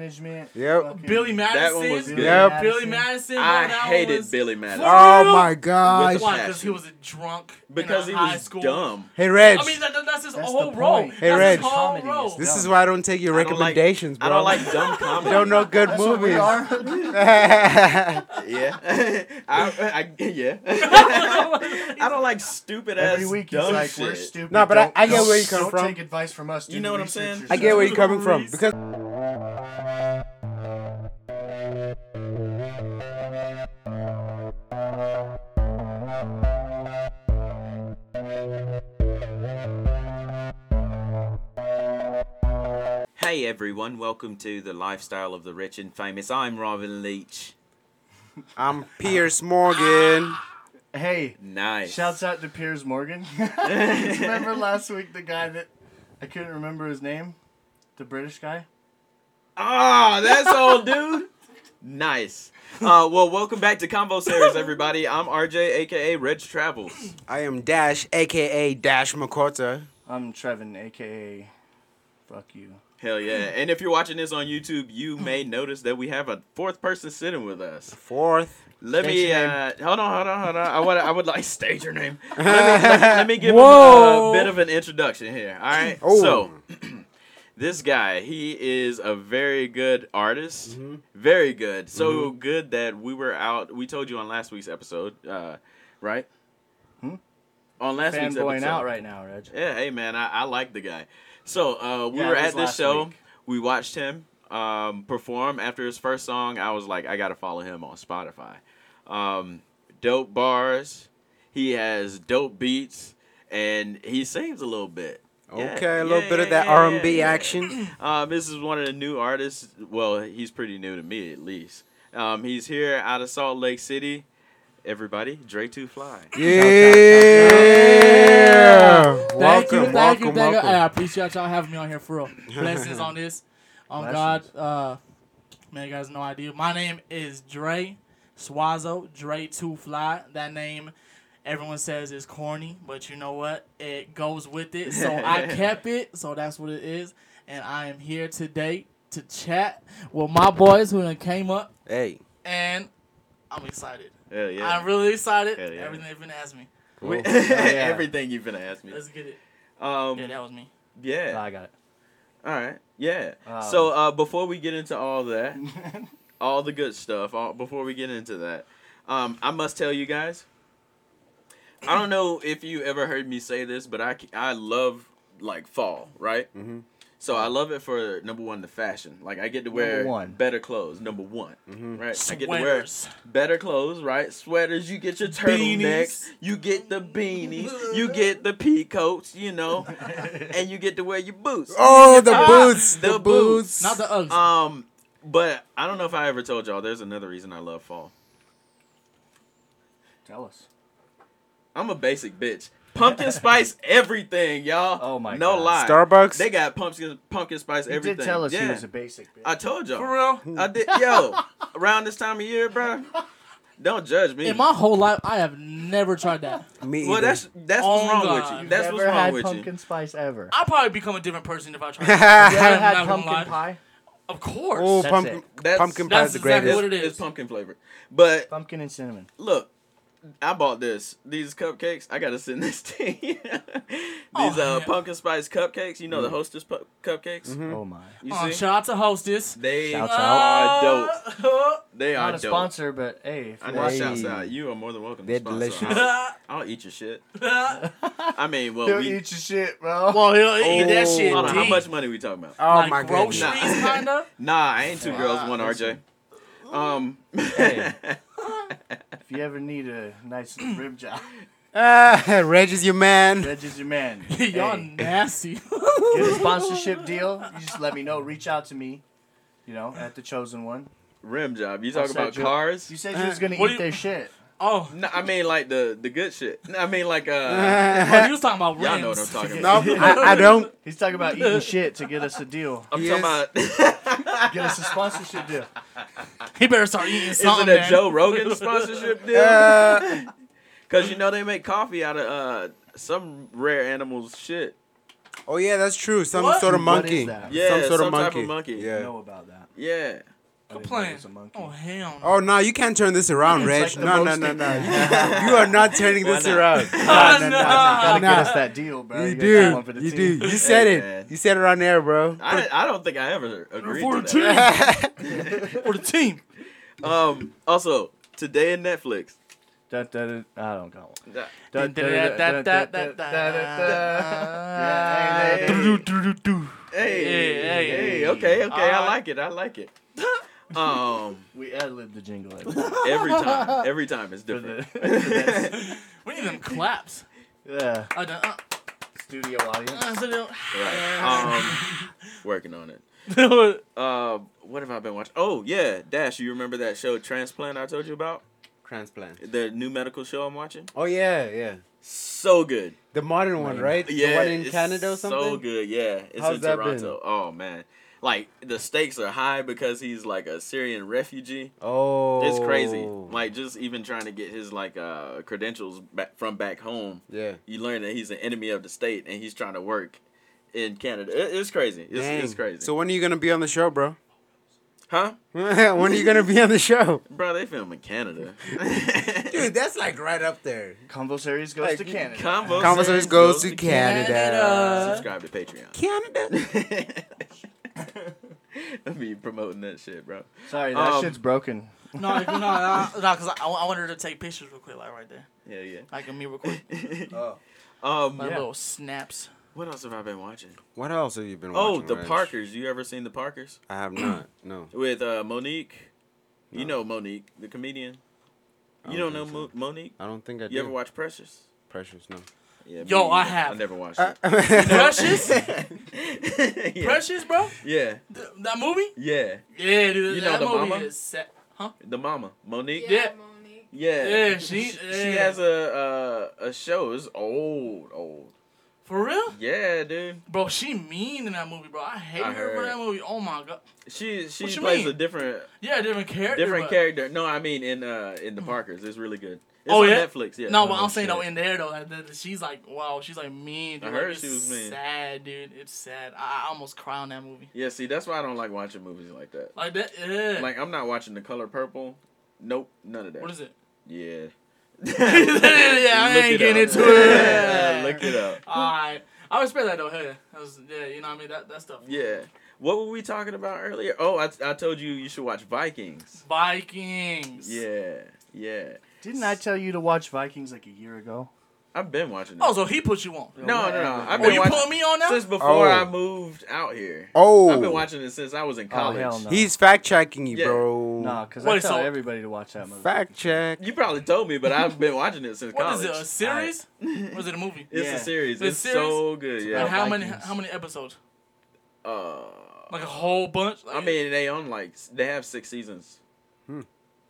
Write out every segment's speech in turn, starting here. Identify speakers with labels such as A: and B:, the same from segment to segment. A: management.
B: Yep.
A: fucking-
C: Billy Madison.
D: one was
A: Billy
D: good.
B: Yep.
C: Billy Madison.
D: I
C: bro, that
D: hated
C: was-
D: Billy Madison
B: Oh my gosh.
D: With
C: Why? Because he
D: Passion.
C: was a drunk. in
D: because
C: a
D: he
C: high
D: was
C: school.
D: dumb.
B: Hey Reg,
C: I mean, that, that's his
A: That's
C: whole
A: the
C: role.
A: point.
B: Hey,
C: that's
B: Reg.
C: his whole
A: Comedy is
C: role.
B: this
A: dumb.
B: is why I don't take your
D: I don't like-
B: recommendations,
D: I
B: bro.
D: don't like dumb comedy.
B: don't know good
A: That's what we
B: movies.
A: are.
D: Yeah, I, I yeah. I don't like stupid ass
A: Every week he's
D: dumb
A: like,
D: shit.
A: we're stupid.
B: Nah, but I-
A: don't-
B: I get where you
A: don't
B: come from.
A: take advice from us. Do
D: You know
A: the
D: what I'm
A: research
D: saying?
A: yourself.
B: I get where you're coming from
C: Reese.
B: because
D: Hey everyone, welcome to the lifestyle of the rich and famous. I'm Robin Leach.
B: I'm Pierce Morgan.
A: Hey,
D: Nice.
A: shouts out to Piers Morgan. remember last week the guy that I couldn't remember his name, the British guy.
D: Ah, that's all, dude. Nice. Uh, well, welcome back to Combo Series, everybody. I'm RJ, aka Reg Travels.
B: I am Dash, aka Dash Makota.
A: I'm Trevin, aka. Fuck you.
D: Hell yeah!
B: Mm.
D: And if you're watching this on YouTube, you may notice that we have a fourth person sitting with us.
B: Fourth.
D: Let
B: State
D: me
B: your name.
D: uh, hold on, hold on, hold on. I want I would like state your name. Let me, let me, let me give him a uh,
C: Whoa.
D: bit of an introduction here. All right.
B: Oh.
D: So this guy, he is a very good artist.
B: Mm-hmm.
D: Very good. So good that we were out. We told you on last week's episode, uh, right?
B: Hmm?
D: On last week's
A: Fanboying
D: episode.
A: out right now, Reg.
D: Yeah, hey man, I, I like the guy. So uh, we
A: Yeah,
D: were
A: it was
D: at this
A: last
D: show.
A: week.
D: We watched him um, perform after his first song. I was like, I gotta follow him on Spotify. Um, dope bars. He has dope beats, and he sings a little bit. Yeah,
B: Okay, a little
D: yeah,
B: bit of
D: yeah,
B: that
D: yeah,
B: R&B
D: yeah, yeah.
B: action.
D: Um, this is one of the new artists. Well, he's pretty new to me, at least. Um, he's here out of Salt Lake City. Everybody, Dre Two Fly.
B: Yeah. Welcome,
C: Thank you,
B: welcome,
C: thank you, thank you.
B: welcome.
C: Hey, I appreciate y'all having me on here for real. Blessings on this. On God,
A: Blessings.
C: uh, man, you guys have no idea. My name is Dre Swazo, Dre Two Fly. That name, everyone says is corny, but you know what? It goes with it. So I kept it. So that's what it is. And I am here today to chat with my boys who done came up,
B: Hey,
C: and I'm excited.
D: Hell yeah.
C: I'm really excited.
D: Hell yeah.
C: Everything they've been asking me.
B: cool.
D: Everything you've been asked me.
C: Let's get it.
D: Um,
C: Yeah, that was me.
A: Nah,
D: yeah.
A: I got it.
D: All right. Yeah.
A: Um,
D: so uh, before we get into all that, all the good stuff, all, before we get into that, um, I must tell you guys, I don't know if you ever heard me say this, but I, c- I love like fall, right?
A: Mm-hmm.
B: Mhm.
D: So I love it for number one, the fashion. Like I get to wear
A: Number one. Mm-hmm.
D: better clothes. Number one, right? I get to wear
C: Sweaters.
D: better clothes, right? Sweaters. You get your
C: Beanies.
D: turtlenecks. You get the beanies. You get the peacoats. You know, and you get to wear your boots.
B: Oh, the
D: Ah,
B: boots,
D: the
B: the boots.
C: Not the Uggs.
D: Um, but I don't know if I ever told y'all. There's another reason I love fall.
A: Tell us.
D: I'm a basic bitch. Pumpkin spice everything, y'all.
A: Oh my
D: No
A: God.
D: lie.
B: Starbucks.
D: They got pumpkin pumpkin spice
A: You
D: everything.
A: did tell us
D: yeah.
A: he was a basic bitch.
D: I told y'all.
C: For real.
D: I did. Yo, around this time of year, bro. Don't judge me.
C: In my whole life, I have never tried that.
B: Me
D: well,
B: either.
D: that's that's
C: Oh
D: what's wrong
C: God.
D: with you.
C: You've
D: That's
A: Never
D: what's
A: had
D: wrong with
A: pumpkin
D: you.
A: spice ever.
C: I'll probably become a different person if I tried that.
A: You ever had
C: Not gonna
A: pumpkin
C: lie.
A: pie?
C: Of course.
B: oh,
A: That's
B: pumpkin,
A: it.
D: That's-
B: pumpkin pie
C: that's
B: is the
C: exactly
B: greatest.
C: what it is.
D: It's pumpkin flavored, but
A: Pumpkin and cinnamon.
D: look, I bought this. These cupcakes, I gotta send this to you. These
C: Oh,
D: uh,
C: hell.
D: pumpkin spice cupcakes, you know
B: Mm.
D: the hostess pu- cupcakes.
B: Mm-hmm.
A: Oh my.
D: You
C: Uh,
D: see,
C: shout out to Hostess.
D: they
A: Shouts
D: are dope.
C: dope.
D: They are
A: Not a
D: dope.
A: sponsor, but hey, if
D: I
A: you
D: know.
A: want-
B: Hey.
D: Shouts out. You are more than welcome. to
B: They're
D: sponsor.
B: delicious.
D: I'll, I'll eat your shit. I mean, well,
A: He'll
D: we.
A: eat your shit, bro.
C: well, he'll eat that
B: Oh,
C: shit.
D: Hold on, how
C: deep.
D: much money we talking about?
B: Oh
C: like
B: my
C: groceries,
B: goodness.
D: Nah.
C: kind of.
D: Nah, I ain't two girls,
A: Uh, Wow,
D: one RJ. Um,
A: Hey. if you ever need a nice rib job,
B: Ah, Reg is your man.
A: Reg is your man.
C: Y'all
A: Hey,
C: nasty.
A: get a sponsorship deal. You just let me know. Reach out to me. You know, at the chosen one.
D: rim job. You
A: I
D: talking
A: said
D: about
A: you-
D: cars?
A: You said you was gonna
C: What
A: eat
C: do you-
A: their shit.
C: oh,
D: No, I mean like the the good shit. No, I mean like uh,
C: oh,
B: no,
C: you was talking about rims.
D: y'all know what I'm talking
B: I,
D: about.
B: Ah, I don't.
A: He's talking about eating shit to get us a deal.
D: I'm
B: Yes.
D: talking about.
A: Get us a sponsorship deal.
C: He better start eating
D: Is it
C: something.
D: a
C: man.
D: Joe Rogan sponsorship deal?
B: Uh,
D: Because you know they make coffee out of uh, some rare animal's shit.
B: Oh yeah, that's true. Some
C: What?
B: sort of
A: What
B: monkey.
A: is that?
D: Yeah,
B: some sort
D: some
B: of
D: type
B: monkey.
D: of monkey.
A: I
B: Yeah.
A: know about that.
D: Yeah.
A: I didn't know it
C: Complain.
A: was a monkey.
C: Oh hell. no.
B: Oh no, you can't turn this around,
A: It's
B: Reg.
A: like the
B: no, no,
A: most-
B: no, no. you are not turning
D: Why
B: this
D: not?
B: around.
C: Oh, no.
A: Gotta
B: Nah.
A: get us that deal, bro. gotta
B: You
A: get
B: do.
A: one for the
B: You do.
A: team.
B: You said
D: Hey,
B: it.
D: man.
B: You said it on air, bro.
D: I, I don't think I ever agreed
C: For the
D: to that.
C: team. For the team.
D: Um, also, today in Netflix.
A: Da, da, da, I don't got one.
D: That-
A: Da, da, da, da, da, da, da, da. Yeah, hey, hey.
D: Hey,
C: Hey,
D: hey,
C: hey.
D: okay, okay.
C: Uh,
D: I like it. I like it. Um,
A: We ad lib the jingle. every time.
D: every time, every time it's
A: For the-
D: different.
A: for the-
C: We need them claps.
A: yeah,
C: Uh, uh,
A: studio audience.
C: uh, so they don't-
D: right. Um, working on it. Um, what have I been watching? Oh yeah, Dash. You remember that show Transplant I told you about?
B: Transplant.
D: The new medical show I'm watching.
B: Oh yeah, yeah.
D: So good.
B: The modern one, right?
D: Yeah,
B: the one in
D: it's
B: Canada or something.
D: So good, yeah. It's
B: How's
D: in
B: that
D: Toronto.
B: been?
D: Oh man, like the stakes are high because he's like a Syrian refugee.
B: Oh,
D: It's crazy. Like just even trying to get his like uh credentials back from back home,
B: yeah,
D: you learn that he's an enemy of the state and he's trying to work in Canada. It- it's crazy. It's, it's
B: Dang.
D: crazy.
B: So when are you gonna be on the show, bro?
D: huh,
B: when are you gonna be on the show,
D: bro? They film in Canada.
B: dude? That's like right up there.
D: Ah.
A: Convo series goes
B: Like,
A: to Canada.
D: Convo
B: Conversations
D: Series
B: goes to Canada.
C: Canada.
D: Subscribe to Patreon.
B: Canada.
D: I mean, promoting that shit, bro.
A: Sorry, that
D: Um,
A: shit's broken.
C: No, like, no, no, because I, I wanted to take pictures real quick, like right there,
D: Yeah, yeah.
C: like me real quick,
D: Um,
C: like
A: Yeah.
C: little snaps.
D: what else have I been watching?
B: What else have you been
D: Oh,
B: watching?
D: The
B: Reg?
D: Parkers. You ever seen The Parkers
B: I have not. No.
D: with uh, Monique? You
B: No.
D: know Monique, the comedian.
B: I
D: You
B: don't
D: don't know
B: think
D: Mo- Monique?
B: I don't think I
D: You
B: do.
D: ever watch Precious?
B: Precious? No.
D: Yeah, me
C: Yo, I
D: neither.
C: have.
D: I never watched
B: Uh,
D: it.
C: Precious,
D: yeah.
C: Precious, bro.
D: Yeah,
C: Th- that movie?
D: yeah.
C: Yeah, dude.
D: You know
C: that
D: the
C: movie
D: mama?
C: is set.
D: The mama, Monique.
C: Yeah.
E: Monique.
D: Yeah.
C: Yeah, she-
D: she
C: yeah.
D: has a uh, a show. It's old, old.
C: For real,
D: Yeah, dude.
C: bro. She mean in that movie, bro. I hate
D: I
C: her for
D: heard.
C: that movie. Oh my god.
D: She she
C: What you
D: plays
C: mean?
D: a different
C: Yeah, different character.
D: different
C: but- Mm-hmm.
D: character. No, I mean in uh in the Parkers. It's really good. It's
C: Oh,
D: on
C: yeah?
D: Netflix. Yeah.
C: No, but
B: Oh,
C: I'm saying though
B: shit.
C: in there though, that, that- that she's like, wow, she's like mean. Dude.
D: I heard
C: like,
D: she
C: it's
D: was mean.
C: Sad, dude. It's sad. I, I almost cry on that movie.
D: Yeah. See, that's why I don't like watching movies like that.
C: Like that. Yeah.
D: Like I'm not watching The Color Purple. Nope, none of that.
C: what is it?
D: Yeah.
C: I
D: Look
C: ain't
D: it
C: getting
D: up.
C: into it.
D: Look it up.
C: Alright. I respect that though. Hey, that was, yeah, you know what I mean. That that stuff.
D: Yeah. What were we talking about earlier? Oh, I, I told you you should watch Vikings.
C: Vikings.
D: Yeah. Yeah.
A: Didn't I tell you to watch Vikings like a year ago?
D: I've been watching it.
C: Oh, so he put you on.
D: no, no, no. I've
C: Oh,
D: been
C: you put
D: watching
C: me on now?
D: since before
B: Oh.
D: I moved out here.
B: Oh,
D: I've been watching it since I was
C: Oh,
D: in college.
A: hell no.
B: he's fact checking you,
D: Yeah.
B: bro.
A: Nah, because I
C: Wait,
A: tell
C: so-
A: everybody to watch that movie.
B: Fact check.
D: You probably told me, but I've been watching it since
C: What
D: college.
C: is it? A series? Or is it a movie?
D: It's
A: Yeah.
D: a series.
C: The
D: It's
C: series?
D: so good.
C: Like,
D: Yeah.
C: how many
A: Vikings.
C: how many episodes?
D: Uh,
C: Like a whole bunch? Like,
D: I mean, they on like they have six seasons.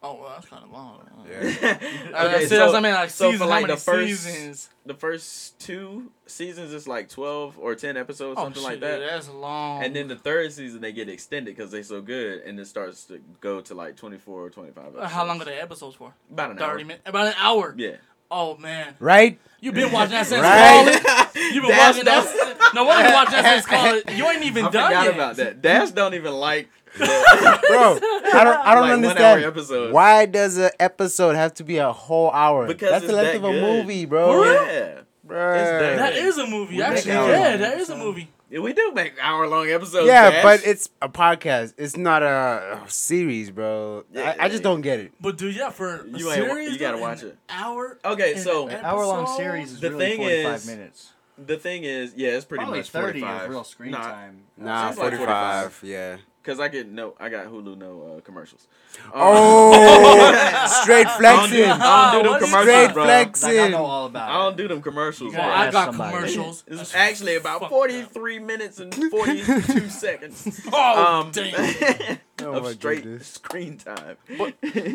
C: Oh well, that's kinda long.
B: Yeah.
C: Okay,
D: Okay,
C: so,
D: so,
C: I mean like
D: so
C: seasons,
D: for
C: how
D: like
C: many
D: the first
C: seasons?
D: the first two seasons is like twelve or ten episodes, something
C: oh,
D: like
C: shit,
D: that.
C: dude, that's long.
D: And then the third season they get extended because they're so good, and it starts to go to like twenty four or twenty five.
C: Uh, how long are the episodes for?
D: About an
C: Thirty
D: hour.
C: minutes. About an hour.
D: Yeah.
C: Oh man,
B: Right?
C: you've been watching that since
B: Right.
C: college. You've been
D: Dash
C: watching
D: don't-
C: that. since- No wonder you watching that since college. You ain't even
D: I
C: done
D: forgot
C: yet.
D: about that. Dash don't even like. the-
B: Bro, I don't I don't
D: like One hour
B: understand.
D: episodes.
B: Why does an episode have to be a whole hour?
D: Because
B: That's
D: it's
B: the length
D: that
B: of a
D: good.
B: movie, bro.
C: For real?
D: Yeah.
B: Bruh.
C: That is a movie,
A: We make
C: actually.
A: hours.
C: Yeah, that is a movie.
D: Yeah, We do make hour long episodes.
B: yeah,
D: Dash.
B: but it's a podcast. It's not a, a series, bro.
D: Yeah,
B: I, I just
D: yeah.
B: don't get it.
C: But dude, yeah, for a
D: You ain't wa-
C: series,
D: you gotta
C: though,
D: watch
C: an
D: it.
C: Hour.
D: Okay,
C: and
D: so-
C: an
D: An
A: Hour long
C: episode?
A: series is
D: The
A: really
D: thing
A: 45
D: is-
A: minutes.
D: the thing is, yeah, it's pretty
A: Probably
D: much
A: 30
D: 45.
A: is real screen
D: Nah,
A: time.
B: Nah,
D: Seems like
B: 45,
D: 45.
B: yeah.
D: Cause I get no, I got Hulu no uh, commercials. Uh,
B: Oh, straight
D: I don't do,
B: flexing.
D: I don't do
C: What
D: them
C: is
D: commercials,
B: Straight
D: bro.
A: 'Cause, like, I
B: flexing.
A: know all about
D: I don't do them commercials,
A: You
C: Well,
D: bro.
A: gotta
C: I
A: ask
C: got
A: somebody.
C: commercials.
D: It's actually about
C: Fuck
D: 43 minutes and 42 seconds
C: that. Oh
D: um,
C: damn!
B: Oh
D: of
B: my
D: straight
B: goodness.
D: screen time.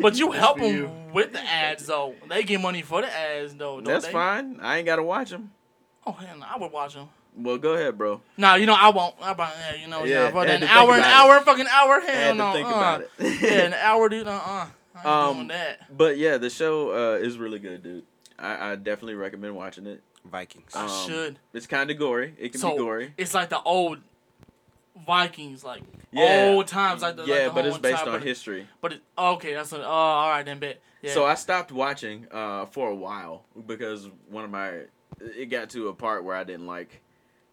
C: But you help
A: for
C: them
A: you.
C: with the ads though. They get money for the ads though. don't
D: That's
C: they?
D: fine. I ain't gotta watch them.
C: Oh hell, no, I would watch them.
D: Well, go ahead, bro.
C: No, you know I won't. I about, yeah, you know, yeah,
D: Yeah,
C: but
D: had
C: an
D: to think
C: hour, an
D: about
C: hour, fucking hour.
D: I
C: Hell
D: had
C: no.
D: to think
C: uh,
D: about it.
C: Yeah, an hour, dude. Uh, uh I ain't
D: Um,
C: doing that.
D: But yeah, the show uh, is really good, dude. I, I definitely recommend watching it.
B: Vikings.
C: I
D: Um,
C: should.
D: It's kind of gory. It can
C: So
D: be gory.
C: it's like the old Vikings, like
D: Yeah.
C: old times, like the
D: yeah,
C: like the
D: but
C: whole
D: it's based
C: time,
D: on
C: but it-
D: history.
C: But it, okay, that's what. Oh, all right then, bet. Yeah.
D: So I stopped watching uh, for a while because one of my it got to a part where I didn't like,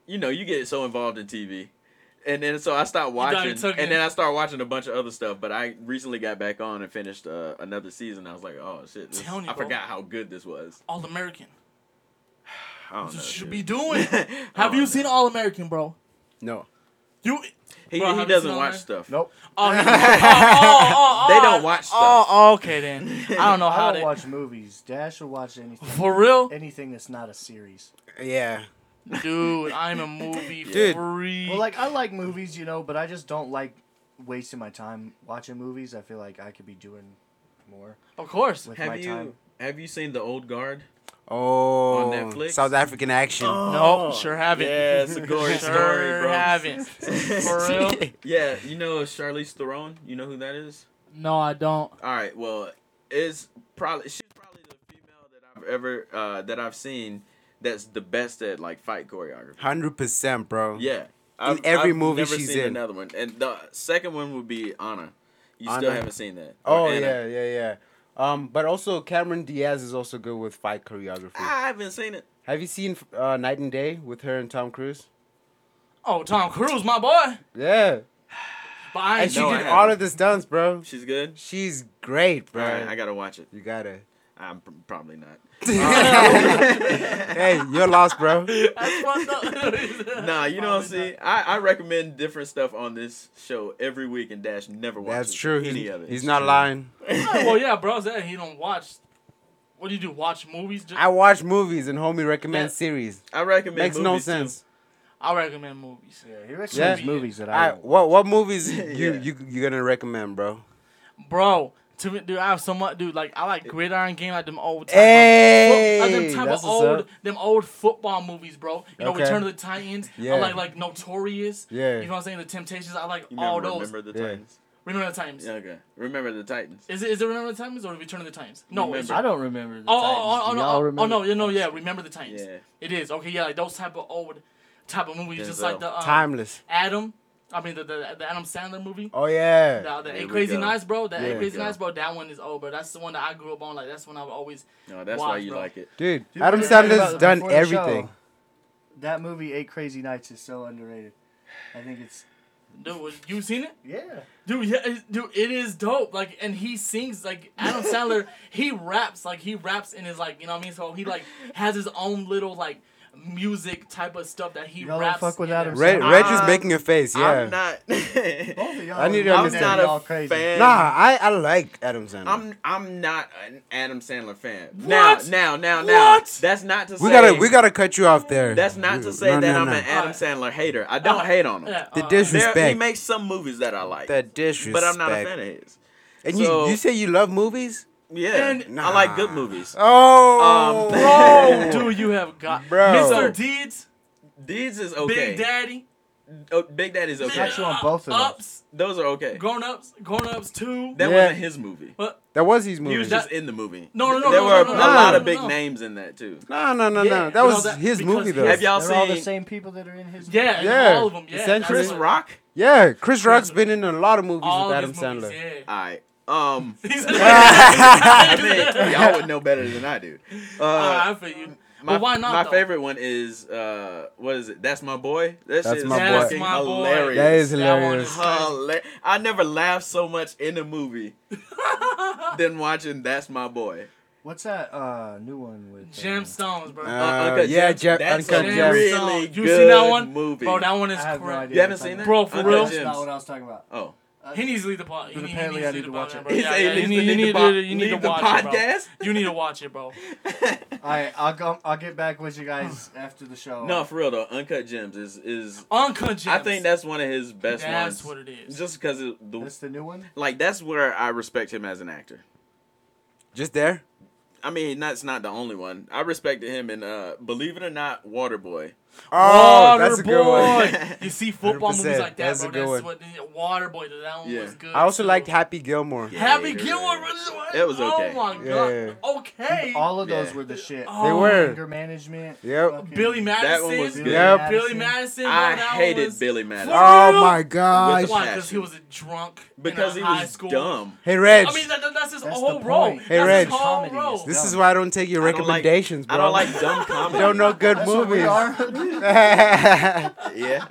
D: you know, you get so involved in TV, and then so I stopped
C: done
D: watching,
C: took
D: and
C: it.
D: then I started watching a bunch of other stuff. But I recently got back on and finished uh, another season. I was like, oh shit, this,
C: Telling you,
D: I
C: bro.
D: forgot how good this was.
C: All American.
D: I don't
C: That's
D: know,
C: what you should
D: Oh, dude. Oh,
C: be doing.
D: I
C: Have
D: don't
C: you
D: know.
C: seen All American, bro?
B: No.
C: You.
D: He,
C: Bro, have
D: he
C: you
D: doesn't
C: seen
D: watch
C: All
D: stuff.
A: Nope.
C: Oh, you- oh, oh, oh,
D: They
C: oh, I-
D: don't watch stuff.
C: Oh, okay then. I don't know how
A: I
C: to
A: don't watch movies. Dash will watch anything.
C: For real,
A: Anything that's not a series.
B: Yeah.
C: dude. I'm a movie
B: Dude.
C: freak.
A: Well, like I like movies, you know, but I just don't like wasting my time watching movies. I feel like I could be doing more
C: of course.
A: with my
D: Have you
A: time.
D: have you seen the Old Guard?
B: Oh.
D: Netflix? Oh,
B: South African action.
C: Nope, sure haven't.
D: Yeah, it's a gory
C: sure
D: story, bro.
C: haven't. For real?
D: Yeah, you know Charlize Theron. You know who that is?
C: No, I don't.
D: All right. Well, it's probably she's probably the female that I've ever uh, that I've seen that's the best at like fight choreography.
B: Hundred percent, bro.
D: Yeah.
B: In every movie
D: never
B: she's
D: seen
B: in.
D: Another one, and the second one would be Anna. You still
B: Anna.
D: haven't seen that.
B: Oh
D: Or Anna.
B: yeah, yeah, yeah. Um, but also Cameron Diaz is also good with fight choreography.
D: I haven't seen it.
B: Have you seen uh, Night and Day with her and Tom Cruise?
C: Oh, Tom Cruise, my boy.
B: Yeah,
C: But I
B: and
C: ain't
B: she
D: No, I
B: did
D: haven't.
B: all of the stunts, bro.
D: She's good.
B: She's great,
D: All
B: bro.
D: right, I gotta watch it.
B: you gotta.
D: I'm pr- probably not.
B: hey, you're lost, bro.
C: That's fucked up.
D: Nah, you know what
C: Probably
D: I'm saying. I, I recommend different stuff on this show every week, and Dash never watches
B: That's true.
D: any
B: He's,
D: of it.
B: he's not lying.
C: not. well, yeah, bro. That he don't watch. What do you do? Watch movies? Just,
B: I
C: I,
B: watch movies and homie recommends
C: Yeah.
B: series.
D: I recommend.
B: Makes no
D: movies, too.
B: sense.
C: recommend movies.
A: Yeah, he recommends
B: Yeah.
A: movies that I.
B: I, what what movies you
D: Yeah.
B: you you gonna recommend, bro?
C: Bro, to me, dude, I have so much, dude. Like I like gridiron game, like them old. Type
B: Hey,
C: of, like them type
B: that's
C: of
B: what's
C: old,
B: up.
C: them old football movies, bro. You know,
B: Okay.
C: Return of the Titans.
B: Yeah.
C: I like like Notorious.
B: Yeah.
C: You know what I'm saying? The Temptations. I like
D: You
C: all
D: remember,
C: those. Remember,
D: remember the
B: Yeah.
D: Titans.
C: the Titans.
D: Yeah, okay. Remember the Titans.
C: Is it is it Remember the Titans or Return of the Titans? No, it's
D: Remember.
A: I don't remember. The
C: Oh,
A: Titans.
C: oh, oh,
A: Do
C: no,
A: y'all
C: oh, oh,
A: remember?
C: no, yeah, no, yeah, remember the Titans.
D: Yeah.
C: It is. Okay, yeah, like those type of old type of movies, just
D: Denzel.
C: like the um,
B: Timeless.
C: Adam, I mean, the, the, the Adam Sandler movie.
B: Oh yeah.
C: The, the
D: Here
C: Eight
D: we
C: Crazy
D: go.
C: Nights, bro. That
B: Here
C: Eight
B: we
C: Crazy
D: go.
C: Nights, bro. That one is old, bro. That's the one that I grew up on. Like, that's one I've always.
D: No, that's
C: Why,
D: why you
C: bro?
D: like it.
B: Dude,
A: Dude,
B: Adam
A: we were talking
B: Sandler's
A: about
B: done
A: before the show.
B: everything.
A: That movie Eight Crazy Nights is so underrated. I think it's
C: Dude, you seen it?
A: yeah.
C: Dude, yeah, it's- dude, it is dope. Like, and he sings like Adam Sandler. he raps like he raps in his like, you know what I mean. So he like has his own little like music type of stuff that he
A: Y'all don't
C: raps.
A: fuck with
C: in
A: Adam
C: there.
B: Reg, Reg is
D: Um,
B: making a face. Yeah.
D: I'm not.
A: Both of y'all.
B: I need to
A: are
D: I'm
B: understand.
D: not
A: y'all
D: a
A: crazy.
D: fan.
B: Nah, I, I like Adam Sandler.
D: I'm I'm not an Adam Sandler fan.
C: What?
D: Now, now, now, now.
C: What?
D: That's not to say.
B: we gotta we gotta cut you off there.
D: That's not to say
B: No,
D: that
B: no,
D: I'm
B: no.
D: an Adam
C: Uh,
D: Sandler hater. I don't
C: uh,
D: hate on him.
C: Yeah,
B: The
C: uh,
B: dish-
D: There, he
B: Respect.
D: makes some movies that I like,
B: That disrespect.
D: but I'm not a fan of his.
B: And
D: So-
B: you you say you love movies?
D: Yeah,
C: And-
D: I like good movies.
B: Oh,
D: Um,
C: Bro, dude, you have got
B: Bro.
C: Mr. Deeds,
D: Deeds is okay.
C: Big Daddy,
D: oh, Big Daddy's okay.
A: Catch you on both of them.
C: ups,
D: Those are okay.
C: grown ups, grown ups too.
D: That
B: Yeah.
D: wasn't his movie.
C: but
B: that was his
D: He
B: movie.
D: was just in the movie.
C: No, no, no,
D: There
C: no,
D: were
C: no,
D: a
B: no, no,
D: lot
B: no,
D: of big
C: no.
D: names in that too.
B: no, no, no,
C: Yeah,
B: no. That
C: no,
B: was
C: that-
B: his
C: because
B: movie
C: he
B: though.
D: Have y'all
A: They're all the
D: seen-
A: same people that are in his.
C: yeah,
B: Yeah,
C: all of them. Yeah,
B: essentially.
D: Chris
C: that's what-
D: Rock.
B: yeah, Chris Rock's been in a lot of movies
C: all
B: with
C: of
B: Adam
C: his
B: Sandler.
C: movies, yeah.
D: All right. Um. I mean,
C: I
D: y'all would know better than I do. Uh,
C: I feel you.
D: my,
C: but why not,
D: My
C: though?
D: favorite one is uh, what is it? That's my boy. That
B: That's
D: shit
B: my
D: is
B: boy.
D: fucking
C: That's my boy.
D: hilarious.
B: That is
C: That one
B: hilarious.
C: is-
D: Hila- I never laughed so much in a movie than watching That's My Boy.
A: What's that uh, new one with? uh,
C: Gemstones, bro.
B: Uh,
D: Uncut
B: yeah,
D: Gems,
B: Jeff,
D: that's
B: Uncut
D: a
B: Gems.
D: really
C: Gemstones. You
D: good
C: seen that one?
D: movie.
C: Bro, that one
A: I
C: is
A: have no
C: crazy.
A: idea.
D: You
A: what
D: haven't
A: you're
D: seen that?
A: talking
C: Bro, for
A: about.
D: Uncut
C: real?
A: That's
D: Gems.
A: not what I was talking about.
D: Oh,
C: He needs to leave the pod. He, he
A: apparently
C: needs
A: I
C: to
A: need
C: leave
A: to
C: the
A: watch
C: pod,
A: it.
C: bro.
D: He
C: Yeah,
D: said he
C: yeah,
D: needs
C: you
D: to
C: need- you
D: leave the
C: need
D: pod-
C: to- you need to
D: leave the
C: watch it, bro.
D: podcast?
C: You need to watch it, bro.
A: All right, I'll go. I'll get back with you guys after the show.
D: no, for real though. Uncut Gems is is.
C: Uncut Gems.
D: I think that's one of his best
C: That's
D: ones.
C: what it is.
D: Just because the
A: that's the new one.
D: like that's where I respect him as an actor.
B: Just there.
D: I mean, that's not the only one. I respected him in uh, Believe It or Not, Waterboy.
B: Oh, that's a good one.
C: Waterboy. you see football movies
B: 100%,
C: like that,
B: that's a
C: bro.
B: good one.
C: that's what the Waterboy. That one
D: Yeah.
C: was good.
B: I also
C: too.
B: liked Happy Gilmore.
D: Yeah.
C: Happy
D: you're
C: Gilmore.
D: right.
C: Really,
D: It was okay.
C: Oh my
B: Yeah,
C: god.
B: yeah,
C: Okay.
A: All of those
D: Yeah.
A: were the shit.
C: Oh.
B: They were.
A: Anger management.
B: Yep.
A: fucking-
C: Billy Madison.
D: That one was good.
B: Yep.
C: Billy Madison. bro,
D: I
C: that
D: hated
C: was...
D: Billy Madison
C: For real?
B: Oh my gosh.
D: With
C: Why? Because he
D: passion.
C: was a drunk.
D: because
C: in
D: he
C: a high
D: was
C: school.
D: dumb.
B: Hey Reg,
C: I mean, that, that- that's his
A: That's
C: whole
A: the
C: role.
A: point.
B: Hey,
C: that's
B: Reg.
C: his whole
A: Comedy is
C: role.
B: this
A: dumb.
B: is why I don't take your
D: I don't like-
B: recommendations,
D: I don't like dumb comedy.
B: bro. Don't know good
A: That's what we
B: movies.
A: are.
D: Yeah.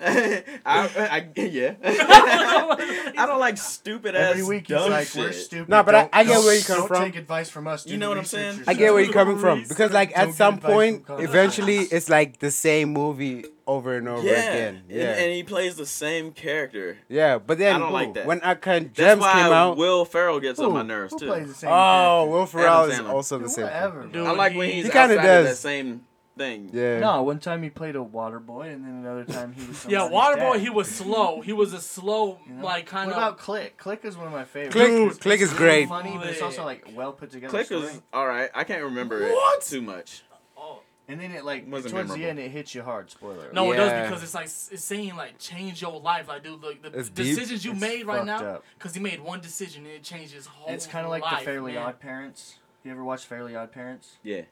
D: I, I yeah. I don't like stupid ass
A: Every week he's
D: dumb
A: like,
D: shit.
A: we're stupid.
B: Nah, but I-
A: don't-
B: I get where you
A: don't-
B: come
A: don't
B: from.
A: take advice from us. do
D: You know
A: the
D: what I'm
A: research
D: saying?
B: I get where you're coming from
C: Research.
B: because, like,
A: Don't
B: at
A: get
B: some
A: advice
B: point,
A: from college.
B: eventually, it's like the same movie over and over
D: Yeah.
B: again. Yeah,
D: And, and he plays the same character.
B: yeah. But then
D: I don't like
B: ooh,
D: that.
B: when Uncut
D: That's
B: Gems
D: why
B: came out,
D: Will Ferrell gets on my
A: Who-
D: nerves
A: who
D: too.
A: plays the same
B: oh, Will Ferrell is
D: Sandler.
B: also
A: character?
B: the same.
A: Whatever.
C: Dude,
D: I like when he's
B: He
D: outside
B: kinda
D: of that
B: does.
D: same thing.
B: Yeah.
A: No, one time he played a water boy, and then another time he was.
C: Yeah,
A: somebody's
C: Waterboy,
A: dad,
C: he was slow. He was a slow,
A: you know?
C: like kind
A: What
C: of.
A: about Click? Click is one of my favorites.
B: Click,
C: Dude,
B: Click is
A: It's
B: great.
A: Funny, but it's also like well put together.
D: Click
A: story.
D: was all right. I can't remember it
C: What?
D: too much.
C: Oh.
A: And then it like
D: Wasn't
A: towards the
D: memorable.
A: end it hits you hard. Spoiler.
C: No, it does
B: Yeah.
C: because it's like it's saying like change your life, like dude, look the
B: It's deep.
C: decisions you
A: It's
C: made right
A: fucked
C: now,
A: up.
C: because he made one decision and it changed his whole.
A: It's kind of like
C: Oh, life,
A: the Fairly
C: man.
A: Odd Parents. You ever watch Fairly Odd Parents?
D: Yeah.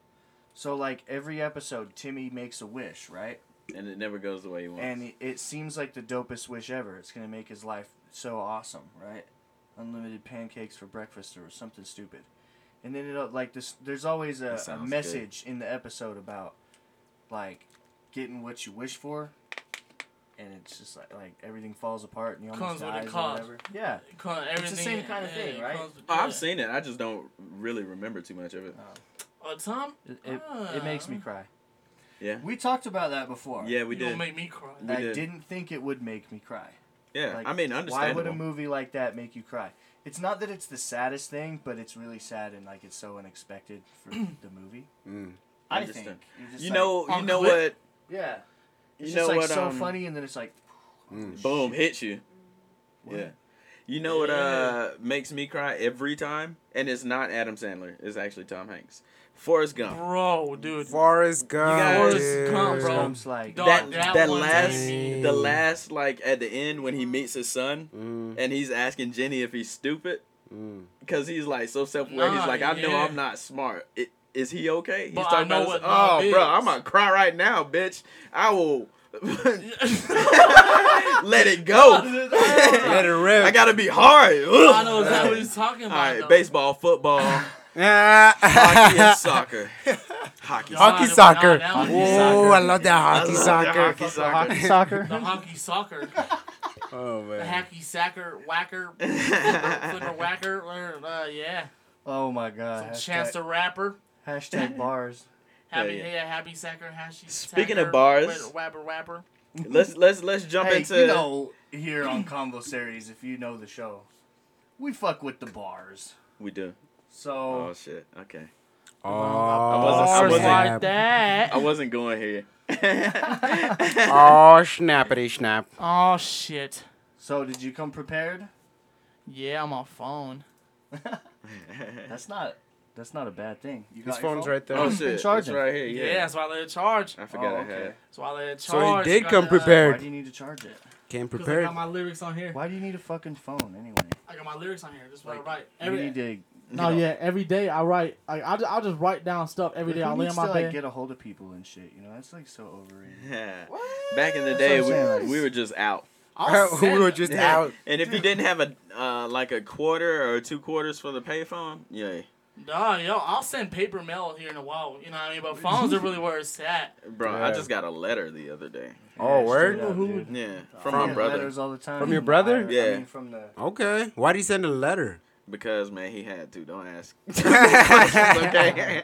A: So like every episode, Timmy makes a wish, right?
D: And it never goes the way you want.
A: And it, it seems like the dopest wish ever. It's gonna make his life so awesome, right? Unlimited pancakes for breakfast or something stupid. And then it like this. There's always
D: That
A: a, a
D: sounds good.
A: message in the episode about like getting what you wish for. And it's just like, like everything falls apart and you almost
C: Comes with a
A: dies or
C: cost.
A: whatever. Yeah.
C: It come- everything,
A: same kinda
C: yeah,
A: thing,
C: it
A: right?
C: comes with-
D: Oh,
C: yeah.
D: I've seen it. I just don't really remember too much of it.
C: Uh, Tom,
A: It, it, it makes
C: Ah.
A: me cry.
D: Yeah.
A: We talked about that before.
D: Yeah,
C: We
D: we
C: you don't
D: did.
C: make me cry.
D: We
A: I
D: did.
A: didn't think it would make me cry.
D: Yeah.
A: Like,
D: I mean,
A: Why would a
D: understandable.
A: movie like that make you cry? It's not that it's the saddest thing, but it's really sad and like it's so unexpected for the movie.
B: Mm.
A: I
D: Understand.
A: think. You're just
D: You
A: like-
D: know, you
C: on
D: know
C: Click?
D: what?
A: Yeah.
D: You
A: It's
D: know
A: just like
D: what?
A: so
D: um,
A: funny, and then it's like,
B: Mm.
D: Boom,
A: shit,
D: hits you.
A: what?
D: Yeah. You know what
C: Yeah.
D: uh makes me cry every time? And it's not Adam Sandler. It's actually Tom Hanks. Forrest Gump.
C: bro, dude.
B: Forrest Gump.
D: guys-
B: dude.
C: Forrest Gump, bro.
A: Trump's like,
C: Dog,
D: that
C: that
D: that,
C: one
D: last
B: made me-
D: the last like at the end when he meets his son
B: Mm,
D: and he's asking Jenny if he's stupid
B: mm.
D: because he's like so self aware.
C: Nah,
D: he's like, I know
C: yeah.
D: I'm not smart. I- Is he okay? He's
C: But I know
D: his-
C: what
D: oh,
C: love is."
D: bro, I'm gonna cry right now, bitch. I will let it go.
B: Let it rip.
D: I gotta be hard. Ugh.
C: I know exactly what he's talking
D: All
C: about.
D: right,
C: though.
D: baseball, football. hockey and
B: hockey
D: soccer. Hockey.
C: Y'all Hockey
D: soccer.
B: soccer.
C: soccer.
B: Oh, I love that
D: I
B: hockey
D: love that
B: soccer.
D: hockey soccer.
A: hockey soccer.
C: The hockey soccer,
B: Oh
C: the
B: man.
C: hacky sacker, whacker, flipper whacker, or, uh, yeah.
A: oh my god.
B: Uh,
C: Some chance
A: Hashtag,
C: to rapper.
A: hashtag bars.
C: Happy,
D: Yeah,
C: yeah,
D: yeah.
C: happy sacker, happy
D: Speaking
C: sacker,
D: of bars-
C: wait, wapper, wapper.
D: let's let's let's jump
A: Hey,
D: into
A: you know, here on Convo Series, if you know the show, we fuck with the bars.
D: We do.
A: So
D: Oh shit. Okay.
B: Oh,
D: wasn't- I
C: Bars
D: wasn't-
C: like
B: snap.
C: that.
D: I wasn't going here.
B: Oh, snappity snap.
C: Oh shit.
A: so did you come prepared?
C: Yeah, I'm on phone.
A: That's not that's not a bad thing. You
B: His
A: got your
B: phone's
A: phone?
B: right there.
D: oh
A: Been
D: shit. It's
A: charging.
D: right here.
C: Yeah,
D: Yeah.
C: that's why I let it charge.
D: I forgot
A: Oh,
D: I had.
A: okay.
D: it.
C: That's why I let it charge.
B: So he did come prepared.
A: Why do you need to charge it?
B: Came
C: Because I
B: prepared.
C: got my lyrics on here.
A: Why do you need a fucking phone anyway?
C: I got my lyrics on here. This is what
A: Like,
C: I write.
A: you
C: Every
A: need to.
C: No, yeah, every day I write. I I just, I just write down stuff every day. I
A: who
C: lay
A: needs
C: on my
A: to
C: bed.
A: like get a hold of people and shit. You know that's like so overrated.
D: Back in the
A: That's
D: day,
A: what I'm saying.
D: we, we were just out.
C: I'll
B: we
C: send
B: were
C: it.
B: just
D: Yeah.
B: out.
D: And if you didn't have a uh, like a quarter or two quarters for the payphone, yeah,
C: Nah, yo, I'll send paper mail here in a while. You know what I mean? But phones are really where it's at.
D: bro, I
B: Yeah.
D: just got a letter the other day.
B: Oh,
A: Yeah,
B: word?
A: straight up,
C: Who-
A: dude.
D: Yeah,
A: I
D: from
A: get
D: my brother
A: letters all the time.
B: From your brother?
A: I- I
D: Yeah.
A: mean, from the. oh,
B: Okay. Why do you send a letter?
D: because man, he had to. Don't ask. questions, okay.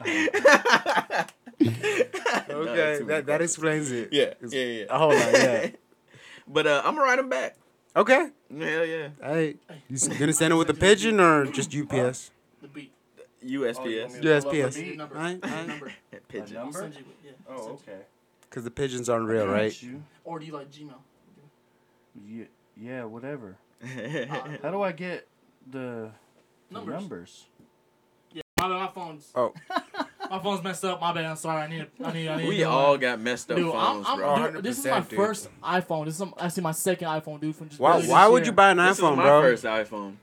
B: Okay, that, that explains it.
D: Yeah,
B: It's-
D: yeah, yeah.
B: Hold on, yeah.
D: but uh, I'm gonna write him back.
B: Okay.
D: Hell yeah.
B: Hey, you s- gonna send it with a pigeon or just UPS?
C: The beat.
A: Oh, you want me
D: USPS.
A: to
B: Yes,
A: pull up a
B: PS.
C: The
A: beat?
C: number.
B: Alright,
C: The
B: alright.
C: number.
A: A
D: Pigeon.
C: I'll
A: number?
C: send you it, yeah, I'll
A: Oh,
C: send you
A: okay.
B: Cause the pigeons aren't real, right?
A: You-
C: it. Or do you like Gmail?
A: you- Yeah, whatever.
D: yeah,
A: How do I get the the
C: Numbers.
A: numbers?
C: My, my phone's
B: Oh,
C: my My phone's messed up. My bad. I'm sorry. I need. A, I need. I need. a
D: We
C: new
D: all
C: one.
D: got messed up
C: Dude,
D: phones,
C: I'm,
D: bro.
C: I'm, dude, this is my
B: 100%, dude.
C: first iPhone. This is some, actually my second iPhone, dude. From just
B: Why?
C: barely this
B: Why would
C: year.
B: you buy an
D: this
B: iPhone,
D: was my
B: bro?
D: first iPhone.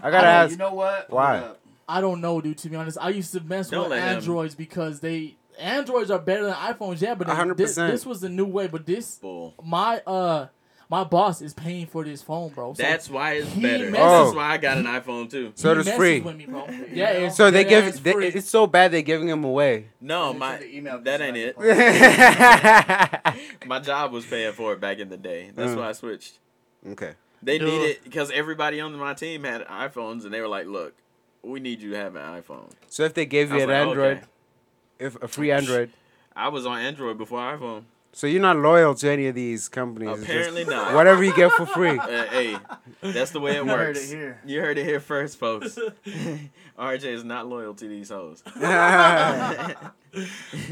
B: I gotta
A: Oh,
B: ask.
A: You know what? Hold
B: Why?
A: up.
C: I don't know, dude. To be honest, I used to mess
D: Don't
C: with
D: let him.
C: Androids because they Androids are better than iPhones, yeah. But then this,
B: 100%.
C: this was the new way. But this,
D: Bull.
C: my uh, my boss is paying for this phone, bro. So
D: That's why it's
C: he
D: better.
C: messes-
B: Oh.
D: That's why I got an iPhone too.
B: so
C: he
B: it's
C: messes
B: free.
C: With me, bro. Yeah, it's
B: so they
C: dead ass
B: give. They,
C: free.
B: it's so bad they're giving them away.
A: Send it
D: No,
A: to
D: my
A: the email
D: that ain't it.
A: because I-
D: My job was paying for it back in the day. That's
B: Mm.
D: why I switched.
B: okay.
D: They
C: Dude.
D: needed because everybody on my team had iPhones, and they were like, "Look, we need you to have an iPhone."
B: So if they gave you
D: I was
B: an
D: like, oh,
B: Android,
D: okay.
B: if a free Android,
D: I was on Android before iPhone.
B: so you're not loyal to any of these companies. it's just
D: Apparently not.
B: Whatever you get for free.
D: Uh, hey, that's the way it
A: You heard
D: works.
A: it here.
D: You heard it here first, folks. RJ is not loyal to these hoes.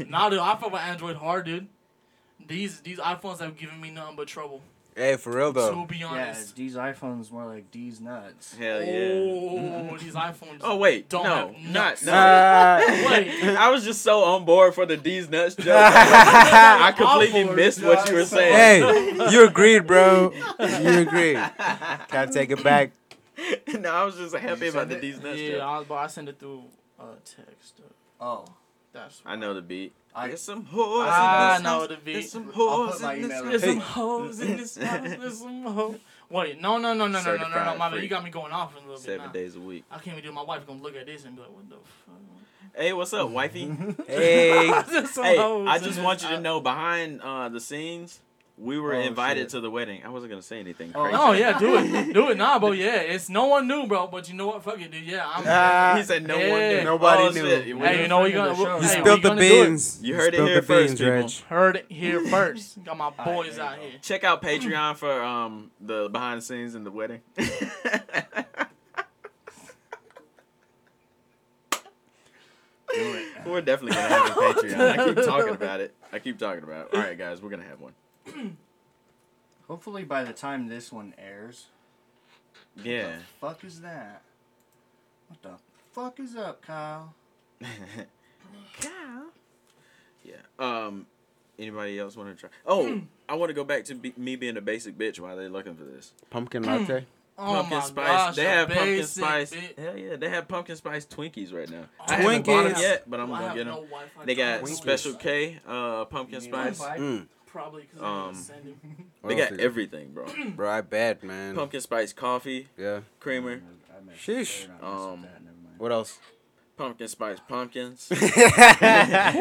C: nah, dude. I fuck with Android hard, dude. These these iPhones have given me nothing but trouble.
B: hey, for real
C: to
B: though.
C: be
A: Yeah,
C: honest.
A: D's iPhones more like D's nuts.
D: Hell yeah.
C: Oh, these iPhones.
D: Oh wait,
C: don't
D: no,
C: have
D: not
C: nuts.
D: no.
B: Uh,
C: wait.
D: I was just so on board for the D's nuts joke. I completely
C: Awful.
D: missed what you were saying.
B: hey, you agreed, bro. You agreed. Can't take it back.
D: no, I was just happy
A: you
D: about
A: send
D: the
A: it?
D: D's nuts
C: Yeah,
D: joke.
C: I, but I send it through uh, text. uh,
A: Oh,
C: That's
D: I know the beat.
A: I-
D: There's some whores
C: I
D: in this
C: know
D: house.
C: the beat.
D: There's some
A: I'll
D: whores
A: put my
D: in this
A: email
D: house.
C: There's
B: Hey.
C: some hoes in this house. There's some hoes. Wait, no, no, no, no, no, no, no, no,
D: Certified
C: my bad.
D: freak.
C: You got me going off a little bit.
D: Seven
C: now.
D: days a week.
C: I can't even do. My wife gonna look at this and be like, "What the fuck?"
D: Hey, what's up, wifey?
B: Hey,
C: There's some
D: hey,
C: hoes
D: I
C: in
D: just
C: this
D: want you to
C: house.
D: know behind uh, the scenes, we were
A: Oh,
D: invited
A: shit.
D: to the wedding. I wasn't gonna say anything
A: Oh,
D: crazy.
C: No, yeah, do it, do it, nah, bro. Yeah, it's no one knew, bro. But you know what? Fuck it, dude. Yeah, I'm.
B: Ah,
D: he said no
C: Yeah.
D: one knew.
B: Nobody
D: Oh,
B: knew.
D: shit.
B: Hey,
D: We
C: hey, you know we gonna.
A: We're gonna
C: hey,
B: you
A: do it.
B: spilled
C: we
B: the
C: gonna do it.
B: beans.
D: You heard it
B: spilled
D: here
B: the
D: first,
B: beans,
D: people.
B: Reg.
C: Heard it here first. Got my boys
A: there
C: out
A: you go.
C: here.
D: Check out Patreon for um the behind the scenes and the wedding.
A: do it.
D: we're definitely gonna have a Patreon. I keep talking about it. I keep talking about it. All right, guys, we're gonna have one.
A: Hopefully by the time this one airs,
D: Yeah.
A: the fuck is that? What the fuck is up, Kyle?
D: Yeah. Um. Anybody else want to try?
C: Hmm.
D: Oh, I want to go back to be, me being a basic bitch while they're looking for this.
B: Pumpkin latte.
C: Oh
D: pumpkin
C: my
D: spice.
C: gosh,
D: they
C: a
D: have pumpkin
C: basic
D: spice.
C: bit.
D: Hell yeah, they have pumpkin spice Twinkies right now.
C: Oh,
D: I haven't bought them
B: Twinkies.
D: yet, but I'm
C: I
D: gonna
C: have
D: get
C: no
D: them.
C: Wi-Fi.
D: They got
B: Twinkies.
D: Special K uh, pumpkin
A: You need one
D: spice.
A: bite?
B: Mm.
C: Probably because
D: Um,
C: I'm gonna send him.
D: They got everything, bro.
B: Bro, I bet, man.
D: pumpkin spice coffee,
B: Yeah.
D: creamer,
A: I messed up
B: Sheesh.
A: there and I messed up
D: Um,
A: that, never mind.
B: What else?
D: pumpkin spice pumpkins. They
B: that's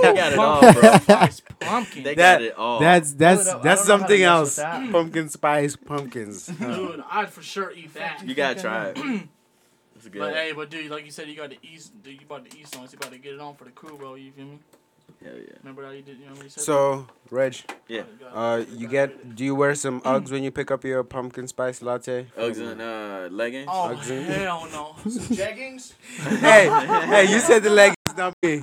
D: got it all, bro.
C: Spice pumpkin.
D: They
B: That-
D: got it all.
A: I
B: that's
A: don't know- I
B: that's
A: don't know how to
B: something
A: mess
B: else.
A: with that.
B: Pumpkin spice pumpkins.
C: dude, I'd for sure eat that.
D: uh, you gotta try it. It's good.
C: But hey, but dude, like you said, you got the East. Dude, you about the East songs. You about to get it on for the crew, bro. You feel me?
D: Hell yeah.
C: Remember how you did? You know what you said?
B: so, Reg,
D: Yeah.
B: uh, you get do you wear some Uggs when you pick up your pumpkin spice latte?
D: Uggs and uh, leggings.
C: Oh
B: Uggs in-
C: hell no!
A: Jeggings?
B: hey, hey, you said the leggings, not me.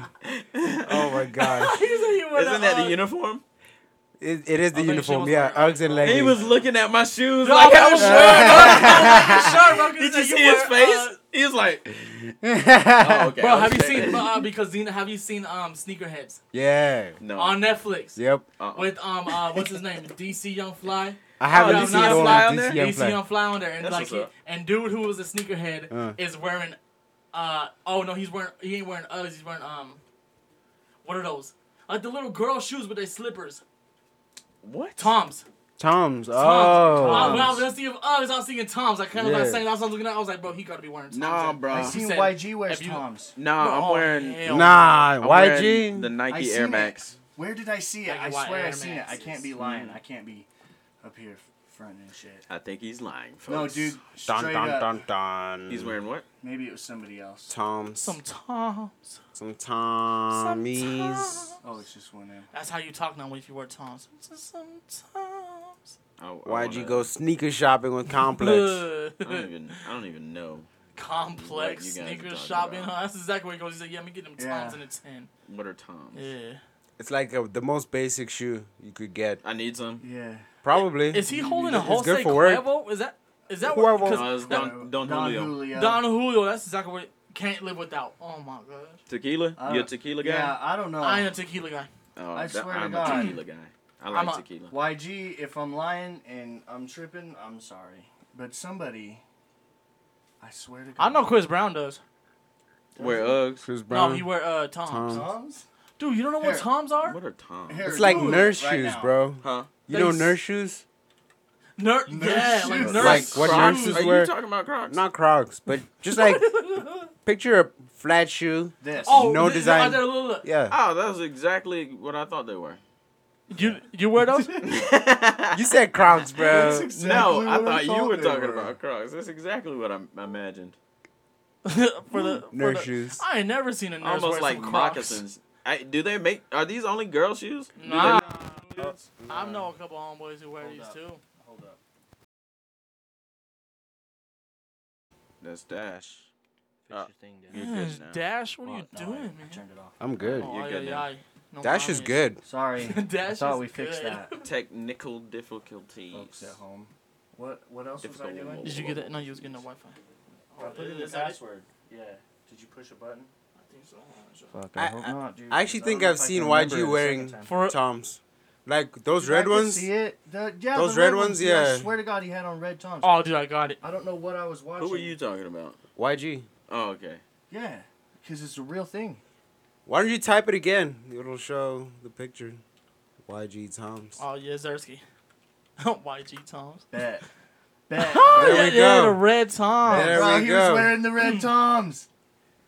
B: Oh my gosh,
D: Isn't that
C: uh,
D: the uniform?
B: it, it is the
C: I think she
B: uniform.
C: was
B: Yeah,
C: wearing
B: Uggs and
C: Uggs.
B: leggings.
D: He was looking at my shoes
C: No,
D: like
C: I
D: I was
C: was-
D: sure.
C: Sure, bro.
D: Did you see his face? He was like, oh, okay. I
C: uh, bro,
D: was
C: have you
D: checking.
C: seen? Uh, because Zena, have you seen um Sneakerheads
B: yeah.
D: No.
C: on Netflix
B: Yep.
D: uh-uh.
C: with um uh what's his name DC Young Fly?
B: I
D: Oh,
B: haven't
C: yeah,
B: seen
C: not
B: the one
C: fly
D: on
B: with
D: there?
B: DC
C: Yeah,
B: Young
C: you see him
B: Fly.
C: fly on there, and
D: That's
C: like, he,
D: what's up.
C: and dude who was a sneakerhead
B: Uh.
C: is wearing, uh, oh no, he's wearing, he ain't wearing Uggs, he's wearing um, what are those? Like the little girl shoes, but they slippers.
D: What?
C: Toms.
B: Toms.
C: Toms. Uh,
B: Oh.
C: when I was thinking of Uggs, I was thinking Toms. I kind of
B: Yeah.
C: like saying, I was looking at, it, I was like, bro, he gotta be wearing Toms.
D: Nah, bro.
A: I
D: Uh,
A: seen
C: He said-
A: YG wears
C: Have you-
A: Toms.
D: No,
C: No,
D: I'm wearing.
C: hell.
B: Nah,
D: I'm wearing
B: YG.
D: The
A: I
D: Nike
A: seen
D: Air
A: it.
D: Max.
A: Where did I see it?
C: Like
A: I
C: a
A: swear I
C: Air
A: seen it. I
C: Maxes.
A: can't be
C: Mm.
A: lying. I can't be up here fronting and shit.
D: I think he's lying. Folks.
A: No, dude. Straight
B: Dun dun
A: up.
B: dun dun.
D: He's wearing what?
A: Maybe it was somebody else.
B: Toms.
C: Some Toms.
B: Some Tommies.
A: Oh, it's just one now.
C: That's how you talk now if you wear Toms. Some Toms.
D: Oh, I
B: Why'd you
D: wanna-
B: go sneaker shopping with Complex?
D: I don't even. I don't even know
C: Complex
D: What you guys are
C: sneaker
D: talking
C: shopping,
D: about.
C: huh? That's exactly where he goes. He's like, yeah, let me get them
A: Yeah.
C: Toms in a 10.
D: what are Toms.
C: Yeah.
B: it's like uh the most basic shoe you could get.
D: I need some.
A: Yeah.
B: Probably.
C: Is he holding a
B: It's good
C: Jose
B: for work.
C: Cuervo? Is that is that
B: Cuervo.
D: Uh,
C: what?
D: No, it's
C: Because
D: Don, Don, Julio.
C: Don Julio, that's exactly what. can't live without. Oh my gosh.
D: Tequila?
A: I
D: you a
A: don't-
D: tequila guy?
A: Yeah, I don't know.
C: I am a tequila guy.
D: Oh,
A: I
D: th-
A: swear to
D: I'm
A: God.
D: a tequila guy. I like
C: I'm a-
D: tequila.
A: YG, if I'm lying and I'm tripping, I'm sorry. But somebody, I swear to God.
C: I know Chris Brown does.
D: Wear Uggs.
B: Chris Brown.
C: No, he wear uh Toms.
B: Toms.
A: Tom's?
C: Dude, you don't know
A: Here.
C: what Toms are?
D: What are Toms?
A: Here.
B: it's like
A: Dude,
B: nurse
A: right
B: shoes,
A: now.
B: bro.
D: Huh?
B: You
C: They
B: know
C: s-
B: nurse shoes?
A: Nurse
C: Ner- yeah,
A: shoes.
C: like nurse.
B: Like what
D: Crocs?
B: nurses
D: Are
B: wear?
D: you talking about Crocs?
B: Not Crocs, but just like picture a flat shoe.
A: This.
C: oh,
B: No
C: th- th-
B: design.
C: there, look, look.
B: Yeah.
D: Oh, that was exactly what I thought they were.
C: You you wear those?
B: You said Crocs,
A: That's
B: bro.
A: exactly
D: no,
A: what
D: I thought you were
A: they
D: talking about Crocs. That's exactly what I I imagined.
C: for the for
B: Nurse
C: the-
B: shoes.
C: I ain't never seen a nurse wear
D: Almost like
C: some Crocs.
D: moccasins. I, do they make? Are these only girl shoes? Do they
C: Nah,
D: make shoes?
C: I know a couple homeboys who wear
A: Hold
C: these
A: up.
C: too.
A: Hold up.
D: That's Dash.
A: Fix
D: Uh,
A: your thing down.
D: You're good
C: Yes,
D: now.
C: Dash, what are
A: Oh,
C: you
A: no, I-
C: doing, man?
A: I turned it off.
B: I'm good.
C: Oh,
D: You're
C: ay,
D: good
C: ay,
D: now.
C: ay. No
B: Dash is
C: comments.
B: good.
A: Sorry. I
C: Dash
A: thought
C: is
A: we fixed
C: good.
A: that.
D: Technical difficulties.
A: Folks at home. What what else
D: Difficult
A: was I doing?
D: one.
C: Did you get that? No, you was getting the Wi-Fi.
A: I put in the
C: Is that it?
A: password. Yeah. Did you push a button?
C: I think so.
A: Fuck,
B: I I- hope I- not, I actually think I've seen YG wearing
C: For
B: Toms. Like those red ones.
A: See it? The- yeah,
B: Those
A: the
B: red ones, yeah.
A: I swear to God, he had on red toms.
C: oh, dude, I got it.
A: I don't know what I was watching.
D: Who are you talking about?
B: YG.
D: Oh, okay.
A: Yeah, because it's a real thing.
B: Why don't you type it again? It'll show the picture. YG Toms.
C: Oh yeah, Zersky. YG Toms.
A: Bet. Bet.
B: There
C: yeah,
B: we
C: yeah,
B: go.
C: the red Toms.
B: There
A: Bro,
B: we
A: he was
B: go.
A: wearing the
C: Hmm.
A: red toms.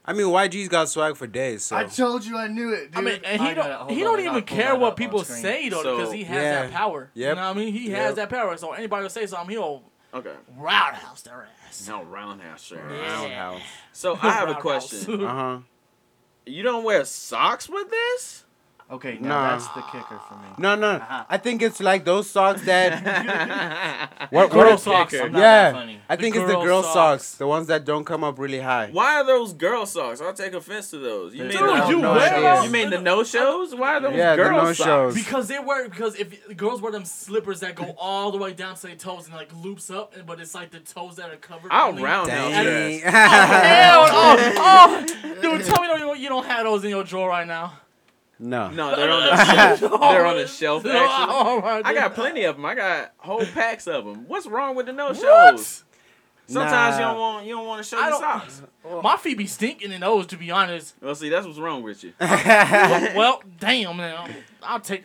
B: I mean, YG's got swag for days, so.
A: I told you I knew it, dude.
C: I mean, and he
A: gotta-
C: don't
A: hold
C: he
A: on,
C: don't
A: I gotta
C: even
A: pull
C: care
A: that
C: what
A: up on
C: people
A: screen.
C: say though,
D: So-
C: because he has that
B: Yeah.
C: power. You
B: Yep.
C: know what I mean? He has
B: Yep.
C: that power. So anybody who says something, he'll
D: Okay.
C: roundhouse their ass.
D: No roundhouse shirt.
C: Yeah.
B: Roundhouse.
D: So I have a
C: Roundhouse.
D: question.
B: Uh huh.
D: You don't wear socks with this?
A: Okay, now
B: Nah.
A: that's the kicker for me.
B: No, no.
A: Uh-huh.
B: I think it's like those socks that. what,
C: Girl
B: what,
C: socks.
D: kicker.
A: I'm not that
B: yeah.
A: funny.
B: I
C: The
B: think it's the
C: girl
B: girl
C: socks.
B: socks. The ones that don't come up really high.
D: Why are those girl socks? I'll take offense to those. You
A: Dude,
D: mean
A: I
D: the,
A: don't
C: you
A: know
C: wear
A: what it
C: those?
A: is.
D: you mean the no shows? Why are those
B: Yeah, the
D: girl
B: no
D: socks?
B: shows.
C: Because they wear because if the girls wear them slippers that go all the way down to their toes and like loops up, and but it's like the toes that are covered.
D: I'll
C: only.
D: round
C: Hell
D: out your
B: Dang.
C: oh, oh, dude! Tell me you don't, you don't have those in your drawer right now.
B: no.
D: No, they're on the shelf. They're on the shelf. Actually,
C: Oh, my
D: I got
C: goodness.
D: plenty of them. I got whole packs of them. What's wrong with the no shows?
C: What?
D: Sometimes you
B: Nah.
D: don't want you don't want to show
C: I
D: your
C: don't-
D: socks.
C: My feet be stinking in those, to be honest.
D: Well, see, that's what's wrong with you.
C: well, well, damn, now I'll take.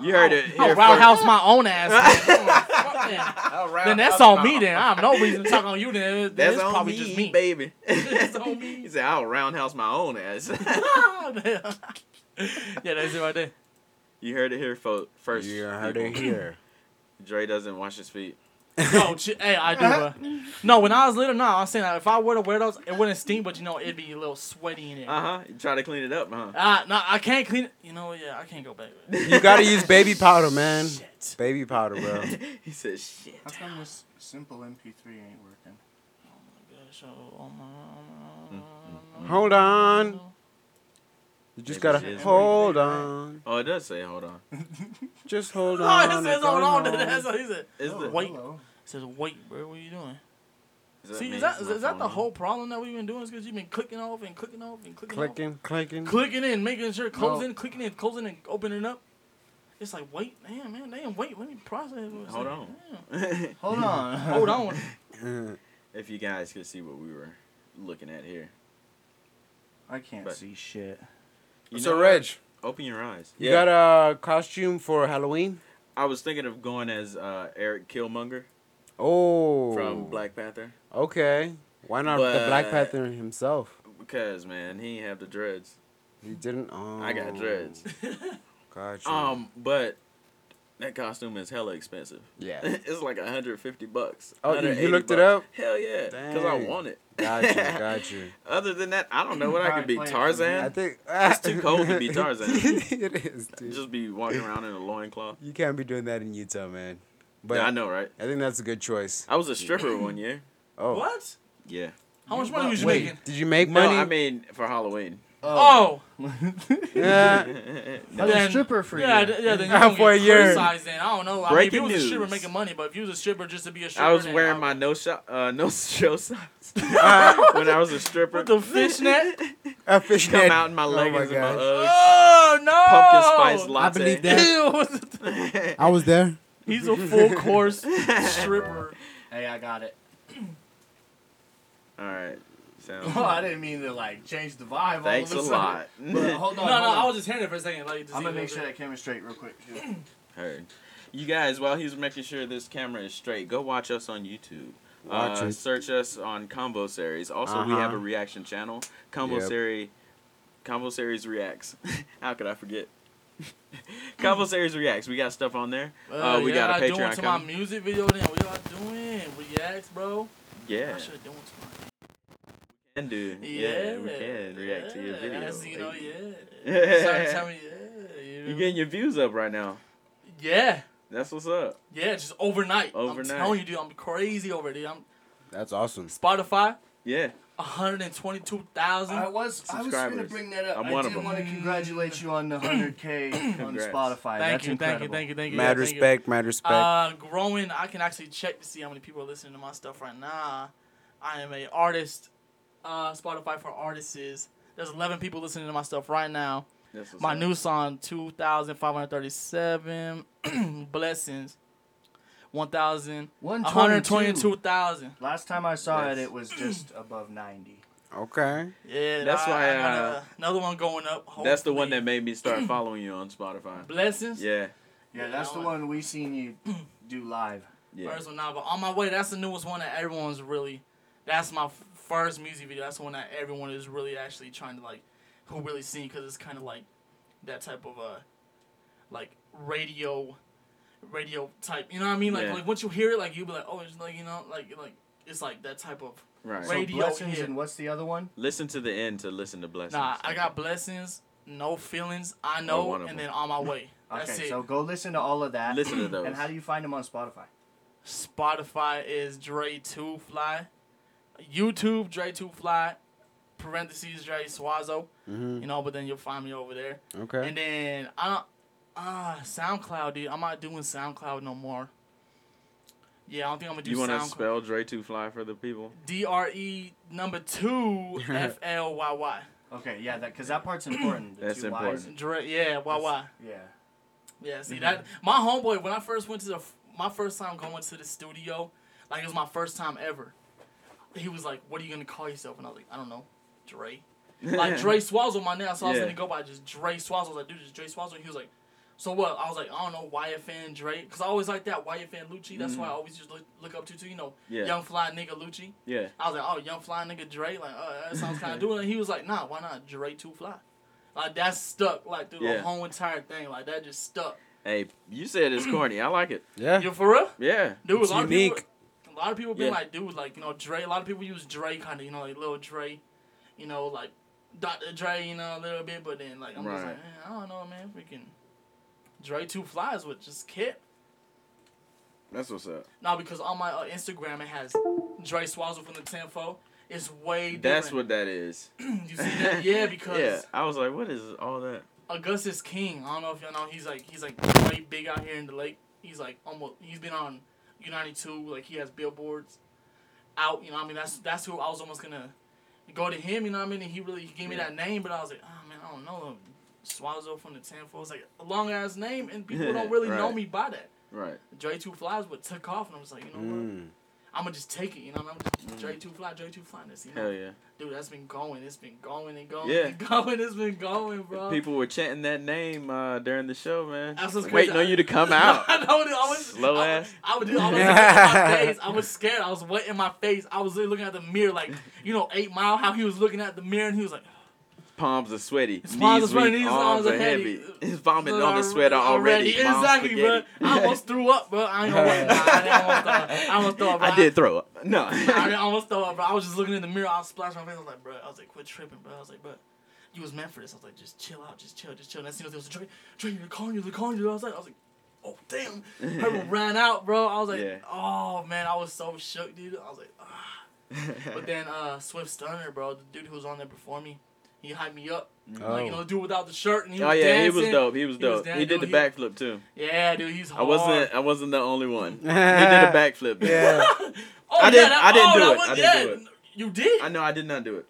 D: You heard it
C: I'll
D: here
C: roundhouse my own ass. then. Fuck that. Then that's on me. Then I have no reason to talk on you. Then
D: That's
C: it's
D: on
C: probably
D: me,
C: just me.
D: baby.
C: It's on me.
D: He said, "I'll roundhouse my own ass."
C: yeah, that's it right there.
D: you heard it here fo- first.
B: You heard it
D: people.
B: here.
D: Dre doesn't wash his feet.
C: No, ch- hey, I do. Uh, no, when I was little, no, I was saying that if I were to wear those, it wouldn't stink, but you know, it'd be a little sweaty in it.
D: Uh huh. You try to clean it up, huh?
C: Ah, no, I can't clean. it. You know, yeah, I can't go back.
B: You gotta use baby powder, man.
C: Shit.
B: Baby powder, bro.
D: he said, "Shit."
A: How come this simple MP3 ain't working?
C: So, oh
D: Mm-hmm.
C: my-
B: Hold on. You just
D: Maybe
B: gotta
D: it is
B: hold on.
D: Oh, it does say, "Hold on."
B: Just hold on.
C: Oh, it says
B: It's
C: hold on.
B: on.
C: That's what he said. It
D: Is
A: Oh,
D: the
C: Wait.
A: hello.
C: says wait, bro. What are you doing?
D: Is that
C: See,
D: me?
C: is that
D: Is
C: is,
D: my
C: that the
D: phone?
C: whole problem that we've been doing? Is because you've been clicking off and clicking off and clicking off.
B: Clicking, clicking.
C: clicking in, making sure closing, clicking in, closing and opening up. It's like wait, damn man, damn wait, let me process. it. It's
D: Hold
C: like,
D: on.
C: damn.
A: Hold on.
C: Hold on.
B: Uh,
D: If you guys could see what we were looking at here.
A: I can't
D: But-
A: see shit.
D: You
B: so,
D: know
B: Reg,
D: what? open your eyes.
B: you got a costume for Halloween?
D: I was thinking of going as uh, Eric Killmonger
B: Oh.
D: from Black Panther
B: Okay. Why not the Black
D: But-
B: Panther himself?
D: because man, he ain't have the dreads.
B: He didn't. Oh.
D: I got dreads.
B: Gotcha.
D: Um, but that costume is hella expensive.
B: Yeah.
D: it's like 150 bucks.
B: Oh, you- you
D: 180
B: looked it up?
D: bucks. Hell yeah, because I
B: Dang.
D: want it.
B: Gotcha. Gotcha.
D: Other than that, I don't know what I could
A: Alright,
D: be.
A: play it for
B: I
D: Tarzan.
B: think
D: It's too cold to be Tarzan.
B: it is, dude.
D: Just be walking around in a loincloth.
B: you can't be doing that in Utah, man. But
D: Yeah, I know, right?
B: I think that's a good choice.
D: I was a stripper one year.
B: Oh.
C: What?
D: Yeah.
C: How much money was you
B: Wait,
C: making?
B: did you make
D: No,
B: money?
D: I mean for Halloween.
C: Oh,
B: Yeah.
A: That's a stripper for
C: yeah,
A: you.
C: d- yeah. Then you
B: Not
C: don't
B: for a
C: get
B: year.
C: criticized. Then I don't know. I mean, if you
D: Breaking
C: was a stripper
D: news.
C: making money, but if you was a stripper just to be a stripper,
D: I was
C: then
D: wearing
C: I-
D: my no shop, uh, no show socks
B: Uh,
D: when I was a stripper.
C: with the fishnet.
B: a fishnet.
D: Come out in my
B: Oh my
D: leggings and my
B: gosh.
D: Uggs.
C: Oh no!
D: Pumpkin spice
B: I
D: latte.
B: believe that.
C: Ew.
D: uh,
B: I was there.
C: He's a full course stripper.
A: Hey, I got it.
D: All right. Sounds.
A: Oh, I didn't mean to like change the vibe.
D: Thanks
A: all
D: a
A: of a,
D: lot.
A: sudden. But hold
C: No,
A: on.
C: no,
A: hold on.
C: I was just hearing it for a second. Like,
A: I'm gonna make sure that camera's straight real quick. too.
D: Heard. You guys, while he's making sure this camera is straight, go watch us on YouTube.
B: Watch
D: uh,
B: it.
D: Search us on Combo Series. Also, we have
B: Uh-huh.
D: a reaction channel. Combo
B: Yep.
D: Series. Combo Series reacts. How could I forget? Combo Series reacts. We got stuff on there. Uh, we got a
C: doing
D: Patreon
C: to
D: coming.
C: my music video. Then what y'all doing? Reacts, bro.
D: Yeah,
C: I should have doing to
D: can do.
C: my.
D: Yeah, we can react to your
C: yeah,
D: video.
C: As you know,
D: Like,
C: yeah. Start telling me, yeah. You
D: You
C: know.
D: getting your views up right now.
C: yeah.
D: That's what's up.
C: Yeah, just overnight.
D: Overnight.
C: I'm telling you, dude, I'm crazy over it, dude. I'm
B: That's awesome.
C: Spotify,
D: Yeah.
C: 122,000.
A: I was I was gonna
D: Subscribers.
A: bring that up.
D: I'm
A: I
D: one of
A: did
D: them.
A: want to congratulate you on the 100k on
D: Congrats.
A: Spotify.
C: thank,
A: That's
C: you, thank you,
A: incredible.
C: thank you, thank you,
B: Mad
C: yeah, thank you.
B: respect, mad respect.
C: Uh, growing, I can actually check to see how many people are listening to my stuff right now. I am a artist. Uh, Spotify for artists. is- There's 11 people listening to my stuff right now.
D: That's what's
C: My
D: up.
C: new song, 2,537 blessings. 1,000.
A: 122.
C: 122,000.
A: Last time I saw
D: Yes.
A: it, it was just above 90.
B: okay.
C: Yeah,
D: That's
C: I-
D: why,
C: I got,
D: uh,
C: another one going up.
D: That's the one
C: hopefully.
D: that made me start following you on Spotify.
C: blessings.
D: Yeah.
A: Yeah, that's the one we seen you do live.
D: Yeah.
C: First one now, but on my way, that's the newest one that everyone's really. That's my f- first music video. That's the one that everyone is really actually trying to like, who really seen because it's kind of like that type of uh, like radio, radio type. You know what I mean? Like
D: Yeah.
C: like once you hear it, like you be like, oh, it's like you know, like like it's like that type of.
D: Right.
A: So
C: Radio
A: blessings
C: hit.
A: and what's the other one?
D: Listen to the end to listen to blessings.
C: Nah, I got blessings, no feelings. I know,
D: Oh, one
C: and
D: of them.
C: then on my way. That's
A: Okay,
C: it.
A: so go listen to all of that.
D: Listen to those.
A: And how do you find them on Spotify?
C: Spotify is Dre Two Fly, YouTube Dre Two Fly, parentheses Dre Swazo.
B: Mm-hmm.
C: You know, but then you'll find me over there.
B: Okay.
C: And then I don't ah SoundCloud, dude. I'm not doing SoundCloud no more. Yeah, I don't think I'm gonna do
D: You want to
C: SoundCloud.
D: spell Dre Two Fly for the people?
C: D R E number two F L Y Y.
A: Okay, yeah, that because that part's important. the
D: That's
A: two Ys.
D: important.
C: Dre, yeah, Y Y.
A: Yeah.
C: Yeah, see that my homeboy when I first went to the my first time going to the studio, like it was my first time ever. He was like, "What are you gonna call yourself?" And I was like, "I don't know, Dre." Like Dre Swazzle my name, so I was
D: Yeah.
C: gonna go by just Dre Swazzle. I was like, "Dude, just Dre Swazzle." He was like, "So what?" I was like, "I don't know, YFN Dre," because I always like that YFN Lucci. That's why I always just look, look up to, to you know,
D: Mm-hmm. Yeah.
C: Young Fly Nigga Lucci.
D: yeah.
C: I was like, "Oh, Young Fly Nigga Dre," like uh, that sounds kind of doing. And he was like, "Nah, why not Dre Two Fly?" Like that stuck like through
D: Yeah.
C: the whole entire thing. Like that just stuck.
D: Hey, you said it's corny. I like it.
B: Yeah.
C: You for real?
D: Yeah.
C: Dude,
B: It's
C: a lot of
B: unique.
C: people, a lot of people been
D: Yeah.
C: like, dude, like you know, Dre. A lot of people use Dre kind of, you know, like little Dre, you know, like Dr. Dre, you know, a little bit. But then like I'm just
D: Right.
C: like, man, I don't know, man, freaking Dre two flies with just kid.
D: That's what's up.
C: No, because on my uh, Instagram it has Dre Swazzle from the Tenfo. It's way
D: That's
C: different.
D: what that is.
C: That's what you see that? Yeah, because
D: yeah. I was like, what is all that?
C: Augustus King. I don't know if y'all know. He's like he's like way big out here in the lake. He's like almost. He's been on U ninety two. Like he has billboards out. You know what I mean? That's that's who I was almost gonna go to him. You know what I mean? And he really he gave me
D: Yeah.
C: that name, but I was like, oh man, I don't know. Swazo from the Tenfold. It's like a long ass name, and people don't really know
D: Right.
C: me by that.
D: Right.
C: Dre Two Flies, but took off, and I was like, you know what?
B: Mm.
C: I'm gonna just take it. You know what I'm just Dre Two Fly, Dre Two Fly. This, you know?
D: Mm. Hell yeah.
C: Dude, that's been going. It's been going and going.
D: Yeah.
C: And going. It's been going, bro.
D: People were chanting that name uh, during the show, man.
C: That's what's
D: Waiting
C: crazy.
D: on you to come out.
C: I know, dude. I was
D: Slow
C: I,
D: ass.
C: I would do. I was looking at my face. I was scared. I was wet in my face. I was literally looking at the mirror, like you know, eight mile. How he was looking at the mirror and he was like,
D: Palms are sweaty. Knees
C: palms are
D: weak.
C: sweaty, knees and arms
D: arms are
C: are
D: heavy.
C: heavy.
D: He's vomiting on the sweater already. Mom's
C: Exactly, bro.
D: spaghetti.
C: I almost threw up, bro. I ain't gonna lie. I almost throw up.
D: I
C: bro.
D: did throw up. No.
C: I didn't almost throw up, bro. I was just looking in the mirror. I was splashing my face. I was like, bro. I was like, quit tripping, bro. I was like, bro. You was meant for this. I was like, just chill out, just chill, just chill. And as soon as there was a Dre, Dre, you're calling you, they're calling you. I was like, I was like, oh damn. Herbert ran out, bro. I was like,
D: Yeah.
C: oh man, I was so shook, dude. I was like, ah. But then uh, Swift Stunner, bro, the dude who was on there before me, He hyped me up.
B: Oh.
C: Like, you know, dude without the shirt and he
D: Oh
C: was
D: yeah,
C: dancing.
D: he was dope. He was
C: He was
D: dope. He,
C: down-
D: did
C: dude,
D: the
C: he- Oh.
D: backflip too.
C: Yeah, dude, he's
D: I
C: hard.
D: wasn't. I wasn't the only one. He did the backflip.
B: Yeah.
C: Oh,
D: I
C: yeah,
D: didn't-
C: that-
D: I didn't
C: oh,
D: do
C: that
D: it.
C: was-
D: I didn't
C: yeah, You did?
D: I know. I did not do it.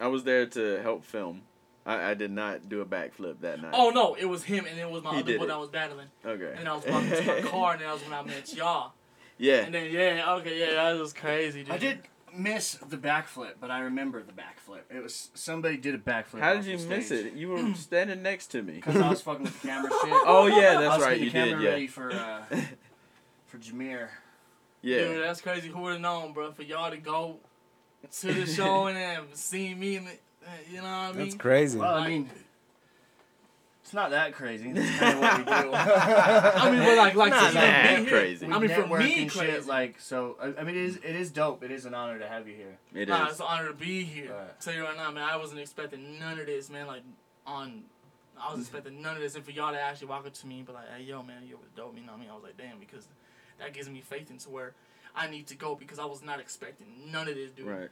D: I was there to help film. I, I did not do a backflip that night.
C: Oh no, it was him and it was my
D: He
C: other
D: did
C: boy
D: it.
C: that I was battling.
D: okay.
C: And then I was walking to my car and that was when I met y'all.
D: yeah.
C: And then yeah, okay, yeah, that was crazy, dude.
A: I did miss the backflip, but I remember the backflip. It was somebody did a backflip.
D: How
A: off
D: did you
A: the
D: miss
A: stage.
D: it? You were standing next to me.
A: Because I was fucking with the camera shit.
D: Oh yeah,
A: I
D: that's
A: was
D: right.
A: getting
D: You
A: the camera
D: did. Yeah.
A: ready for uh, for Jameer.
D: Yeah.
C: Dude, that's crazy. Who would have known, bro? For y'all to go to the show and then see me, and, uh, you know what I mean?
B: That's crazy.
A: Well, I
C: Like-
A: mean, it's not that crazy. That's kind of what we do.
C: I mean, but like, like,
D: Not
C: since I've
D: that
C: been here-
D: crazy.
A: We
C: I mean, for
A: network
C: me,
A: and
C: crazy.
A: shit like so. I, I mean, it is it is dope. It is an honor to have you here.
D: It
C: nah,
D: is.
C: it's an honor to be here.
A: Right.
C: Tell you right now, man, I wasn't expecting none of this, man. Like, on, I
D: Mm-hmm.
C: was expecting none of this, and for y'all to actually walk up to me and be like, "Hey, yo, man, yo, was dope." You know what I mean? I was like, "Damn," because that gives me faith into where I need to go because I was not expecting none of this, dude.
D: Right.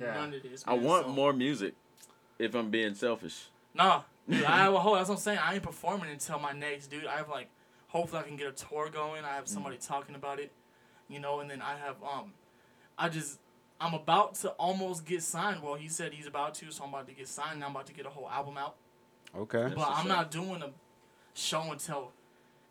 A: Yeah.
C: None of this.
D: I
C: man.
D: want
C: So-
D: more music. If I'm being selfish.
C: Nah, dude, I have a whole. That's what I'm saying. I ain't performing until my next, dude. I have like, hopefully I can get a tour going. I
D: Mm.
C: have somebody talking about it, you know. And then I have um, I just I'm about to almost get signed. Well, he said he's about to, so I'm about to get signed. And I'm about to get a whole album out,
B: Okay.
C: but
D: what's
C: I'm
D: up.
C: not doing a show until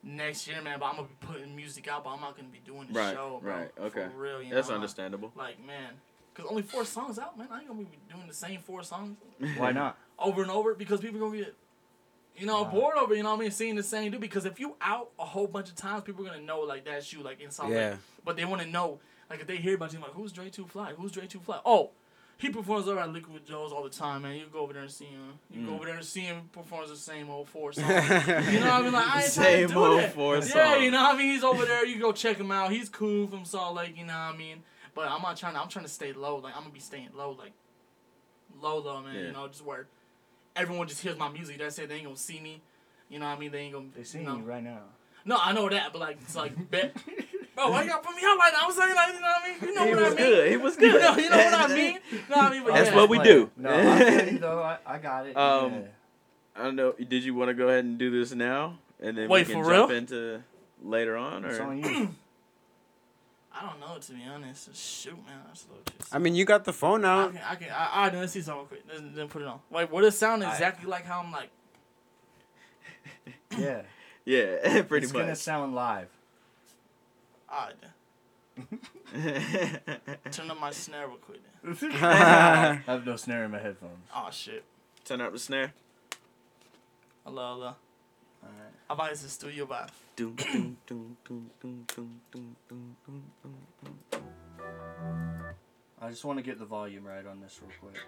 C: next year, man. But I'm gonna be putting music out, but I'm not gonna be doing the
D: Right,
C: show, bro.
D: right, okay.
C: For real, you
D: That's
C: know?
D: understandable.
C: Like man, cause only four songs out, man. I ain't gonna be doing the same four songs
A: Why not?
C: over and over because people gonna get you know
A: Wow.
C: bored over you know what I mean seeing the same dude because if you out a whole bunch of times people gonna know like that's you like inside
B: Yeah.
C: but they want to know like if they hear about you like who's Dre Two Fly who's Dre Two Fly oh he performs over at Liquid Joe's all the time man you go over there and see him you go
D: Mm.
C: over there and see him performs the same old four songs you know what I mean? Like, I ain't
D: Same
C: trying to do
D: old
C: that.
D: four
C: yeah,
D: songs.
C: you know what I mean? He's over there. You go check him out. He's cool from Salt Lake. You know what I mean? But I'm not trying to. I'm trying to stay low. Like I'm gonna be staying low. Like low, low, man.
D: Yeah.
C: You know, just where everyone just hears my music. That's it. They ain't gonna see me. You know what I mean? They ain't gonna.
A: They seeing
C: no.
A: you right now.
C: No, I know that, but like it's like bet. Bro, why you gotta put me out like that? I'm saying like you know what I mean? You know
D: he
C: what
D: was
C: I mean?
D: good. He was
C: You
D: good.
C: know, you know what I mean? You know what I mean? But
D: That's
C: yeah.
D: what we do.
A: No, I feel you though. I, I got it.
D: Um,
A: Yeah.
D: I don't know. Did you want to go ahead and do this now, and then
C: Wait,
D: we can
C: for
D: jump
C: real?
D: into later on,
A: It's
D: or
A: on you.
C: I don't know to be honest. Shoot, man, that's a little too
B: I mean, you got the
D: uh,
B: phone
C: I
B: out.
C: can, I can, I, I know, let's see something quick. Let's, then put it on. Wait, would it sound exactly like how I'm like?
A: yeah.
D: yeah, pretty
A: it's gonna
D: much.
A: sound live.
C: All right, then. turn up my snare real quick. Then.
A: I have no snare in my headphones.
C: Oh shit.
D: Turn up the snare.
C: Hello, hello.
A: Alright.
C: I buy this studio by.
D: Doom, doom, doom, doom, doom, doom, doom, doom, doom, doom, doom.
A: I just want to get the volume right on this real quick.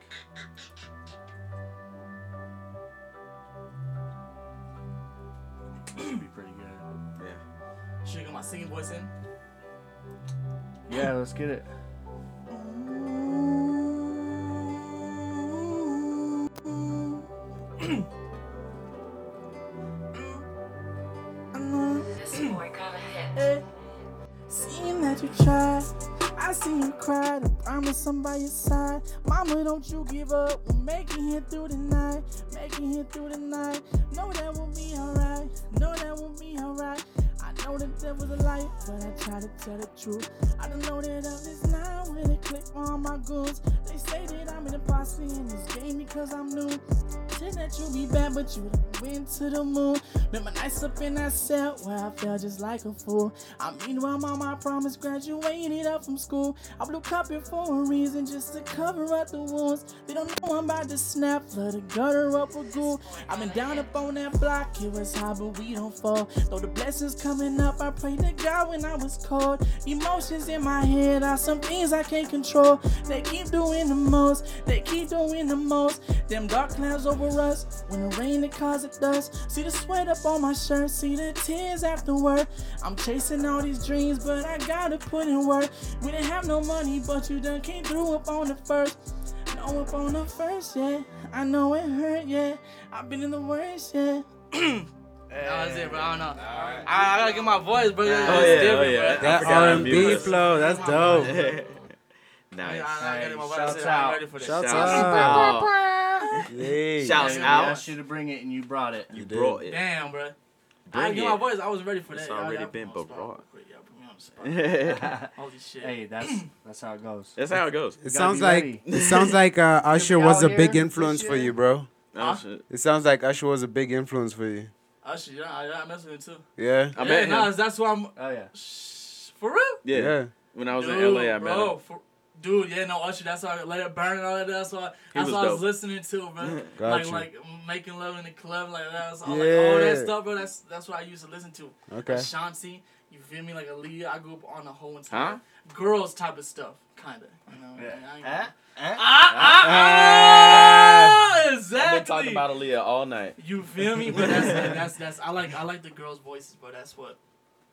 A: Should be pretty good.
D: Yeah.
C: Should I get my singing voice in?
A: Yeah, let's get it.
E: This boy got a hit.
F: eh. Seeing that you tried, I see you cried. I promise I'm by your side. Mama, don't you give up. We'll make it here through the night. Make it here through the night. Know that we'll be alright. Know that we'll be alright. I know the devil's a lie, but I try to tell the truth. I done loaded up this now with a clip on my goons. They say that I'm an imposter in this game because I'm new. Said that you be bad, but you done went to the moon. Remember nights up in that cell where I felt just like a fool. I meanwhile, mama, I promise, graduated up from school. I blew carpet for a reason, just to cover up the wounds. They don't know I'm about to snap, flood the gutter up a ghoul. I've been down up on that block, it was high, but we don't fall. Though the blessings coming up, I pray to God when I was cold. Emotions in my head are some things I can't control. They keep doing the most, they keep doing the most. Them dark clouds over us, when the rain it causes dust. See the sweat up on my shirt, see the tears afterward. I'm chasing all these dreams, but I gotta put in work. We didn't have no money, but you done came through up on the first. No up on the first, yeah. I know it hurt, yeah. I've been in the worst, yeah.
C: Nah, that's it, bro. I don't know. I, I gotta get my voice, bro. it's
D: Oh, yeah,
C: different,
D: oh, yeah.
C: bro.
D: I
B: That
D: forgot to mute
B: R&B
D: us.
B: flow. That's dope.
C: I,
D: nice.
C: I, I gotta get my voice.
A: Shouts
C: I'm
A: out.
C: ready for this.
B: Shouts
D: Shouts
B: out.
D: out.
B: Hey.
D: Shout
A: I
D: out.
A: asked you to bring it and you brought it.
D: You
B: did.
D: brought it.
C: Damn, bro. I
D: Bring
C: knew I
D: it.
C: was. I was ready for
D: It's
C: that. Y'all-
D: already
C: y'all put
D: been
C: me on the spot
D: brought.
C: real quick. Y'all put me on the spot.
D: That's
C: Holy shit.
A: hey, that's that's how it goes.
D: how it goes.
B: It
A: gotta
B: sounds
A: be
B: like
A: ready.
B: it sounds like uh, Usher
A: be
B: was
A: out
B: a
A: here
B: big
A: this
B: influence for
A: year.
B: you, bro.
D: Oh,
C: Huh?
D: shit.
B: It sounds like Usher was a big influence for you.
C: Usher, yeah, I, I mess with him too.
B: Yeah.
D: I
C: yeah,
D: met
C: nah,
D: him.
C: that's why I'm.
A: Oh yeah.
C: Shh, for real?
D: Yeah. When I was in LA, I met
C: bro,
D: him.
C: For, dude, yeah, no, Usher, that's why I let it burn and all that. That's why that's
D: was
C: what I was
D: dope.
C: listening to, bro.
B: Gotcha.
C: Like, like making love in the club, like that. Was all, like, all that
B: Yeah.
C: stuff, bro. That's that's what I used to listen to.
B: Okay.
C: Ashanti, you feel me? Like Aaliyah, I grew up on the whole entire
D: Huh?
C: girls type of stuff, kinda. You know?
A: Yeah.
C: I ain't-
A: Huh? Huh?
C: Ah, ah, ah,
D: I've
C: exactly.
D: been talking about Aaliyah all night.
C: You feel me? But that's, that's that's I like I like the girls' voices, but that's what.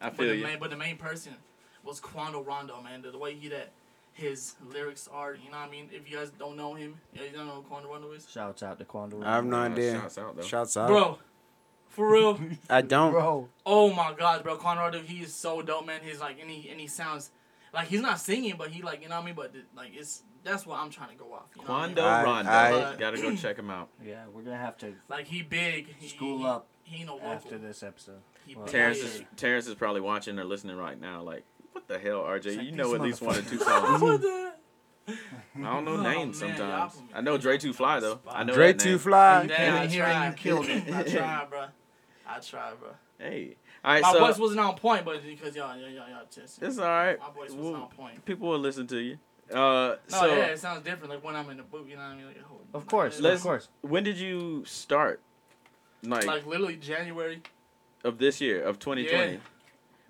D: I
C: But
D: feel
C: the
D: you.
C: main but the main person was Quando Rondo, man. The, the way he that his lyrics are, you know what I mean? If you guys don't know him, yeah, you don't know who Quando Rondo is,
A: Shouts out to Quando.
B: I have no
D: Uh,
B: idea.
D: Shouts out though.
B: Shouts out.
C: bro. For real,
B: I don't.
A: Bro,
C: oh my God, bro, Quando Rondo, he is so dope, man. He's like, and he and he sounds like he's not singing, but he like, you know what I mean? But the- like, it's that's what I'm trying to go off. You know what I mean?
D: Quando
B: I-
D: Rondo.
B: I-
D: Gotta go check him out.
A: yeah, we're gonna have to
C: Like he big. He,
A: School
C: he,
A: up
C: He, ain't no local.
A: after this episode.
C: He
A: Well,
C: big.
D: Terrence is Terrence is probably watching or listening right now. Like, what the hell, RJ?
A: Check
D: you know
A: these
D: at least one or two
C: That's
D: songs.
C: what the-
D: I don't know
C: Oh,
D: names
C: man,
D: sometimes.
C: y'all put me
D: I know Dre Two Fly though. I know
B: Dre
D: that
B: Two
D: name.
B: Fly.
A: Yeah,
C: Damn, Uh, I
A: I hear you
C: tried.
A: killed it.
C: I tried, bro. I tried, bro.
D: Hey, all right,
C: My
D: so
C: voice wasn't on point, but because y'all, y'all, y'all, y'all testing.
D: it's all right.
C: My voice was
D: We'll-
C: on point.
D: people will listen to you. Uh,
C: No,
D: so
C: yeah, it sounds different. Like when I'm in the booth, you know what I mean? Like, oh,
A: Of course,
C: like,
D: Let's-
A: of course.
D: when did you start? Like,
C: like literally January.
D: of this year of 2020.
C: Yeah.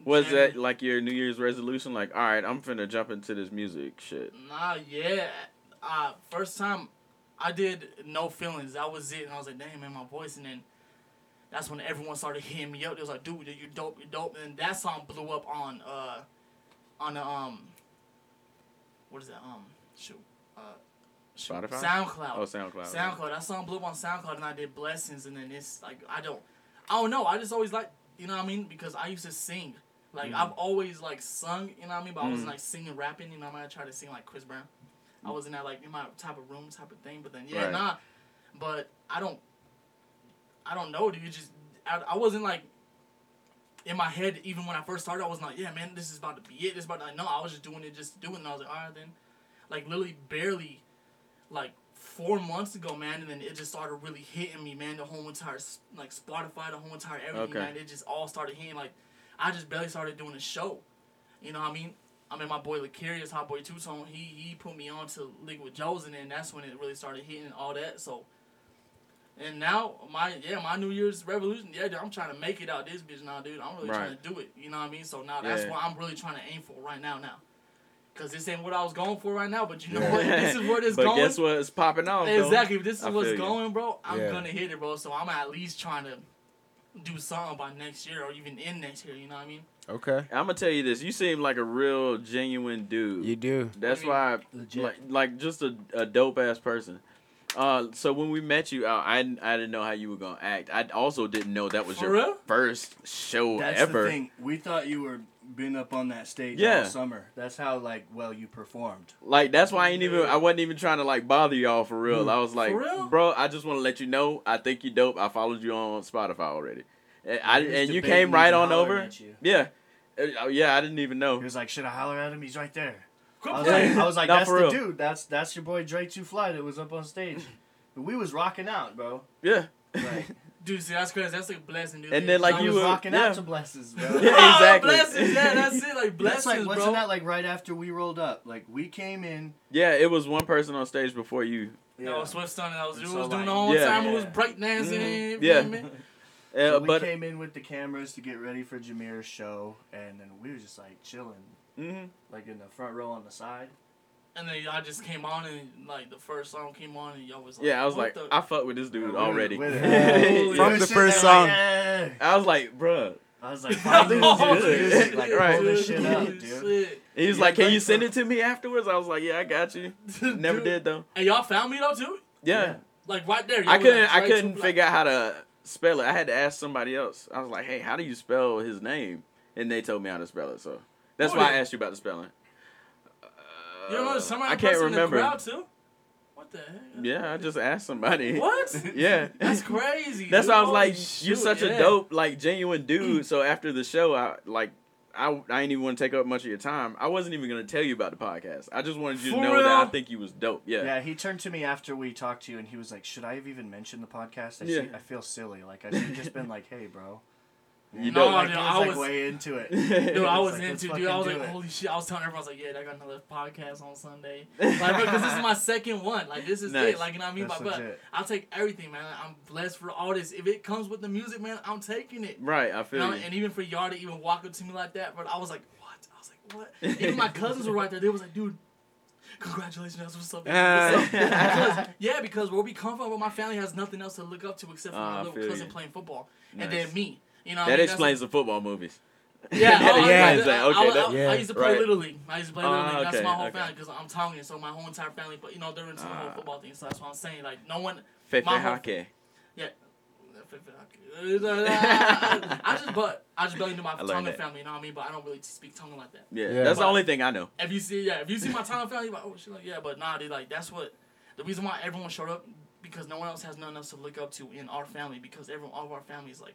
D: Was
C: January.
D: that like your New Year's resolution? Like, all right, I'm finna jump into this music shit.
C: Nah, yeah. Uh, first time I did no feelings. That was it, and I was like, damn, man, my voice. And then that's when everyone started hitting me up. They was like, dude, you dope, you dope. And that song blew up on uh, on the um, what is that um, shoot, uh, shoot,
D: Spotify?
C: SoundCloud.
D: Oh, SoundCloud.
C: SoundCloud. That song blew up on SoundCloud, and I did blessings, and then it's like I don't, I don't know. I just always like, you know what I mean? Because I used to sing. Like I've always like sung, you know what I mean? But I wasn't
D: Mhm.
C: like singing, rapping. You know, what I mean? I tried to sing like Chris Brown. I wasn't that like in my type of room type of thing. But then yeah,
D: Right.
C: nah. But I don't, I don't know, dude. Just I, I wasn't like. In my head, even when I first started, I was like, "Yeah, man, this is about to be it." This is about to, no, I was just doing it, just doing it. And I was like, "All right, then," like literally barely like four months ago, man, and then it just started really hitting me, man. The whole entire s- like Spotify, the whole entire everything,
D: Okay.
C: man. It just all started hitting. Like I just barely started doing a show. You know what I mean? I mean, my boy Licarius, Hot Boy Two Tone, he he put me on to League with Joes, and then that's when it really started hitting and all that. So. And now my yeah my New Year's revolution yeah dude, I'm trying to make it out this bitch now dude I'm really trying
D: Right.
C: to do it you know what I mean so now that's
D: Yeah.
C: what I'm really trying to aim for right now now Cause this ain't what I was going for right now, but you know
B: Yeah.
C: what? This is where this
D: but
C: going.
D: guess what? It's popping off. though.
C: exactly. If this is
D: I
C: what's
D: feel you.
C: going, bro, I'm
B: Yeah.
C: gonna hit it, bro. So I'm at least trying to do something by next year or even in next year. You know what I mean?
B: Okay.
D: I'm gonna tell you this. You seem like a real genuine dude.
B: You do.
D: That's
C: What do you
D: why, I,
A: Legit.
D: like, like just a, a dope ass person. Uh, so when we met you, uh, I I didn't know how you were gonna act. I also didn't know that was
C: For
D: your
C: real?
D: first show
A: That's
D: ever.
A: the thing. We thought you were been up on that stage
D: Yeah.
A: all summer. That's how like well you performed.
D: Like that's why I ain't even
C: Yeah.
D: I wasn't even trying to like bother y'all for
A: Mm.
D: real. I was like,
C: real?
D: bro, I just want to let you know I think you dope. I followed you on Spotify already, and, I,
A: He was
D: and you
A: debating
D: came
A: me
D: right
A: to
D: on
A: hollering
D: over.
A: at you.
D: Yeah, Uh, yeah, I didn't even
A: He
D: know.
A: was like, "Should I holler at him? He's right there." I was
D: playing.
A: like, I was like
D: Not
A: "That's
D: for
A: the
D: real.
A: dude. That's that's your boy Dre Two Fly that was up on stage. we was rocking out, bro.
D: Yeah,
A: Like,
C: Dude, see, that's crazy. That's like a blessing, dude.
D: And then, like,
A: we
D: you
A: was
D: were-
A: rocking
D: yeah.
A: out to blesses, bro.
D: Yeah,
C: Ah,
D: exactly.
C: blessings. Yeah, that's it. Like blessings,
A: That's like wasn't
C: bro.
A: that like right after we rolled up? Like we came in.
D: yeah, it was one person on stage before you.
C: No, Swift Son, I was,
A: And
C: it
A: so,
C: was doing
A: like,
C: the whole
D: yeah.
C: time. It was
A: Yeah.
C: breakdancing.
D: Mhm.
C: and everything,
D: Yeah.
C: man.
D: Uh,
A: So we
D: but
A: came in with the cameras to get ready for Jamir's show, and then we were just like chilling,
D: Mhm.
A: like in the front row on the side.
C: And then y'all just came on and like the first song came on and y'all was like,
D: yeah, I was
C: what
D: like,
C: the-
D: I fuck with this dude
A: Yeah,
D: already.
A: with it.
B: Yeah.
A: We
B: From
A: were
B: the
A: sitting
B: first
A: there like,
B: song.
A: "Yeah."
D: I was like, bruh.
A: I was like, "Fuck this
D: Oh,
A: dude,
D: shit.
A: like
D: Right.
A: pull this shit up,
C: Holy
A: dude."
C: shit.
D: He was
A: Yeah,
D: like, can
A: thanks,
D: you send
A: bro.
D: it to me afterwards? I was like, yeah, I got you. Never
C: Dude.
D: did though.
C: And y'all found me though too?
D: yeah.
A: Yeah.
C: Like right there.
D: I couldn't. I couldn't figure out how to spell it. I had to ask somebody else. I was like, "Hey, how do you spell his name?" And they told me how to spell it. So that's
C: Who
D: why I
C: did?
D: asked you about the spelling.
C: You know,
D: Uh,
C: somebody I can't remember. In the crowd too. What the heck?
D: Yeah, I just asked somebody.
C: What?
D: Yeah.
C: That's crazy.
D: That's
C: dude.
D: why I was
C: Holy
D: like,
C: shoot,
D: you're such
C: yeah. Mm.
D: a dope, like genuine dude. so after the show, I like, I I ain't even want to take up much of your time. I wasn't even gonna tell you about the podcast. I just wanted you
C: For
D: to know that I
C: real?
D: think you was dope. Yeah.
A: Yeah, he turned to me after we talked to you, and he was like, "Should I have even mentioned the podcast? I, should-
D: Yeah.
A: I feel silly. Like I should have just been like, hey, bro.'
D: You
A: And,
D: No,
A: like,
C: dude,
A: he
C: I
A: like,
C: was-
A: way into it.
C: Dude, I
A: It's
C: was
A: like, let's
C: into dude. I was
A: fucking
C: like,
A: do it.
C: holy shit! I was telling everyone, I was like, yeah, I got another podcast on Sunday. Like, because this is my second one. Like, this is
D: Nice.
C: it. Like, you know what I mean?
A: That's
C: But, but
A: legit.
C: I'll take everything, man. I'm blessed for all this. If it comes with the music, man, I'm taking it.
D: Right. I
C: You
D: feel
C: know,
D: you.
C: and even for y'all to even walk up to me like that, but I was like, what? I was like, what? Even my cousins were right there. They was like, dude, congratulations, that's what's up. That's what's up. because, yeah, because where we come from, where my family has nothing else to look up to except for
D: Ah, I
C: my little
D: feel
C: cousin
D: you.
C: playing football,
D: Nice.
C: and then me. You know, what I mean?
D: that
C: That's
D: explains the football movies.
C: yeah,
D: That
C: I, was-
B: Yeah.
D: explains that.
C: I, I,
D: Okay.
C: I,
D: that-
C: I
B: Yeah.
C: used to play
D: Right.
C: Little League. I used to play Little
D: Ah,
C: League. That's
D: okay,
C: my whole
D: okay.
C: family because I'm Tongan, so my whole entire family. But you know, they're into the whole
D: Ah.
C: football thing, so that's what I'm saying. Like no one.
D: Fefe
C: My whole-
D: Hake.
C: I just but I just belly into my
D: I learned
C: Tongan
D: that.
C: family. You know what I mean? But I don't really speak Tongan like that.
D: Yeah.
B: Yeah.
D: That's the
C: But-
D: only thing I know.
C: If you see, yeah, if you see my Tongan family, you're like oh shit, like yeah. But nah, dude, like that's what the reason why everyone showed up because no one else has nothing else to look up to in our family because everyone all of our family is like,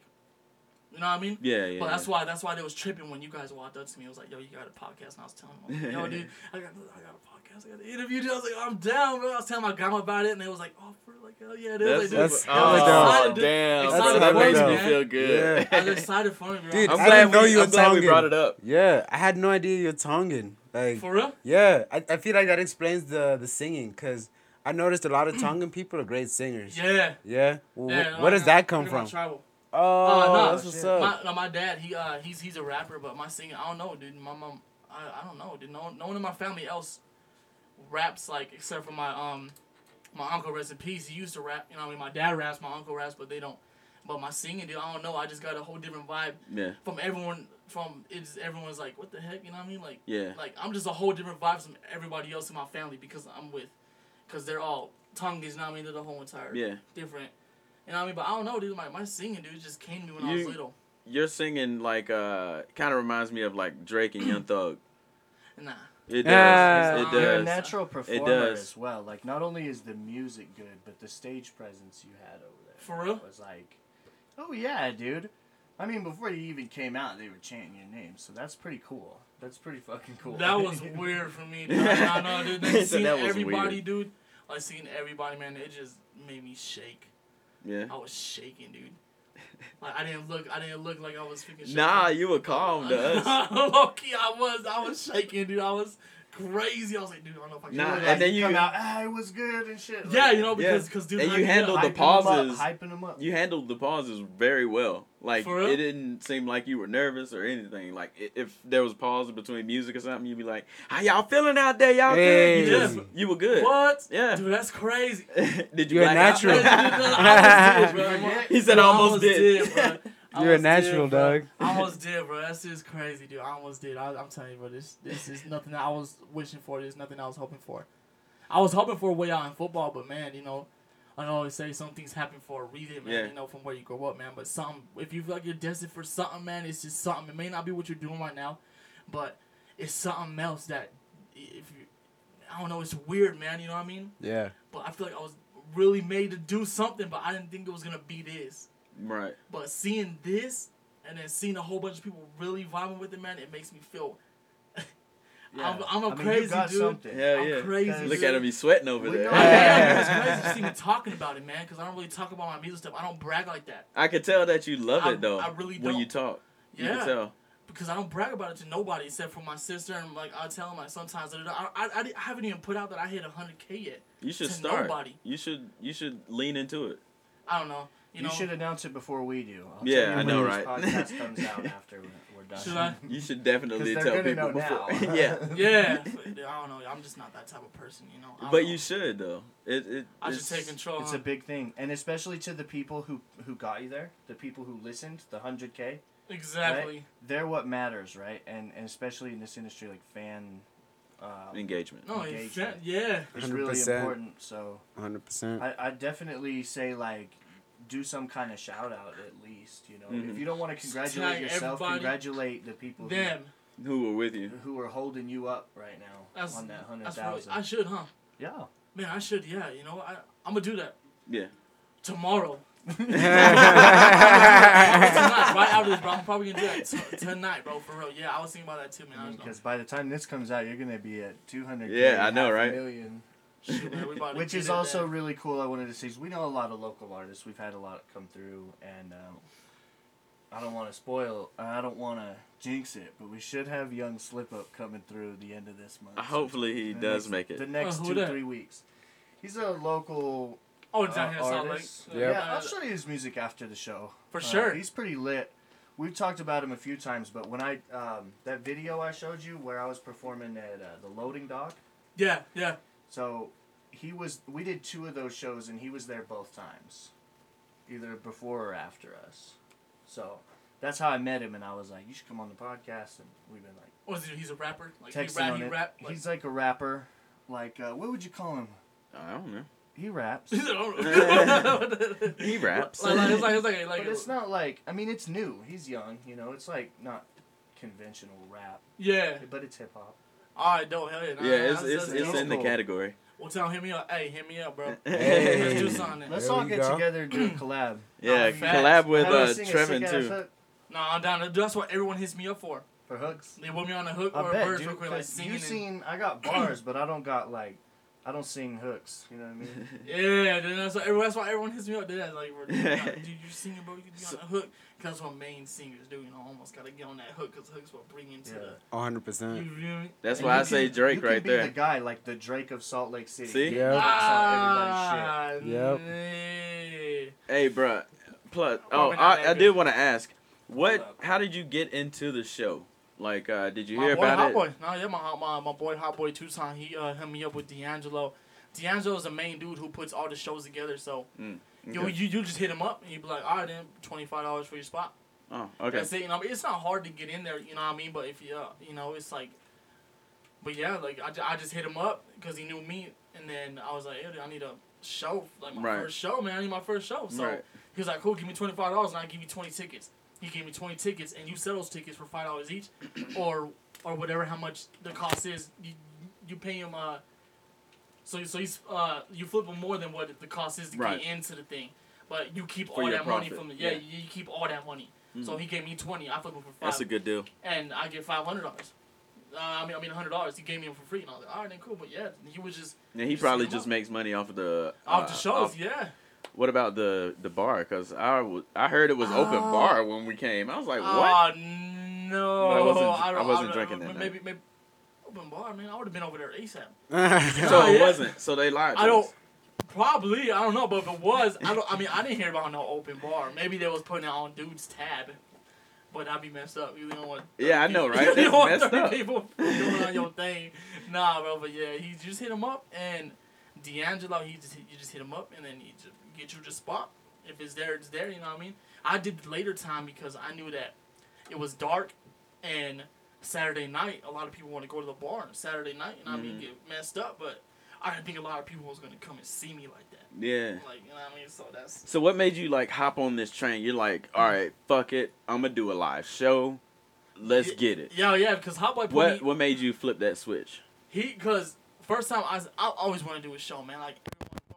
C: you know what I mean?
D: Yeah. Yeah.
C: But that's
D: yeah.
C: why that's why they was tripping when you guys walked up to me. It was like, yo, you got a podcast, and I was telling them, yo, dude, I got I got a podcast, I got an interview. Dude. I was like, I'm down, bro. I was telling my grandma about it, and they was like, oh, for real? like, hell yeah, dude. I was like,
B: That's-
C: dude,
B: that's-
C: I was
D: oh,
C: excited, dude.
D: damn.
C: Excited
D: that
C: for
D: makes
C: you,
D: me
C: man.
D: feel good.
C: I was excited for him, bro.
B: Dude,
D: I'm
B: I
D: glad
B: didn't know
D: we-
B: you were
D: I'm glad we
B: Tongan.
D: brought it up.
B: Yeah, I had no idea you're Tongan. Like,
C: for real?
B: yeah, I, I feel like that explains the the singing because I noticed a lot of Tongan people are great singers.
C: Yeah.
B: Yeah. Well,
C: yeah uh,
B: where does that come
C: pretty
B: from?
C: much Tribal.
B: Oh,
C: Uh, no,
B: that's what's
A: shit.
B: up.
C: My, no, my dad, he uh, he's he's a rapper, but my singing, I don't know, dude. My mom, I, I don't know, dude. No, no one in my family else raps like except for my um my uncle rest in peace. He used to rap, you know. what I mean, my dad raps, my uncle raps, but they don't. But my singing, dude, I don't know. I just got a whole different vibe
D: Yeah.
C: from everyone. From it's everyone's like, what the heck, you know what I mean? Like,
D: Yeah.
C: like I'm just a whole different vibe from everybody else in my family because I'm with, because they're all Tongans, you know what I mean? They're the whole entire
D: Yeah.
C: different. You know what I mean? But I don't know, dude. My, my singing, dude, just came to me when I
D: You-
C: was little.
D: Your singing like uh kind of reminds me of like Drake and Young Thug.
C: Nah.
D: It does.
B: Yeah.
D: It
A: You're a
D: does.
A: natural performer
D: does.
A: as well. Like not only is the music good, but the stage presence you had over there
C: For real?
A: was like, oh yeah, dude. I mean, before you even came out, they were chanting your name, so that's pretty cool. That's pretty fucking cool.
C: That was weird for me, dude. I know, dude. Like,
D: He said
C: seeing
D: that was
C: everybody,
D: weird.
C: dude. Like, seeing everybody, man, it just made me shake.
D: Yeah.
C: I was shaking, dude. Like, I didn't look, I didn't look like I was freaking shaking.
D: Nah, you were calm to us.
C: Low key, I was, I was shaking, dude. I was crazy. I was like, dude, I don't know if I can
D: Nah,
C: do
A: Like,
C: that.
D: and then you-
A: come out, ah, it was good and shit. like-
C: Yeah, you know,
D: Yeah.
C: because, because dude.
D: And
C: I
D: you
C: yeah,
D: handled
C: I-
D: the
A: Hyping 'em up,
D: pauses.
A: hyping them up.
D: You handled the pauses very well. Like
C: For real?
D: it didn't seem like you were nervous or anything. Like i- if there was pauses between music or something, you'd be like, "How y'all feeling out there? Y'all good?
B: Hey.
D: You, just- you were good.
C: What?
D: Yeah.
C: Dude, that's crazy.
D: Did you
B: You're a
D: black
B: natural.
D: out?
C: I almost did, bro.
D: he said,
C: Dude,
D: I almost did."
C: bro. I
B: You're a
C: almost
B: natural,
C: did, bro.
B: dog.
C: I almost did, bro. That's just crazy, dude. I almost did. I, I'm telling you, bro. This this is nothing that I was wishing for. There's nothing I was hoping for. I was hoping for way out in football, but man, you know, I always say some things happen for a reason, man.
D: Yeah.
C: You know, from where you grow up, man. But something, if you feel like you're destined for something, man, it's just something. It may not be what you're doing right now, but it's something else that if you, I don't know, it's weird, man. You know what I mean?
B: yeah.
C: But I feel like I was really made to do something, but I didn't think it was gonna be this.
D: right.
C: But seeing this and then seeing a whole bunch of people really vibing with it, man, it makes me feel I'm- I'm a
A: I mean, you
C: crazy
A: got
C: dude.
A: something.
D: Hell
C: I'm
D: yeah.
C: crazy.
D: Look
C: dude.
D: at him. He's sweating over
A: We
D: there.
A: know-
C: Yeah,
A: Yeah.
C: it's crazy to see me talking about it, man, because I don't really talk about my music stuff. I don't brag like that.
D: I could tell that you love
C: I-
D: it though.
C: I really
D: when
C: don't.
D: you talk. You
C: Yeah.
D: can tell.
C: Because I don't brag about it to nobody except for my sister and like I tell them like sometimes I, I, I, I haven't even put out that I hit 100k yet.
D: You should
C: To
D: start.
C: nobody.
D: You should you should lean into it.
C: I don't know. You,
A: You,
C: know,
A: should announce it before we do. I'll
D: Yeah,
A: tell you
D: I
A: when
D: know,
A: this
D: right?
A: podcast comes out after we're- we're done.
C: Should I?
D: You should
A: 'Cause
D: definitely
A: they're
D: tell
A: gonna
D: people
A: know
D: before.
A: now.
D: yeah.
C: yeah. but, dude, I don't know. I'm just not that type of person, you know. I don't
D: But
C: know.
D: you should though. It it
C: I should
D: it's-
C: take control.
A: It's
C: huh?
A: a big thing, and especially to the people who who got you there, the people who listened, the hundred k.
C: exactly.
A: They're what matters, right? And and especially in this industry, like fan, uh,
D: engagement.
C: No, it's
A: Engagement.
C: yeah.
A: is really
B: 100%.
A: important. So
B: 100%.
A: I I definitely say like. Do some kind of shout out at least, you know.
D: Mhm.
A: If you don't want to
C: Tag
A: congratulate yourself,
C: everybody.
A: congratulate the people who-
C: Them.
D: Who were with you?
A: who are holding you up right now
C: That's,
A: on that hundred
C: that's really,
A: thousand.
C: I should, huh?
A: Yeah,
C: man, I should, yeah, you know, I, I'm gonna do that
D: Yeah.
C: tomorrow.
B: yeah,
C: tonight, right after this, bro. I'm probably gonna do that t- tonight, bro. For real, yeah. I was thinking about that too, man. I was
A: Because
C: like,
A: by the time this comes out, you're gonna be at 200.
D: Yeah, I know, right?
A: Million,
C: shoot, man, we about to
A: which
C: get
A: is
C: it
A: also
C: done.
A: really cool. I wanted to see. 'cause We know a lot of local artists. We've had a lot come through, and um, I don't want to spoil. I don't want to jinx it, but we should have Young Slip Up coming through the end of this month.
D: Hopefully he
A: The
D: does
A: next-
D: make it.
A: The next
C: Oh, who
A: two
C: that?
A: three weeks. He's a local
C: Oh,
A: uh,
C: down here, in Salt Lake.
A: artist.
B: Yep.
A: Yeah, I'll show you his music after the show.
C: For
A: Uh,
C: sure.
A: He's pretty lit. We've talked about him a few times, but when I um, that video I showed you where I was performing at uh, the Loading Dock,
C: Yeah, yeah.
A: so he was. We did two of those shows, and he was there both times, either before or after us. So that's how I met him, and I was like, "You should come on the podcast." And we've been like
C: What is he? He's a rapper. Like
A: texting
C: he rap,
A: on
C: he
A: it.
C: rap. Like,
A: He's like a rapper. Like uh, what would you call him?
D: I don't know.
A: He raps.
C: I don't know.
D: He raps.
C: like, like, it's like it's like, like
A: But it's not like I mean it's new. He's young, you know. It's like not conventional rap,
C: yeah.
A: but it's hip hop.
C: All right, dope. Hell yeah. Nah,
D: Yeah, it's
C: that's-
D: it's,
C: uh, that's Oh,
D: it's
C: dope.
D: in the
A: cool.
D: category.
C: Well, tell him, hit me up. Hey, hit me up, bro.
B: Hey.
C: Let's do something.
A: Let's
B: There
A: all
B: we
A: get
B: go.
A: together and do a collab.
D: Yeah,
C: Oh, facts.
D: collab with
A: Have us
D: uh,
A: sing a
D: Trevin
A: sick-ass
D: too.
A: hook
C: No, I'm down. to- That's what everyone hits me up for.
A: for hooks.
C: They want me on a hook or
A: I
C: a
A: bet,
C: verse
A: dude.
C: real quick, like
A: 'cause
C: singing.
A: you
C: and-
A: seen I got bars, but I don't got like I don't sing hooks. You know what I mean?
C: Yeah, then that's why everyone, that's why everyone hits me up. They're like, "Dude, you're not- dude, you're singing, bro. You could be on
D: So-
C: the hook." Cause that's what main singers do. You know, almost gotta get on that hook. Cause the hook's what bring you to
A: Yeah.
B: hundred
C: the. You
B: percent.
C: feel me?
D: That's
A: And
D: why
A: you
D: I say
A: can-
D: Drake
A: you can
D: right
A: be
D: there.
A: The guy like the Drake of Salt Lake City.
D: See?
A: He
B: Yeah.
A: hooks on everybody's shit.
C: Ah,
B: Yep.
C: yeah.
D: Hey, bruh. Plus, oh,
C: Probably not
D: I,
C: that
D: I
C: good.
D: did want to ask, what?
C: Hold
D: How did you get into the show? Like, uh, did you
C: my
D: hear
C: boy,
D: about
C: Hot
D: it?
C: Boy. No, yeah, my, my my boy Hot Boy Tucson. He uh, hit me up with D'Angelo. D'Angelo's the main dude who puts all the shows together. So you,
D: Mm, Okay.
C: you you just hit him up and he'd be like, all right, then twenty five dollars for your spot.
D: Oh, okay.
C: That's it. You know, I mean, it's not hard to get in there. You know what I mean? But if you, uh, you know, it's like, but yeah, like I, ju- I just hit him up because he knew me, and then I was like, hey, dude, I need a show, like my
D: Right.
C: first show, man. I need my first show. So
D: Right.
C: he was like, cool, give me twenty five dollars, and I give you twenty tickets. He gave me twenty tickets, and you sell those tickets for five dollars each, or or whatever how much the cost is. You you pay him uh. So so he's uh you flip him more than what the cost is to
D: Right.
C: get into the thing, but you keep
D: For
C: all
D: your
C: that money
D: profit,
C: from the yeah,
D: yeah.
C: You, you keep all that money. So he gave me twenty. I flip him for five,
D: Mm-hmm. That's a good deal.
C: and I get five hundred dollars. Uh, I mean, I mean, hundred dollars. He gave me them for free, and I was like, all right, then cool. But yeah, he was just
D: And he
C: Just
D: probably
C: hit 'em
D: just
C: up. Oh,
D: makes money off of the
C: off
D: uh,
C: the shows.
D: off-
C: yeah.
D: What about the the bar? Cause I was I heard it was open
C: Oh.
D: bar when we came. I was like, what?
C: Oh no!
D: But I wasn't-
C: don't-
D: I wasn't
C: don't-
D: drinking that
C: Maybe, maybe open bar, man. I would have been over there asap.
D: so
C: Oh,
D: it
C: yeah.
D: wasn't. So they lied. To
C: I don't.
D: us.
C: Probably, I don't know, but if it was, I don't. I mean, I didn't hear about no open bar. Maybe they was putting it on dude's tab, but I'd be messed up. You don't want.
D: Yeah, I know, right?
C: you
D: That's
C: don't want
D: messed
C: thirty
D: up.
C: people doing on your thing. Nah, bro, but yeah, he just hit him up and D'Angelo. He just you just hit him up and then he just get you the spot. If it's there, it's there. You know what I mean? I did the later time because I knew that it was dark and Saturday night. A lot of people want to go to the bar on Saturday night, and I
D: Mm-hmm.
C: mean get messed up, but. I didn't think a lot of people was gonna come and see me like that.
D: Yeah.
C: Like, you know what I mean? So that's
D: So what made you like hop on this train? You're like, all right, fuck it, I'm gonna do a live show. Let's get it.
C: yeah, yeah. Because Hot Boy put
D: What
C: me-
D: what made you flip that switch?
C: He, cause first time I, s- I always wanted to do a show, man. Like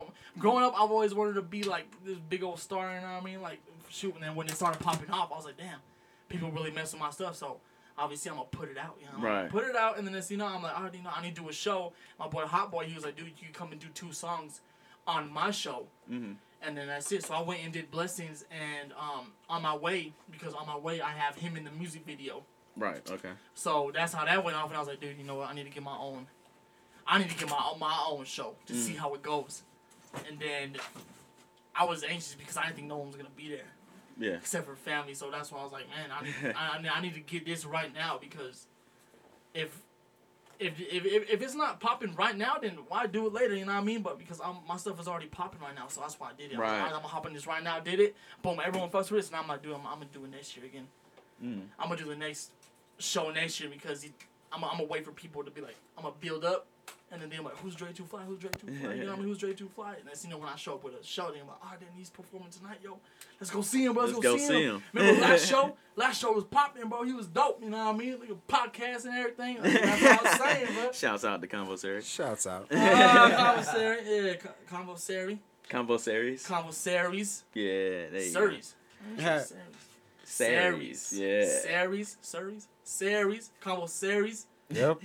C: everyone- growing up, I've always wanted to be like this big old star. You know what I mean? Like shoot, and then when it started popping off, I was like, damn, people really mess with my stuff. So obviously, I'm gonna put it out. You know, I'm gonna
D: Right.
C: put it out, and then it's, you know, I'm like, I already know I need to do a show. My boy Hot Boy, he was like, dude, you come and do two songs on my show. And then that's it. So I went and did blessings, and um, on my way because on my way I have him in the music video.
D: Right. Okay.
C: So that's how that went off, and I was like, dude, you know what? I need to get my own. I need to get my my own show to see how it goes. And then I was anxious because I didn't think no one was gonna be there
D: Yeah.
C: except for family. So that's why I was like, man, I need, I, I need- I need to get this right now because if if if, if, if it's not popping right now, then why do it later? You know what I mean? But because I'm, my stuff is already popping right now, so that's why I did it. I was like,
D: Right.
C: "Alright, I'm gonna hop on this right now. Did it? Boom! Everyone fucks with this, and I'm gonna do. I'm, I'm gonna do it next year again.
D: Mm.
C: I'm gonna do the next show next year because it, I'm I'm gonna wait for people to be like, I'm gonna build up, And then they're like, who's Dre Too Fly? Who's Dre Too Fly? You know what I mean? Who's Dre Too Fly? And that's, you know, when I show up with a show, they're like, oh, then he's performing tonight, yo. Let's go see him, bro. Let's, go, see, him. Remember last show? Last show was popping, bro. He was dope, you know what I mean? Like a podcast and everything. I mean, that's what I was saying, bro.
D: Shouts out to Convo Series.
B: Shouts out.
C: Uh, conversary, yeah, co- conversary,
D: Convo Series.
C: conversaries,
D: Yeah, there you go.
C: series,
B: Heh.
D: Series. Yeah.
C: series, series, series, conversaries.
B: yep.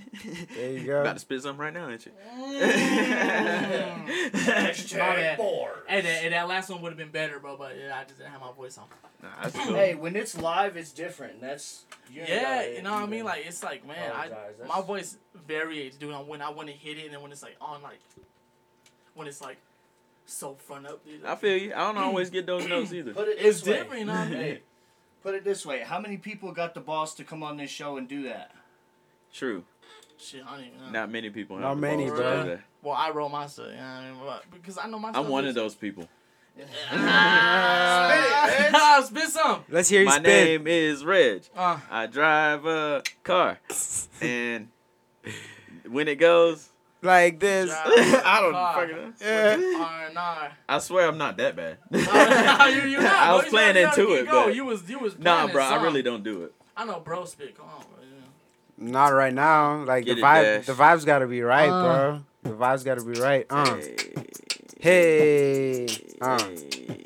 B: There you go.
D: About to spit something right now, ain't you?
C: Mm. My bad. Hey, that, hey, that last one would have been better, bro. But yeah, I just didn't have my voice on.
D: Nah, that's cool.
A: Hey, when it's live, it's different. That's you ain't
C: Yeah,
A: gotta
C: you know what I
A: even-
C: mean. Like it's like, man, I
A: apologize.
C: my
A: That's-
C: voice variates, dude. On when I want to hit it, and when it's like on, like when it's like so front up. Dude,
D: I feel you. I don't always get those notes either.
A: put it
C: It's
A: this way.
C: different, you know what I mean?
A: Hey, put it this way. How many people got the balls to come on this show and do that?
D: True.
C: Shit, I don't even know.
D: Not many people. have
B: Not
D: the
B: many,
D: balls to
C: bro.
D: do that.
C: Well, I wrote my stuff, you know what I mean? But- because I know my stuff.
D: I'm one
C: is-
D: of those people.
C: Ah, spit some.
B: Let's hear you
D: My
B: spit.
D: name is Reg.
C: Uh,
D: I drive a car, and when it goes,
B: Like this.
D: I don't
C: Car.
D: fucking know.
B: Yeah.
C: R and R.
D: I swear I'm not that bad.
C: Oh, you, you're not,
D: I
C: bro.
D: was
C: You
D: playing
C: gotta- you
D: into
C: gotta
D: it,
C: keep going.
D: but-
C: you was you was playing
D: nah,
C: that
D: bro, I
C: song.
D: really don't do it.
C: I know, bro. Spit, come on, bro. Yeah.
B: Not right now. Like
D: Get
B: the
D: it,
B: vibe.
D: Dash.
B: The vibe's got to be right,
C: Uh.
B: bro. The vibe's got to be right. Uh.
D: Hey,
B: Hey. Uh.
D: hey.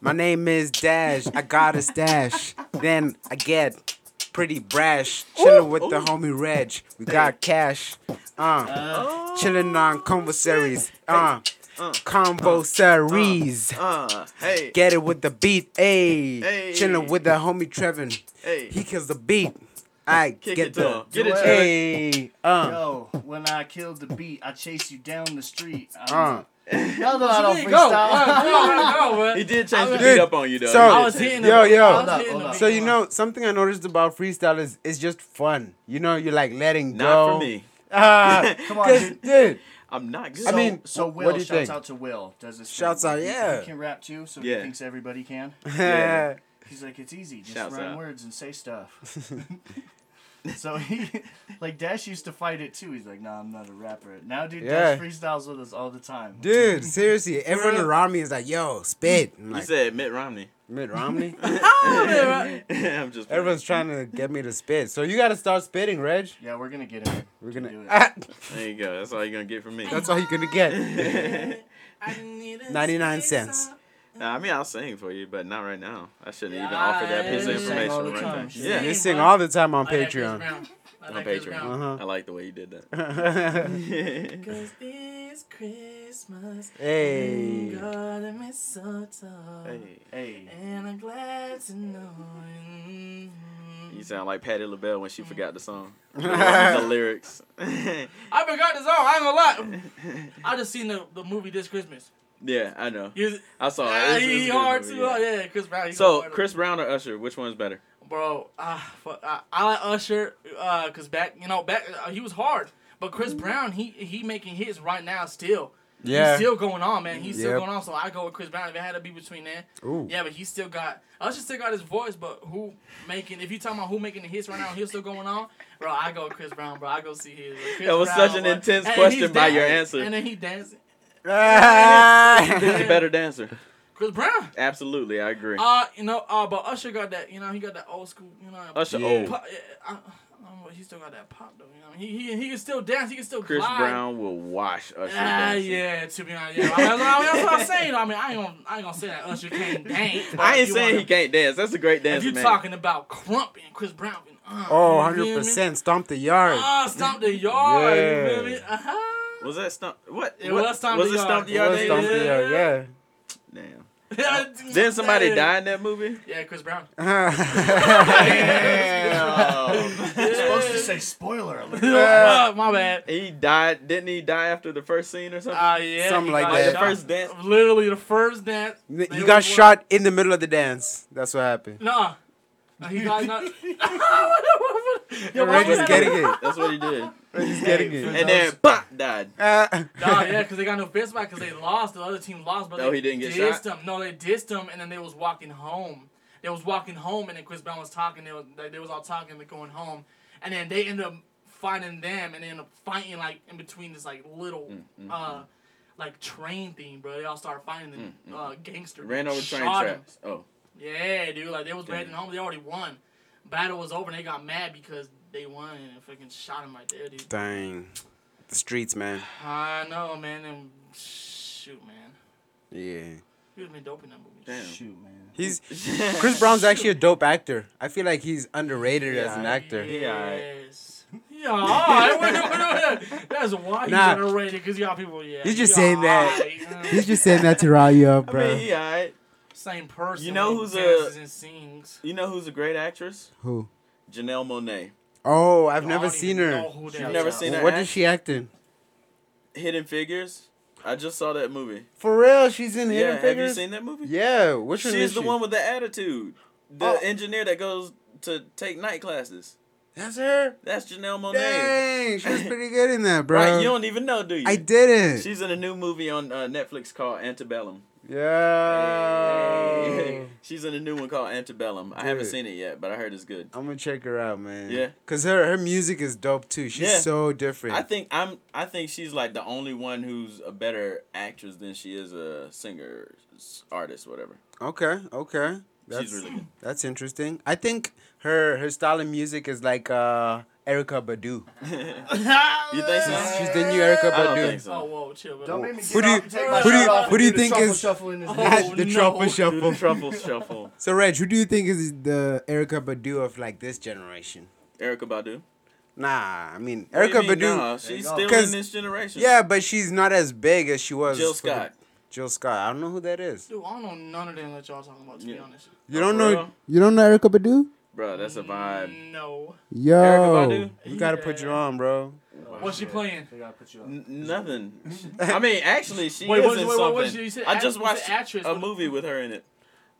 B: My name is Dash. I got a stash. then I get pretty brash. Chilling with the
D: ooh.
B: homie Reg. We got cash. Uh.
C: Oh.
B: Chilling on conversaries. Uh.
D: uh,
B: Combo series.
D: Uh, hey,
B: Get it with the beat, ayy.
D: Ayy.
B: Chillin' with the homie Trevin.
D: hey,
B: He kills the beat. I
D: kick
B: get
D: it
B: the
D: to him. Get it to him.
B: ayy. Uh,
A: Yo, when I killed the beat, I chase you down the street.
B: uh.
A: I'm- Y'all know I don't
C: There you go.
A: freestyle.
C: Bro,
D: He
C: you already know, bro.
D: did change the
C: I-
D: beat up on you though.
B: So-
D: He
C: I
D: did
C: was
D: change
C: hitting
D: it.
C: the
B: Yo,
C: big
B: yo.
C: one. I
A: Hold
C: was
A: up,
C: hitting the
A: hold up.
C: big
B: So you
C: one.
B: know something I noticed about freestyle is it's just fun. You know, you're like letting
D: Not
B: go.
D: for me.
B: Ah,
A: Come on,
B: 'cause,
A: dude.
B: dude.
D: I'm not good.
A: So,
B: I mean,
A: so
B: wh-
A: Will,
B: what do you
A: shouts
B: think?
A: out to Will. Does this?
B: Shouts
A: thing.
B: out,
A: He-
B: yeah.
A: He can rap too, so
D: Yeah.
A: he thinks everybody can.
D: Yeah.
A: He's like, it's easy, just
D: Shouts
A: rhyme
D: out.
A: words and say stuff. so he, like Dash used to fight it too. He's like, nah, I'm not a rapper. Now, dude, Dash
B: Yeah.
A: freestyles with us all the time.
B: Dude, seriously, everyone around me is like, yo, spit. I'm
D: You
B: like,
D: said Oh, Mitt Romney.
B: Mitt Romney?
D: I'm just. playing.
B: Everyone's trying to get me to spit. So you got to start spitting, Reg.
A: Yeah, we're gonna get him.
B: We're
A: Can
B: going
A: do it.
B: to.
D: There you go. That's all you're gonna get from me.
B: That's all you're going to get.
C: I need a
B: 99
C: space
B: cents.
C: up.
D: Nah, I mean, I'll sing for you, but not right now. I shouldn't even
C: Yeah,
D: offer that
C: I-
D: piece of
A: You sing all the
D: information
A: time.
D: right
A: She
D: there. Yeah,
B: You
C: Dang,
B: sing
C: bro.
B: all the time on
C: I like Chris
B: Patreon.
C: Brown. I
D: on
C: like Chris Brown.
D: Patreon. Uh-huh.
B: Uh
D: I like the way you did that.
B: huh.
C: Cause this Christmas,
B: Hey.
C: I'm gonna miss so tough.
D: hey,
A: Hey,
C: And I'm glad to know. mm,
D: you sound like Patti LaBelle when she forgot the song, the lyrics.
C: I forgot the song. I ain't gonna lie. I just seen the, the movie this Christmas.
D: yeah, I know.
C: You,
D: I saw
C: ah,
D: it. It's- it's
C: he
D: Oh, a good
C: hard
D: movie,
C: too.
D: yeah.
C: hard. Yeah, Chris Brown. he
D: So
C: hard.
D: Chris Brown or Usher, which one's better?
C: bro, ah, fuck, I, I like Usher, uh, cause back, you know, back uh, he was hard, but Chris Brown, he he making hits right now still.
B: Yeah.
C: He's still going on, man. He's still
B: Yep.
C: going on. So I go with Chris Brown if it had to be between that.
B: Ooh.
C: Yeah, but he still got Usher still got his voice, but who making if you talking about who making the hits right now, he's still going on, bro. I go with Chris Brown, bro. I go see his Chris
D: That was
C: Brown,
D: such an
C: bro.
D: intense
C: And
D: question
C: he's
D: by your
C: dancing.
D: answer.
C: And then he dancing.
D: Who's
B: Ah.
D: the better dancer?
C: Chris Brown.
D: Absolutely, I agree.
C: Uh, you know, uh, but Usher got that, you know, he got that old school, you know,
D: Usher
B: Yeah.
D: old.
C: pop, yeah, I, I don't know, he still got that pop though. You know, what I mean? he, he he can still dance. He can still
D: Chris
C: glide.
D: Brown will wash Usher.
C: Ah,
D: dancing.
C: yeah. To be honest, yeah. I mean, that's what I'm saying. I mean, I ain't gonna, I ain't gonna say that Usher can't dance. but
D: I
C: if
D: ain't
C: you
D: saying
C: wanna-
D: he can't dance. That's a great
C: If
D: dancer,
C: you're
D: man.
C: talking about Crump and Chris Brown, and, uh,
B: Oh,
C: you feel me?
B: 100% stomp the yard.
C: Ah, stomp the yard. You feel
B: Yeah.
C: me? Uh-huh.
D: Was that stump? What?
C: It
D: what-
C: was Stomp
D: Was
C: the
D: it
C: Yard.
D: stump the
C: It
D: yard?
C: was
D: that he
C: Stomp
D: did?
C: the Yard.
D: Damn.
C: Yeah,
D: Didn't somebody
C: yeah.
D: die in that movie?
C: Yeah, Chris Brown.
B: yeah.
D: Oh,
A: You're supposed to say spoiler alert.
C: Uh, my bad.
D: He died. Didn't he die after the first scene or something?
C: Ah, yeah.
B: Something
C: he
B: like
C: got
D: like
B: yeah.
D: the
C: shot.
D: first dance.
C: Literally the first dance.
B: he
C: They
B: got
C: was-
B: shot in the middle of the dance. That's what happened.
C: Nah. Uh, He got not. Yo,
B: Reg
C: why
B: was
C: was
B: getting it.
D: That's what he did.
B: Reg was getting it.
D: And then pop died.
B: Ah.
C: Nah, yeah, because they got no fist fight because they lost. The other team lost, but
D: No,
C: they
D: he didn't get
C: dissed
D: shot?
C: him. No, they dissed him, and then they was walking home. They was walking home, and then Chris Brown was talking. They was, they, they was all talking, they going home, and then they ended up fighting them and then fighting like in between this like little
D: mm, mm,
C: uh like train thing, bro. They all started fighting the uh, gangster.
D: Ran
C: dude.
D: over train
C: Shot him.
D: tracks. Oh,
C: Yeah, dude. Like they was
D: Damn.
C: ready home. They already won. Battle was over. and They got mad because they won and fucking shot him right there, dude.
B: Dang. The streets, man.
C: I know, man. And shoot, man.
B: Yeah.
C: He would have been dope in that movie.
D: damn.
A: Shoot, man.
B: He's Chris Brown's actually a dope actor. I feel like he's underrated
D: Yeah,
B: as an actor.
D: Yeah, alright.
C: Yes. Yeah, all right. Wait, wait, wait, wait. That's why he's
B: Nah.
C: underrated because y'all people, yeah.
B: He's just
C: yeah,
B: saying that.
C: alright.
B: He's just saying that to rile you up, bro.
D: I mean, yeah, I,
C: Same person.
D: You know
C: like,
D: who's a-
C: dances and sings.
D: you know who's a great actress?
B: Who?
D: Janelle Monet.
B: Oh, I've
C: Y'all
B: never
C: don't
B: seen
C: even
B: her.
C: know who that
D: You've
C: is.
D: never seen her
B: What
D: act?
B: is she acting?
D: Hidden Figures. I just saw that movie.
B: For real, she's in
D: yeah,
B: Hidden
D: have
B: Figures.
D: you seen that movie?
B: Yeah, which one
D: She's
B: is
D: the
B: she?
D: one with the attitude. The
B: Oh.
D: engineer that goes to take night classes.
B: That's her.
D: That's Janelle Monet.
B: Dang, she was pretty good in that, bro.
D: Right? You don't even know, do you?
B: I didn't.
D: She's in a new movie on uh, Netflix called Antebellum.
B: yeah.
D: She's in a new one called Antebellum. I haven't
B: Dude.
D: seen it yet, but I heard it's good.
B: I'm gonna check her out, man.
D: Yeah.
B: Cause her her music is dope too. She's
D: Yeah.
B: so different.
D: I think I'm. I think she's like the only one who's a better actress than she is a singer, s- artist, whatever.
B: okay, okay. That's
D: She's really good.
B: that's interesting. I think her her style of music is like uh Erica Badu.
D: You think so?
B: She's, she's the new Erica
D: I
B: Badu.
D: don't think
C: Oh,
D: so.
C: whoa, chill, bro.
A: Don't make me get
B: Who do
A: off
B: you-
A: and take my
C: who do you-
A: shirt off
B: who
A: and
B: do you
A: the
B: think
A: truffle
B: is-
A: shuffle in his
C: Oh,
A: hand.
B: the
C: no.
B: truffle
D: Do the
B: shuffle.
D: truffle shuffle.
B: So Reg, who do you think is the Erica Badu of like this generation?
D: Erica Badu.
B: Nah, I mean
D: What do you
B: Erica
D: mean,
B: Badu.
D: nah?
A: you
D: she's
A: go.
D: still in
B: Cause-
D: this generation.
B: Yeah, but she's not as big as she was.
D: Jill
B: for the-
D: Scott.
B: Jill Scott. I don't know who that is.
C: Dude, I don't know none of them that y'all talking about, to be
D: Yeah.
C: honest.
B: You
D: Oh,
B: don't
D: for
B: know.
D: real?
B: You don't know Erica Badu?
D: Bro, that's a vibe.
C: No.
B: Yo,
D: Erica
B: we gotta put you
C: Yeah.
B: on, bro.
C: What's she playing?
A: They gotta put you on.
D: N- nothing. I mean, actually, she
C: Wait,
D: is
C: what- wait,
D: in
C: what-
D: something.
C: what you said?
D: I
C: Act-
D: just
C: you said
D: watched
C: actress,
D: a
C: what-
D: movie with her in it.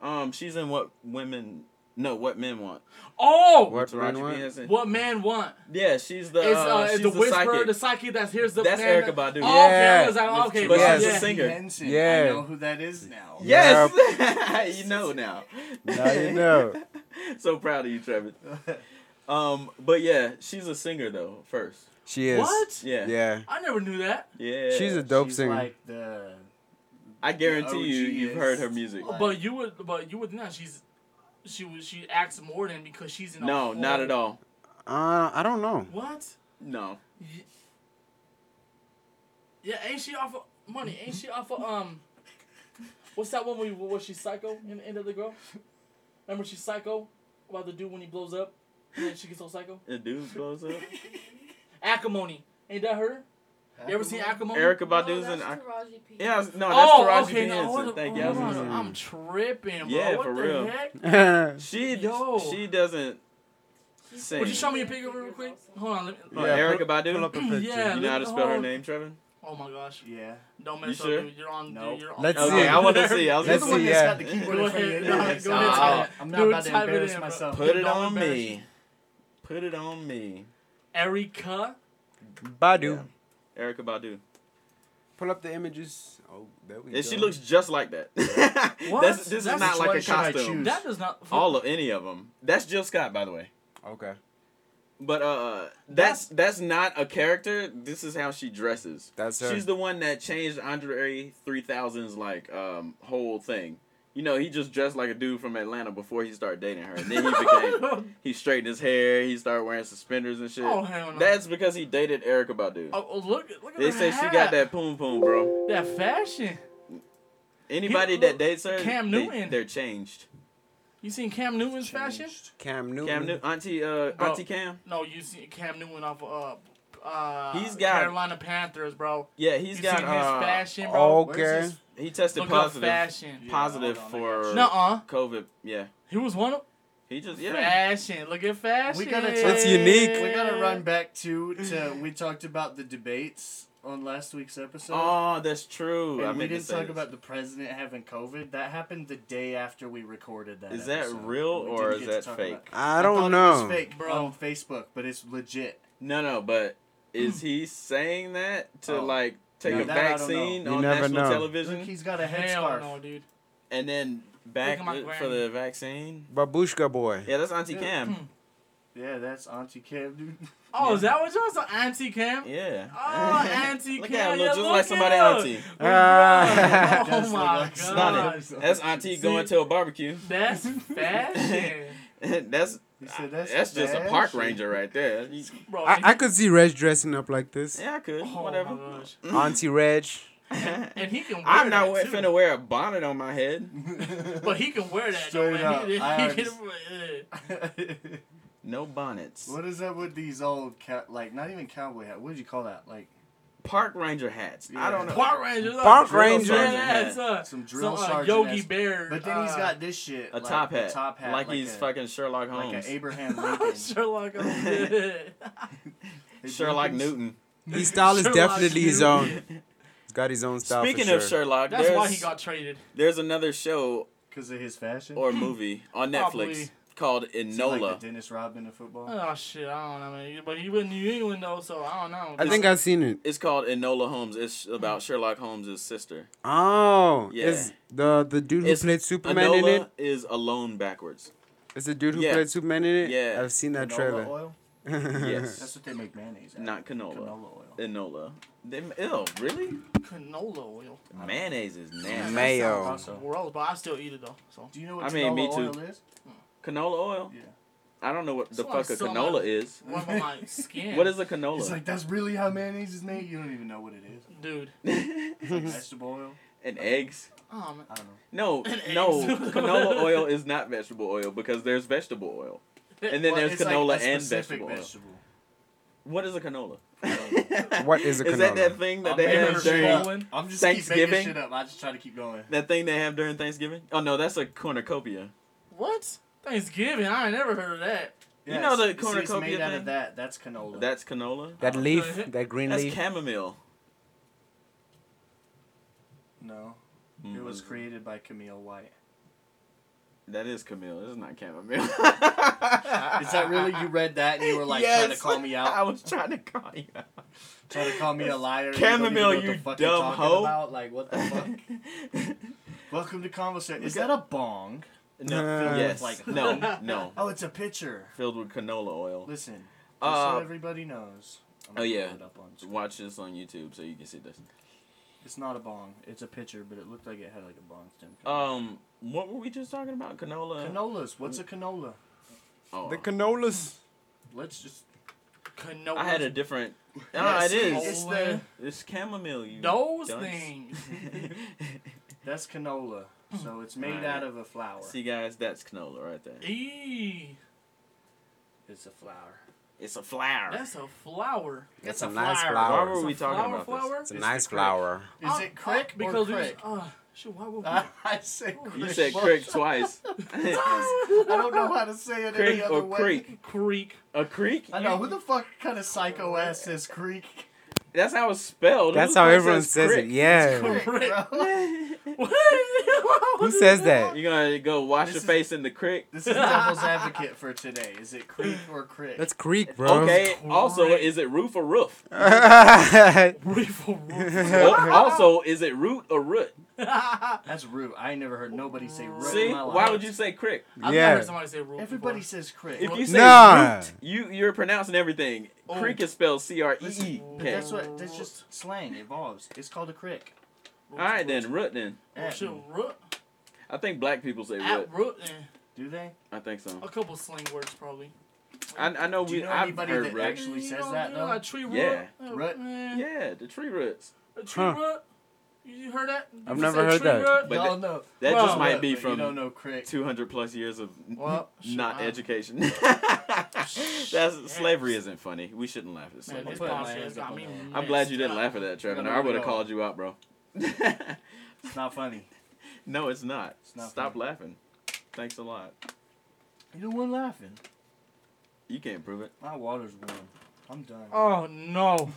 D: Um, she's in what women? No, what men want.
C: Oh!
B: What
D: It's Rocky
B: men want?
D: Benson.
C: What man want?
D: Yeah, she's the.
C: It's,
D: uh,
C: uh,
D: she's
C: the,
D: the,
C: whisperer,
D: psychic.
C: the psyche that's here's the
D: That's
C: man.
D: Erica Badu.
C: Oh, okay,
B: Yeah.
C: I was like, oh, okay,
D: But
C: yeah.
B: she's
C: yeah.
D: a singer.
A: Henson.
B: Yeah.
A: I know who that is now.
D: yes, you know now.
B: Now you know.
D: so proud of you, Trevor. Um, but yeah, she's a singer though. First,
B: She is.
C: What?
D: yeah,
B: Yeah.
C: I never knew that.
D: yeah.
B: She's a dope
A: She's
B: singer.
A: like the.
D: I guarantee
A: OG
D: you, you've
A: is-
D: heard her music.
A: Like-
C: But you would, but you would not. She's, she would, she acts more than because she's in. a
D: No, not
C: whole-
D: at all.
B: uh, I don't know.
C: What?
D: No.
C: Y- Yeah, ain't she off of money? Ain't she off of um? What's that one? Where was she psycho in the end of the girl? Remember she's psycho about the dude when he blows up, and then she gets all psycho.
D: The dude blows up.
C: Acrimony, ain't that her? You ever seen Acrimony?
D: Erica Badu's
G: no,
D: in. I-
G: that's Taraji P.
D: Yeah, I was- no, that's
C: Oh,
D: Taraji
C: okay,
D: P.
C: no,
D: Henson.
C: hold up,
D: Thank you. I
C: hold
D: was-
C: on, I'm tripping, bro.
D: Yeah,
C: what
D: for
C: the
D: real.
C: Heck?
D: She
C: Yo.
D: she doesn't.
G: She's
D: Same.
C: Would you show me a
G: Taraji
C: picture
G: P.
C: real quick?
G: also.
C: Hold on, let me.
D: Oh,
B: Yeah,
D: Erica
B: pull-
D: Badu.
B: pull up a picture.
C: Yeah.
D: You know how to
C: look-
D: spell her
C: hold-
D: name, Trevor?
C: Oh my gosh,
A: Yeah.
C: don't mess
D: sure?
C: up, dude. You're on,
A: Nope.
C: dude. You're on.
B: Let's
C: Oh,
B: see.
D: Okay, I want to see. I was
A: You're the
B: Let's
D: gonna
A: one
B: see,
A: that's
B: yeah.
A: got the keyboard
C: Go
A: in front of
C: ahead,
A: your
C: no,
A: desk.
C: go
D: ahead,
A: Nah,
D: type
C: it.
A: I'm not
C: Dude,
A: about to
C: type it
A: embarrass
C: in, bro.
A: myself.
D: Put it
C: Don't
D: on
C: embarrass
D: me.
C: you.
D: Put it on me.
C: Erica.
B: Badu.
D: Yeah. Erica Badu.
B: Pull up the images. Oh, there we
D: And she looks just like that.
C: What?
D: That's, this
C: That's-
D: is not
A: Which
D: like
A: one
D: a
A: should I
D: costume.
A: choose?
C: That does not.
D: All of any of them. That's Jill Scott, by the way.
B: Okay.
D: But uh, that's that's not a character. This is how she dresses.
B: That's her.
D: She's the one that changed Andre 3000's like um whole thing. You know, he just dressed like a dude from Atlanta before he started dating her. And then he became he straightened his hair. He started wearing suspenders and shit.
C: Oh hell no.
D: That's because he dated Erica Badu.
C: Oh, oh, look, look at
D: they
C: her
D: say
C: hat.
D: she got that poom poom, bro.
C: that fashion.
D: Anybody
C: He-
D: that dates her,
C: Cam Newton.
D: They, are changed.
C: You seen Cam Newton's fashion?
B: Cam Newton.
D: Cam Newton, Auntie, uh,
C: Bro.
D: Auntie Cam.
C: No, you seen Cam Newton off of uh, uh,
D: He's got-
C: Carolina Panthers, bro.
D: Yeah, he's
C: you
D: got
C: seen his
D: uh,
C: fashion, bro.
B: Okay.
D: he tested
C: Look up
D: positive
C: fashion. uh,
D: positive
A: Yeah, hold on, I got
D: for
C: Nuh-uh.
D: COVID. Yeah,
C: He was one of
D: he just yeah.
C: fashion. Look at fashion.
A: We gotta
C: take.
A: talk- It's
B: unique.
A: We gotta run back to to we talked about the debates on last week's episode.
D: Oh, that's true. I
A: and we
D: meant to
A: didn't
D: say
A: talk
D: this.
A: about the president having COVID. That happened the day after we recorded that.
D: Is that
A: episode.
D: real
A: We
D: or
A: didn't
D: is
A: get to
D: that
A: talk
D: fake? Oh.
A: about it. thought
B: I don't
A: it
B: know.
A: was fake
C: Bro.
A: on Facebook, but it's legit.
D: No, no, but is
B: Hmm.
D: he saying that to
A: Oh.
D: like take
A: No,
D: a
A: that I don't
D: vaccine
B: know. You
D: on
B: never know.
D: national
A: Look,
D: television
A: he's got a
C: Hell
A: headscarf.
C: no, dude.
D: and then back
C: at my
D: th- for
C: granny.
D: the vaccine?
B: Babushka boy.
D: Yeah, that's Auntie
A: Yeah.
D: Cam.
A: Yeah, that's Auntie Cam, dude.
C: Oh, is that what y'all said? Auntie Cam?
D: Yeah.
C: Oh, Auntie
D: Look
C: Cam,
D: at her,
C: you
D: look just
C: look
D: like
C: at
D: somebody
C: her.
D: auntie.
B: Ah.
C: oh
A: Just look
C: my
A: like
C: god.
A: somebody.
D: That's, that's auntie going to a barbecue.
C: That's fashion.
D: that's
A: He said,
D: that's,
A: "That's
D: just a park
A: fashion."
D: ranger right there. You-
C: Bro,
B: I, I could see Reg dressing up like this.
D: yeah, I could.
C: oh
D: Whatever.
C: My gosh.
B: Auntie Reg.
C: And he can wear
D: I'm not
C: that
D: wear,
C: too.
D: finna wear a bonnet on my head.
C: But he can wear that. though,
A: Straight
C: man.
A: up,
C: He, he
A: I
C: can,
A: understand.
C: yeah.
D: No bonnets.
A: what is up with these old cow- like not even cowboy hat? What did you call that? Like
D: Park ranger hats. I don't know.
C: Park Ranger. look.
B: Park
C: Drill
B: Ranger.
C: sergeant hats, uh,
A: some drill
C: some, uh,
A: sergeant.
C: Yogi
A: esque-
C: Bear.
A: But then he's
C: uh,
A: got this shit.
D: a top
A: like,
D: hat.
A: A top hat.
D: Like, he's
A: a,
D: fucking Sherlock
A: like
D: Holmes.
A: a Abraham Lincoln.
C: Sherlock Holmes. yeah.
A: Hey,
D: Sherlock
A: Jenkins?
D: Newton.
B: His style is
C: Sherlock
B: definitely his own.
C: Newton.
B: He's got his own style.
D: Speaking
B: for sure.
D: of Sherlock,
C: That's
D: there's,
C: why he got traded.
D: there's another show
A: Cause of his fashion.
D: or movie on Netflix
C: Probably.
D: called
A: Is he like
D: Enola.
A: the Dennis Rodman of football.
C: Oh shit, I don't know, man. But he was in New England though, so I don't know.
B: I think I've seen it.
D: It's called Enola Holmes.
A: Mm.
D: It's about Sherlock Holmes' sister.
B: Oh,
D: Yeah.
B: is the the dude who
D: It's
B: played Superman
D: Enola
B: in it?
D: is alone backwards.
B: Is the dude who
D: Yeah.
B: played Superman in it?
D: Yeah.
B: I've seen that
A: Canola
B: trailer.
A: Oil?
D: Yes.
A: That's what they make mayonnaise. Out.
D: Not canola.
A: Canola oil.
D: Enola. They, ew, really?
C: canola oil.
D: Mayonnaise is nasty.
B: Ma- Mayo.
A: Also,
C: Gross, but I still eat it though. So
A: do you know what
D: I mean,
A: canola
D: me
A: oil
D: too.
A: is?
D: canola oil?
A: Yeah.
D: I don't know what the
C: It's like
D: fuck a
C: some-
D: canola is.
C: warm on my skin.
D: What is a canola?
A: It's like that's really how mayonnaise is made. You don't even know what it is.
C: dude?
A: It's like vegetable oil.
D: and eggs?
C: Oh man.
A: I don't know.
D: No,
C: And
D: no.
C: eggs.
D: canola oil is not vegetable oil because there's vegetable oil. And then
A: Well,
D: there's
A: it's like
D: canola
A: a
D: and
A: specific
D: vegetable oil. What is a canola?
A: vegetable.
B: What is a
D: Is that
B: canola?
D: that thing that
A: I'm
D: they
A: making
D: have
A: sure
D: during
A: you- I'm just keep
D: Thanksgiving?
A: making shit up. I just try to keep going.
D: that thing they have during Thanksgiving? Oh no, that's a cornucopia.
C: What? Thanksgiving? I ain't never heard of that.
D: You know the
A: it's- see, It's
D: cornucopia
A: made out
D: thing?
A: of that. That's canola.
D: That's canola.
B: That
C: Oh,
B: leaf,
C: okay.
B: that green
D: That's
B: leaf.
D: chamomile.
A: no. It was
D: Mm,
A: created by Camille White.
D: That is Camille. It's not chamomile. is
A: Is that really? You read that and you were like trying to call me
D: I
A: out,
D: was trying to call you out.
A: trying to call me a liar. and you,
D: Chamomile,
A: don't even know what the
D: you
A: fuck you're
D: dumb
A: talking
D: hoe.
A: About. Like what the fuck? Welcome to conversation. Is
D: Look
A: that a bong?
D: no,
B: Uh,
D: yes.
A: like-
D: no, no.
A: Oh, it's a pitcher.
D: Filled with canola oil.
A: Listen, just so
D: Uh,
A: everybody knows. I'm
D: oh,
A: gonna
D: yeah.
A: pull it up on screen.
D: Watch this on YouTube so you can see this.
A: It's not a bong. It's a pitcher, but it looked like it had like a bong stem.
D: Um, what were we just talking about? Canola.
A: Canolas. What's a canola?
D: Oh,
B: The canolas.
A: Let's just.
C: Canola.
D: I had a different. Ah, it
A: Yes,
D: is.
A: It's the.
D: It's chamomile. You
C: Those
D: dunce.
C: things.
A: That's canola. So it's made
D: Alright.
A: out of a flower.
D: See, guys, that's canola right there.
C: Eee,
A: It's a flower.
D: It's a flower.
C: that's a flower.
B: That's
A: It's
B: a nice
D: Why
B: flower.
D: were
C: It's
D: we
C: a
D: talking
C: flower,
D: about
C: flower?
B: It's a
A: It's
B: nice
A: the crick.
B: flower.
A: Is it crick
C: uh, because
A: or
C: we
A: crick?
C: Was, uh, shoot, why would we?
A: I said
C: You
A: crick.
D: this? You said
A: What?
D: crick twice.
A: I don't know how to say it any
D: creek
A: other
D: or
A: way.
D: creek?
C: creek.
D: A creek?
A: I know who the fuck kind of psycho ass says creek.
D: That's how it's spelled. Who
B: That's
D: the
B: how
D: fuck
B: everyone says it.
D: crick?
B: Yeah.
A: Crick, bro.
C: What?
B: Who says that?
D: You're gonna go wash
A: This
D: your
A: is-
D: face in the creek.
A: This is devil's advocate for today. Is it creek or crick?
B: That's creek, bro.
D: okay. Also,
C: Crick.
D: is it roof or roof?
C: Reef or roof.
D: Oh, also, is it root or root?
A: That's rude. I ain't never heard nobody say root
D: See,
A: in my life.
D: why would you say crick?
C: I've
B: Yeah.
C: never heard somebody say roof.
A: Everybody
C: before.
A: says crick.
D: If you say
B: Nah.
D: root, you you're pronouncing everything. Creek is spelled C R E E
A: But
D: K.
A: Oh. that's what. That's just slang. Evolves. It's called a crick.
D: All right then, root then.
C: Oh, shit, root.
D: I think black people say root.
C: At root, and
A: Do they?
D: I think so.
C: a couple slang words probably.
D: I, I know
A: Do
D: we.
A: you know
D: I've
A: anybody
D: heard
A: that
D: root.
A: actually- says
C: know,
A: that,
C: you know,
A: though?
C: like tree root.
D: Yeah.
C: Uh,
A: Root.
C: man.
D: Yeah, the tree roots.
C: A tree
B: Huh.
C: root. You heard that? You
B: I've
C: just
B: never
C: said
B: heard
C: tree
B: that.
C: root?
D: But
A: Y'all
D: that-
A: know.
D: that
A: Y'all
C: just
A: know
D: might
A: it,
D: be
A: but
D: from
A: Oh, You don't know crick.
D: Two hundred plus years of n-
C: Well, shit,
D: not
C: I-
D: education. That's slavery isn't funny. We shouldn't laugh at
C: Man,
D: slavery.
C: this
A: put my
C: podcast
A: hands
C: got
A: up
C: me
A: on that one.
D: I'm glad you
C: messed
D: didn't
C: up.
D: laugh at that, Trevor.
A: No,
D: I
A: no,
D: would have
A: no.
D: called you out, bro.
A: It's not funny.
D: no, it's not.
A: not
D: Stop
A: funny.
D: laughing. Thanks a lot.
A: You the one laughing.
D: You can't prove it.
A: My water's warm. I'm done.
C: Oh no,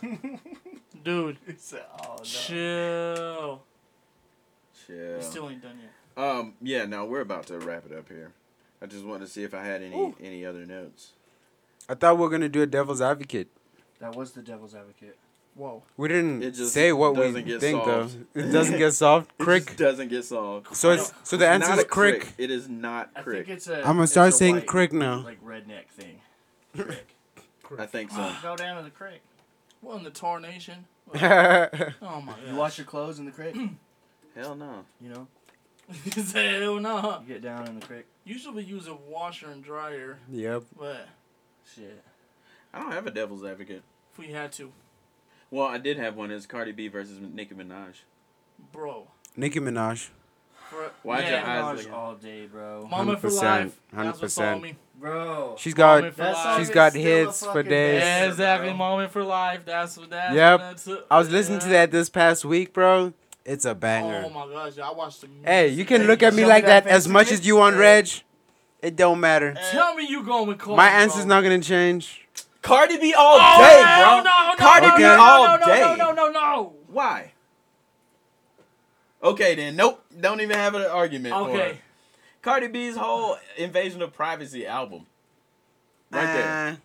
C: dude,
A: He said, oh no.
C: chill.
D: Chill.
C: We still ain't done yet.
D: Um, yeah, no, we're about to wrap it up here. I just wanted to see if I had any
C: Ooh.
D: any other notes.
B: I thought we were gonna do a devil's advocate.
A: That was the devil's advocate.
C: Whoa.
B: We didn't
D: It just
B: say what we
D: doesn't get
B: think
D: solved.
B: though. It doesn't get solved.
D: It just
B: Crick.
D: doesn't get solved.
B: So it's so the answer
D: Not
B: is
D: a crick.
B: crick.
D: It is not
A: I
D: crick.
A: think it's a.
B: I'm gonna
A: it's
B: start
A: a
B: saying
A: white,
B: crick now.
A: Like redneck thing. Crick. Ah.
D: I think so.
A: Go down to the creek.
C: What in the tarnation? Oh my
A: You
C: god.
A: wash your clothes in the creek.
D: Hell no.
A: You know,
C: Hell no.
A: you get down in the creek.
C: Usually use a washer and dryer,
B: yep.
C: but
A: Shit.
D: I don't have a devil's advocate.
C: if we had to,
D: Well, I did have one. It's Cardi B versus Nicki Minaj.
C: bro.
B: Nicki Minaj.
C: For,
D: Why'd your
C: yeah,
A: Minaj
D: eyes look at-
A: all day, bro.
C: Moment for
B: 100%,
C: life. That's what's on
B: 100%.
C: me.
A: Bro.
B: She's got.
C: Moment for life.
B: she's
A: is
B: got
A: still a
B: hits for
A: fucking
B: days.
C: Yeah,
A: banger,
C: exactly.
A: bro.
C: Moment for life. That's what that's.
B: Yep.
C: That's it.
B: I was listening to
C: Yeah.
B: that this past week, bro. It's a banger.
C: Oh my gosh, y'all watched the.
B: Hey,
C: music.
B: you can look
A: you
B: at me
A: show me
B: like
A: that
B: that as
A: fancy
B: much as
A: bitch?
B: you want,
A: Yeah.
B: Reg. It don't matter.
C: Tell me you going with Cardi.
B: My
C: bro.
B: answer's not gonna change.
D: Cardi B all
C: Oh,
D: day,
C: hell
D: bro.
C: No, no,
D: Cardi
C: no,
B: B
C: no, no,
D: all
C: no, no,
D: day.
C: No, no, no, no.
D: Why? Okay then. Nope. Don't even have an argument for it.
C: Okay.
D: Cardi B's whole Invasion of Privacy album. Right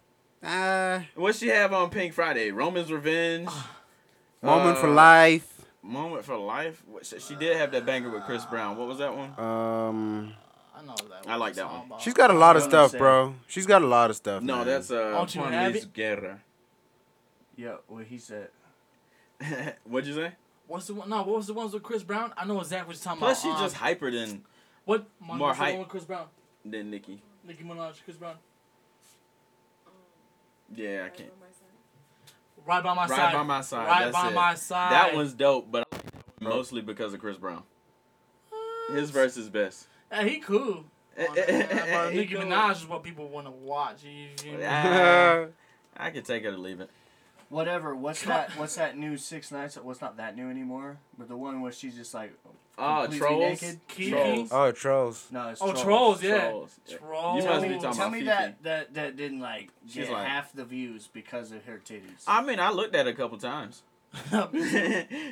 D: there.
B: Uh, uh,
D: What she have on Pink Friday? Roman's Revenge.
B: moment for
D: Uh,
B: life.
D: Moment for Life. What- she- She did have that banger with Chris Brown. What was that one?
B: Um,
C: I know that.
D: I
C: one.
D: like that one.
C: About.
B: Oh, she's got a lot of
A: don't
B: stuff,
A: understand.
B: bro. She's got a lot of stuff.
D: No,
B: man.
D: that's uh,
C: Don't you have
D: Juan
C: it?
D: Guerra.
A: Yeah, what he said.
D: What'd you say?
C: What's the one? No, what was the ones with Chris Brown? I know exactly what you're talking
D: Plus, she
C: about.
D: just
C: Um,
D: hyper than
C: what? Mon-
D: more
C: what's the
D: hype.
C: one with Chris Brown.
D: than Nicki.
C: Nicki Minaj, Chris Brown.
D: Yeah, I can't.
C: Right by my
D: Right
C: side.
D: by my side.
C: Right
D: that's
C: by
D: it.
C: my side.
D: That one's dope, but I like that one mostly because of Chris Brown. His verse is best.
C: Hey, he cool.
D: Eh,
C: But
D: eh, eh, eh, eh, he
C: Nicki
D: cool.
C: Minaj is what people want to watch. You, you,
D: Yeah.
B: Uh,
D: I can take it or leave it.
A: Whatever. What's that? What's that new Six Nights? What's not that new anymore? But the one where she's just like.
D: Oh,
A: completely
D: trolls.
A: naked?
C: Kiki?
D: Trolls.
B: oh, trolls.
A: No, it's
C: Oh,
A: trolls.
C: Trolls, yeah.
D: Trolls. Yeah.
C: Trolls.
D: You must be
A: Tell me,
D: talking
A: tell
D: about
A: me
D: Fifi.
A: that, that that didn't like
D: She's
A: get
D: like- Ah,
A: half the views because of her titties.
D: I mean, I looked at it a couple times.
B: I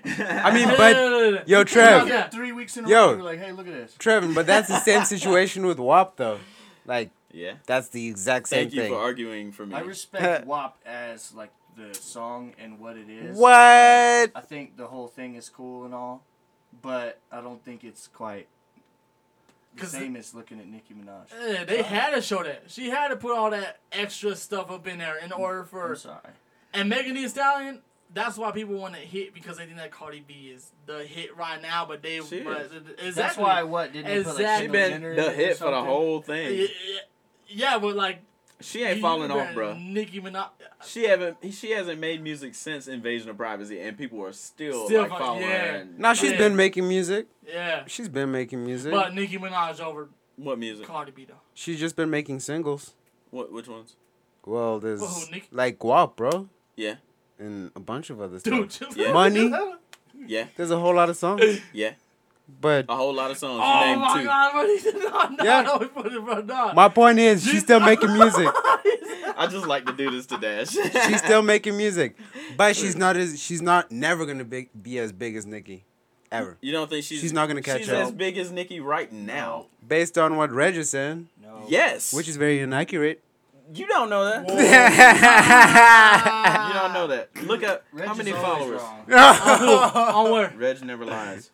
D: I
B: mean, but yo,
A: Out
B: Trev,
A: there Three weeks in a
B: Yo.
A: row, you're like, hey, look at this.
B: Trevin, but that's the same situation with WAP though. Like
D: yeah.
B: that's the exact same
D: Thank you
B: thing.
D: for arguing for me.
A: I respect WAP as like the song and what it is.
B: What?
A: Like, I think the whole thing is cool and all, but I don't think it's quite the
C: 'Cause
A: same as looking at Nicki Minaj.
C: Yeah, they had to show that. She had to put all that extra stuff up in there in order
A: I'm
C: for.
A: sorry.
C: And Megan Thee Stallion, that's why people want to hit because they think that Cardi B is the hit right now. But they,
D: She
C: but
D: is.
C: exactly.
A: That's why what didn't they put like
C: Exactly.
D: she
A: Kendall Jenner
D: been
A: in
D: the
A: it or
D: hit for the
A: something?
D: whole
C: Yeah,
D: thing.
C: yeah, but like
D: She ain't
C: you-
D: falling off,
C: you-
D: bro.
C: Nicki Minaj,
D: She haven't. She hasn't made music since Invasion of Privacy, and people are still,
C: Still
D: like
C: fuck-
D: following
C: yeah.
D: her. And,
B: Now she's
C: Yeah.
B: been making music.
C: yeah.
B: She's been making music.
C: But Nicki Minaj over
D: what music?
C: Cardi B though.
B: She's just been making singles.
D: What? Which ones?
B: Well, there's
C: Whoa, Nicki-
B: like WAP, bro,
D: Yeah,
B: and a bunch of other stuff.
C: Dude, just
D: Yeah.
B: Money.
C: Hmm.
D: yeah,
B: There's a whole lot of songs,
D: yeah.
B: but
D: A whole lot of songs. She
C: Oh
D: named
C: my
D: two.
C: God! What he did not know.
B: Yeah.
C: Yeah. No, put it right now.
B: my point is she's still making music.
D: I just like to do this to Dash.
B: She's still making music, but she's not as she's not never gonna be, be as big as Nicki, ever.
D: You don't think she's?
B: She's not gonna catch
D: She's
B: up.
D: as big as Nicki right now.
B: Based on what Reg is saying,
C: Oh,
A: No.
D: Yes.
B: which is very inaccurate.
D: you don't know that.
C: Whoa.
D: You don't know that. Look at
A: Reg
D: how
A: is
D: many
A: always
D: followers.
A: wrong.
C: on where?
D: Reg never lies.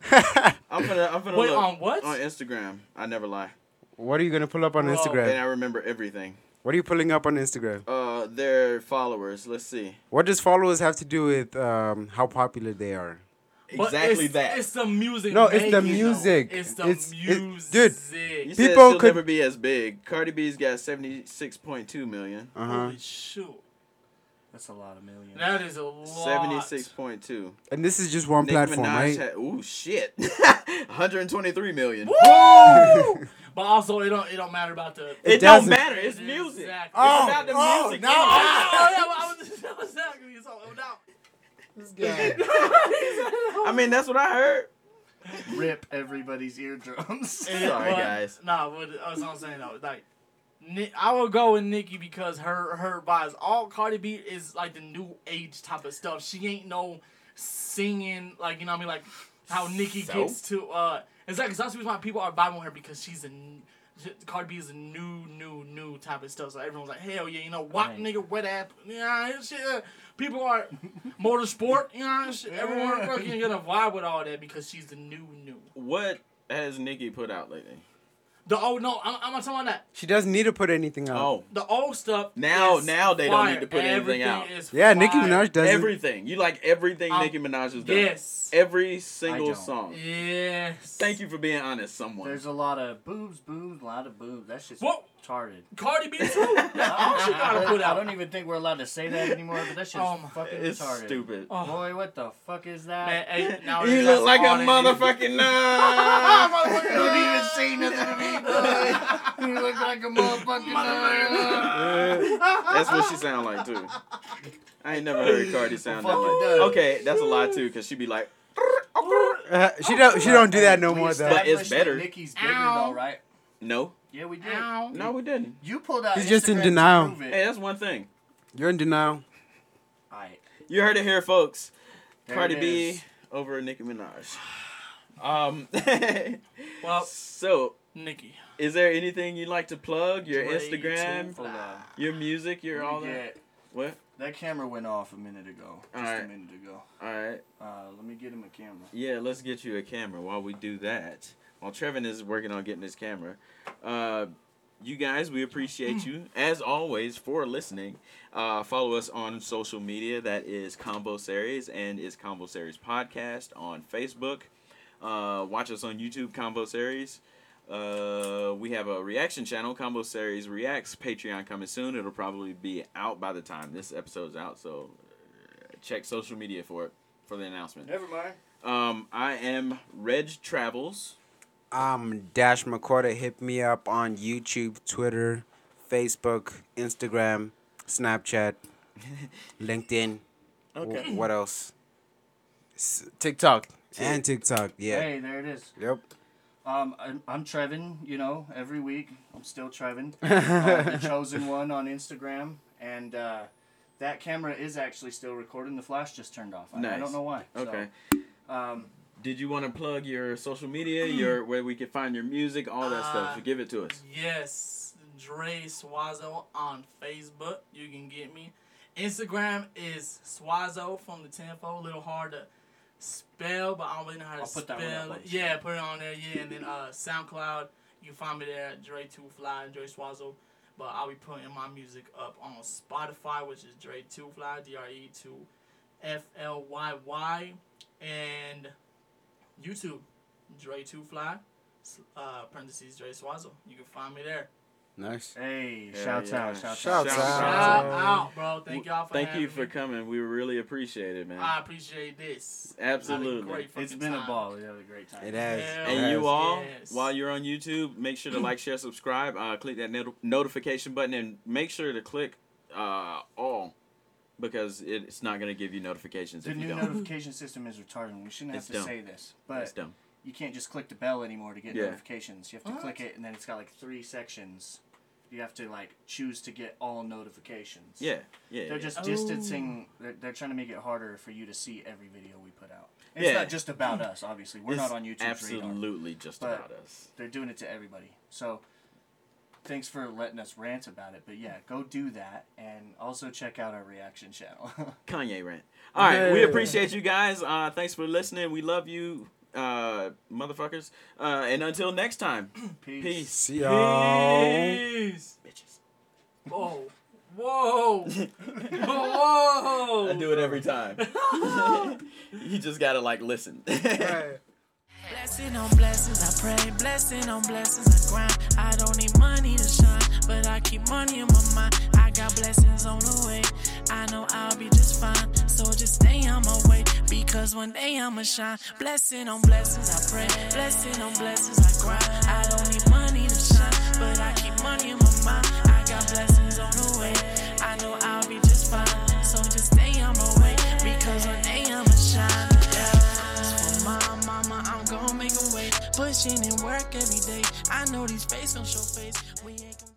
D: I'm gonna. I'm gonna
C: Wait,
D: look
C: on what?
D: on Instagram. I never lie,
B: what are you gonna pull up on
C: Bro.
D: and I
B: Instagram?
D: remember everything.
B: What are you pulling up on Instagram?
D: Uh, their followers. Let's see.
B: What does followers have to do with um, how popular they are?
C: But
D: Exactly
C: it's,
D: that.
C: It's the music.
B: No, it's the
C: making, though.
B: music.
C: It's the
B: It's- it-
C: music.
B: dude,
D: You said
B: People
D: she'll
B: could-
D: never be as big. Cardi B's got seventy six point two million.
B: Uh huh.
C: Holy shoot.
A: That's a lot of millions.
C: That is a lot.
D: Seventy six point two.
B: And this is just one platform, right?
D: had ooh shit. One hundred twenty three million.
C: Woo! but also, it don't it don't matter about the.
D: It, don't
B: doesn't-
D: matter. It's music.
C: Exactly.
B: Oh,
D: it's about the
B: oh,
D: music.
B: now
C: Oh, yeah, well, I was exactly. So now,
D: I mean, that's what I heard.
A: Rip everybody's eardrums.
D: Sorry, guys.
C: Nah, but that's what I'm saying though. Like, Ni- I will go with Nicki because her her vibes. All Cardi B is like the new age type of stuff. She ain't no singing like you know what I mean like how Nicki
D: So?
C: gets to. uh Exactly. 'cause That's the reason why people are vibing with her because she's a. n- Cardi B is a new, new, new type of stuff. So everyone's like, hell yeah, you know, what
A: Right.
C: nigga, wet ass, yeah, and shit. uh, People are motorsport, you know, and shit. Everyone fucking gonna vibe with all that because she's the new, new.
D: What has Nicki put out lately?
C: The old no, I'm, I'm not talking about that.
B: She doesn't need to put anything out.
D: Oh,
C: The old stuff.
D: Now-
C: is
D: now they don't need
C: fire.
D: to put anything
C: Everything
D: out.
C: is
B: yeah, Nicki
C: fire.
B: Minaj doesn't.
D: everything. You like everything
C: Um,
D: Nicki Minaj has done.
C: Yes.
D: Every single
A: don't.
D: song.
C: Yes.
D: Thank you for being honest, someone.
A: There's a lot of boobs, boobs, a lot of boobs. That shit's
C: What?
A: retarded.
C: Cardi B too. That's all she gotta put
A: I
C: out.
A: don't even think we're allowed to say that anymore, but that shit's
C: Oh my-
A: fucking
D: It's
A: retarded.
D: stupid.
C: Oh.
A: Boy, what the fuck is that?
C: Man, hey, now
D: You
C: that's
D: look like
C: all
D: a
C: they do.
D: motherfucking nut.
A: motherfucker don't even say nothing to me, boy. You look like a motherfucking nerd.
D: That's what she sound like too. I ain't never heard Cardi sound that
A: Fuck
D: way.
A: it, dude.
D: Okay, that's a lie too, because she be like,
B: Uh, she don't. She don't do that no
A: We
B: more though.
D: But it's
A: established that
D: better.
A: Nicki's bigger
C: Ow.
A: though, right?
D: no,
A: Yeah, we did.
C: Ow.
D: no, we didn't.
A: You pulled out.
B: He's just in
A: Instagram to
B: denial.
A: prove it.
D: Hey, that's one thing.
B: You're in denial.
A: Alright,
D: You heard it here, folks.
A: there
D: Cardi
A: it
D: B
A: is.
D: over Nicki Minaj. Um,
C: Well,
D: so
C: Nicki.
D: is there anything you'd like to plug? Your
C: Way
D: Instagram,
C: too fly.
D: your music, your all
A: Let me
D: that.
A: get-
D: What?
A: That camera went off a minute ago. Just a
D: Alright.
A: minute ago.
D: All right.
A: Uh, let me get him a camera.
D: Yeah, let's get you a camera while we do that. While Trevin is working on getting his camera. Uh, you guys, we appreciate you, as always, for listening. Uh, follow us on social media. That is Combo Series and is Combo Series Podcast on Facebook. Uh, watch us on YouTube, Combo Series. Uh, we have a reaction channel, Combo Series Reacts. Patreon coming soon. It'll probably be out by the time this episode's out, so uh, check social media for it for the announcement.
A: Never mind.
D: Um, I am Reg Travels.
B: Um, Dash McCorda hit me up on YouTube, Twitter, Facebook, Instagram, Snapchat, LinkedIn.
A: Okay.
B: Wh- What else? S- TikTok and TikTok. Yeah.
A: Hey, there it is.
B: Yep.
A: Um, I'm, I'm Trevin, you know, every week. I'm still Trevin. uh, the chosen one on Instagram. And uh, that camera is actually still recording. The flash just turned off. I, I
D: Nice.
A: don't know why. so,
D: Okay.
A: um,
D: Did you want to plug your social media,
A: Hmm.
D: your where we can find your music, all that
C: Uh,
D: stuff? Give it to us.
C: Yes, Dre Swazo on Facebook. You can get me. Instagram is Swazo from the Tenfo. A little hard to spell, but I don't really know how to
A: I'll put
C: spell
A: that one up
C: it.
A: on the
C: Yeah, put it on there. Yeah, and then uh, SoundCloud. You can find me there, Dre Two Fly and Dre Swazo. But I'll be putting my music up on Spotify, which is Dre Two Fly, D R E Two F L Y Y, and YouTube, Dre Two Fly uh, parentheses Dre Swazzle. You can find me there.
B: Nice.
A: hey,
D: Yeah,
A: shouts
D: yeah.
A: out. Shouts
B: Shouts
A: out.
D: Shout
B: out.
C: Shout
D: out.
C: out, bro. Thank y'all for
D: Thank
C: having
D: you for
C: me.
D: coming. We really appreciate it, man.
C: I appreciate this. Had a
D: Absolutely.
C: great
A: It's
C: fucking
A: been a
C: time.
A: ball. We had a great time.
B: It has.
C: Yeah.
B: It
D: And
B: has.
D: you all,
C: Yes.
D: while you're on YouTube, make sure to like, share, subscribe. Uh, click that not- notification button and make sure to click uh, all because it, it's not going to give you notifications
A: The
D: if you
A: new
D: don't.
A: notification system is retarded. We shouldn't have
D: It's
A: to
D: dumb.
A: say this,
D: it's
A: but
D: dumb.
A: you can't just click the bell anymore to get
D: Yeah.
A: notifications. You have to
C: What?
A: click it, and then it's got like three sections. You have to like choose to get all notifications.
D: Yeah, yeah.
A: They're
D: yeah.
A: just
C: Oh.
A: distancing. They're, they're trying to make it harder for you to see every video we put out. And It's
D: Yeah.
A: not just about us, obviously. We're
D: It's
A: not on YouTube's radar.
D: Absolutely, just
A: but-
D: about us.
A: They're doing it to everybody. So, thanks for letting us rant about it. But yeah, go do that, and also check out our reaction channel.
D: Kanye rant. All right, we
B: Yeah.
D: appreciate you guys. Uh, thanks for listening. We love you, uh, motherfuckers. Uh, and until next time, peace.
B: See y'all.
C: Peace.
D: Bitches.
C: Whoa. Whoa. Whoa.
D: I do it every time. you just gotta like listen.
G: Blessing on blessings, I pray. Blessing on blessings, I grind. I don't need money to shine, but I keep money in my mind. I got blessings on the way. I know I'll be just fine. So just stay on my way, because one day I'ma shine. Blessing on blessings, I pray. Blessing on blessings, I grind. I don't need money to shine, but I keep money in my mind. I got blessings on the way. I know I'll be just fine. So just stay on my way, because one day I'ma shine. Yeah. For my mama, I'm gonna make a way. Pushing and work every day. I know these faces don't show face. We ain't gonna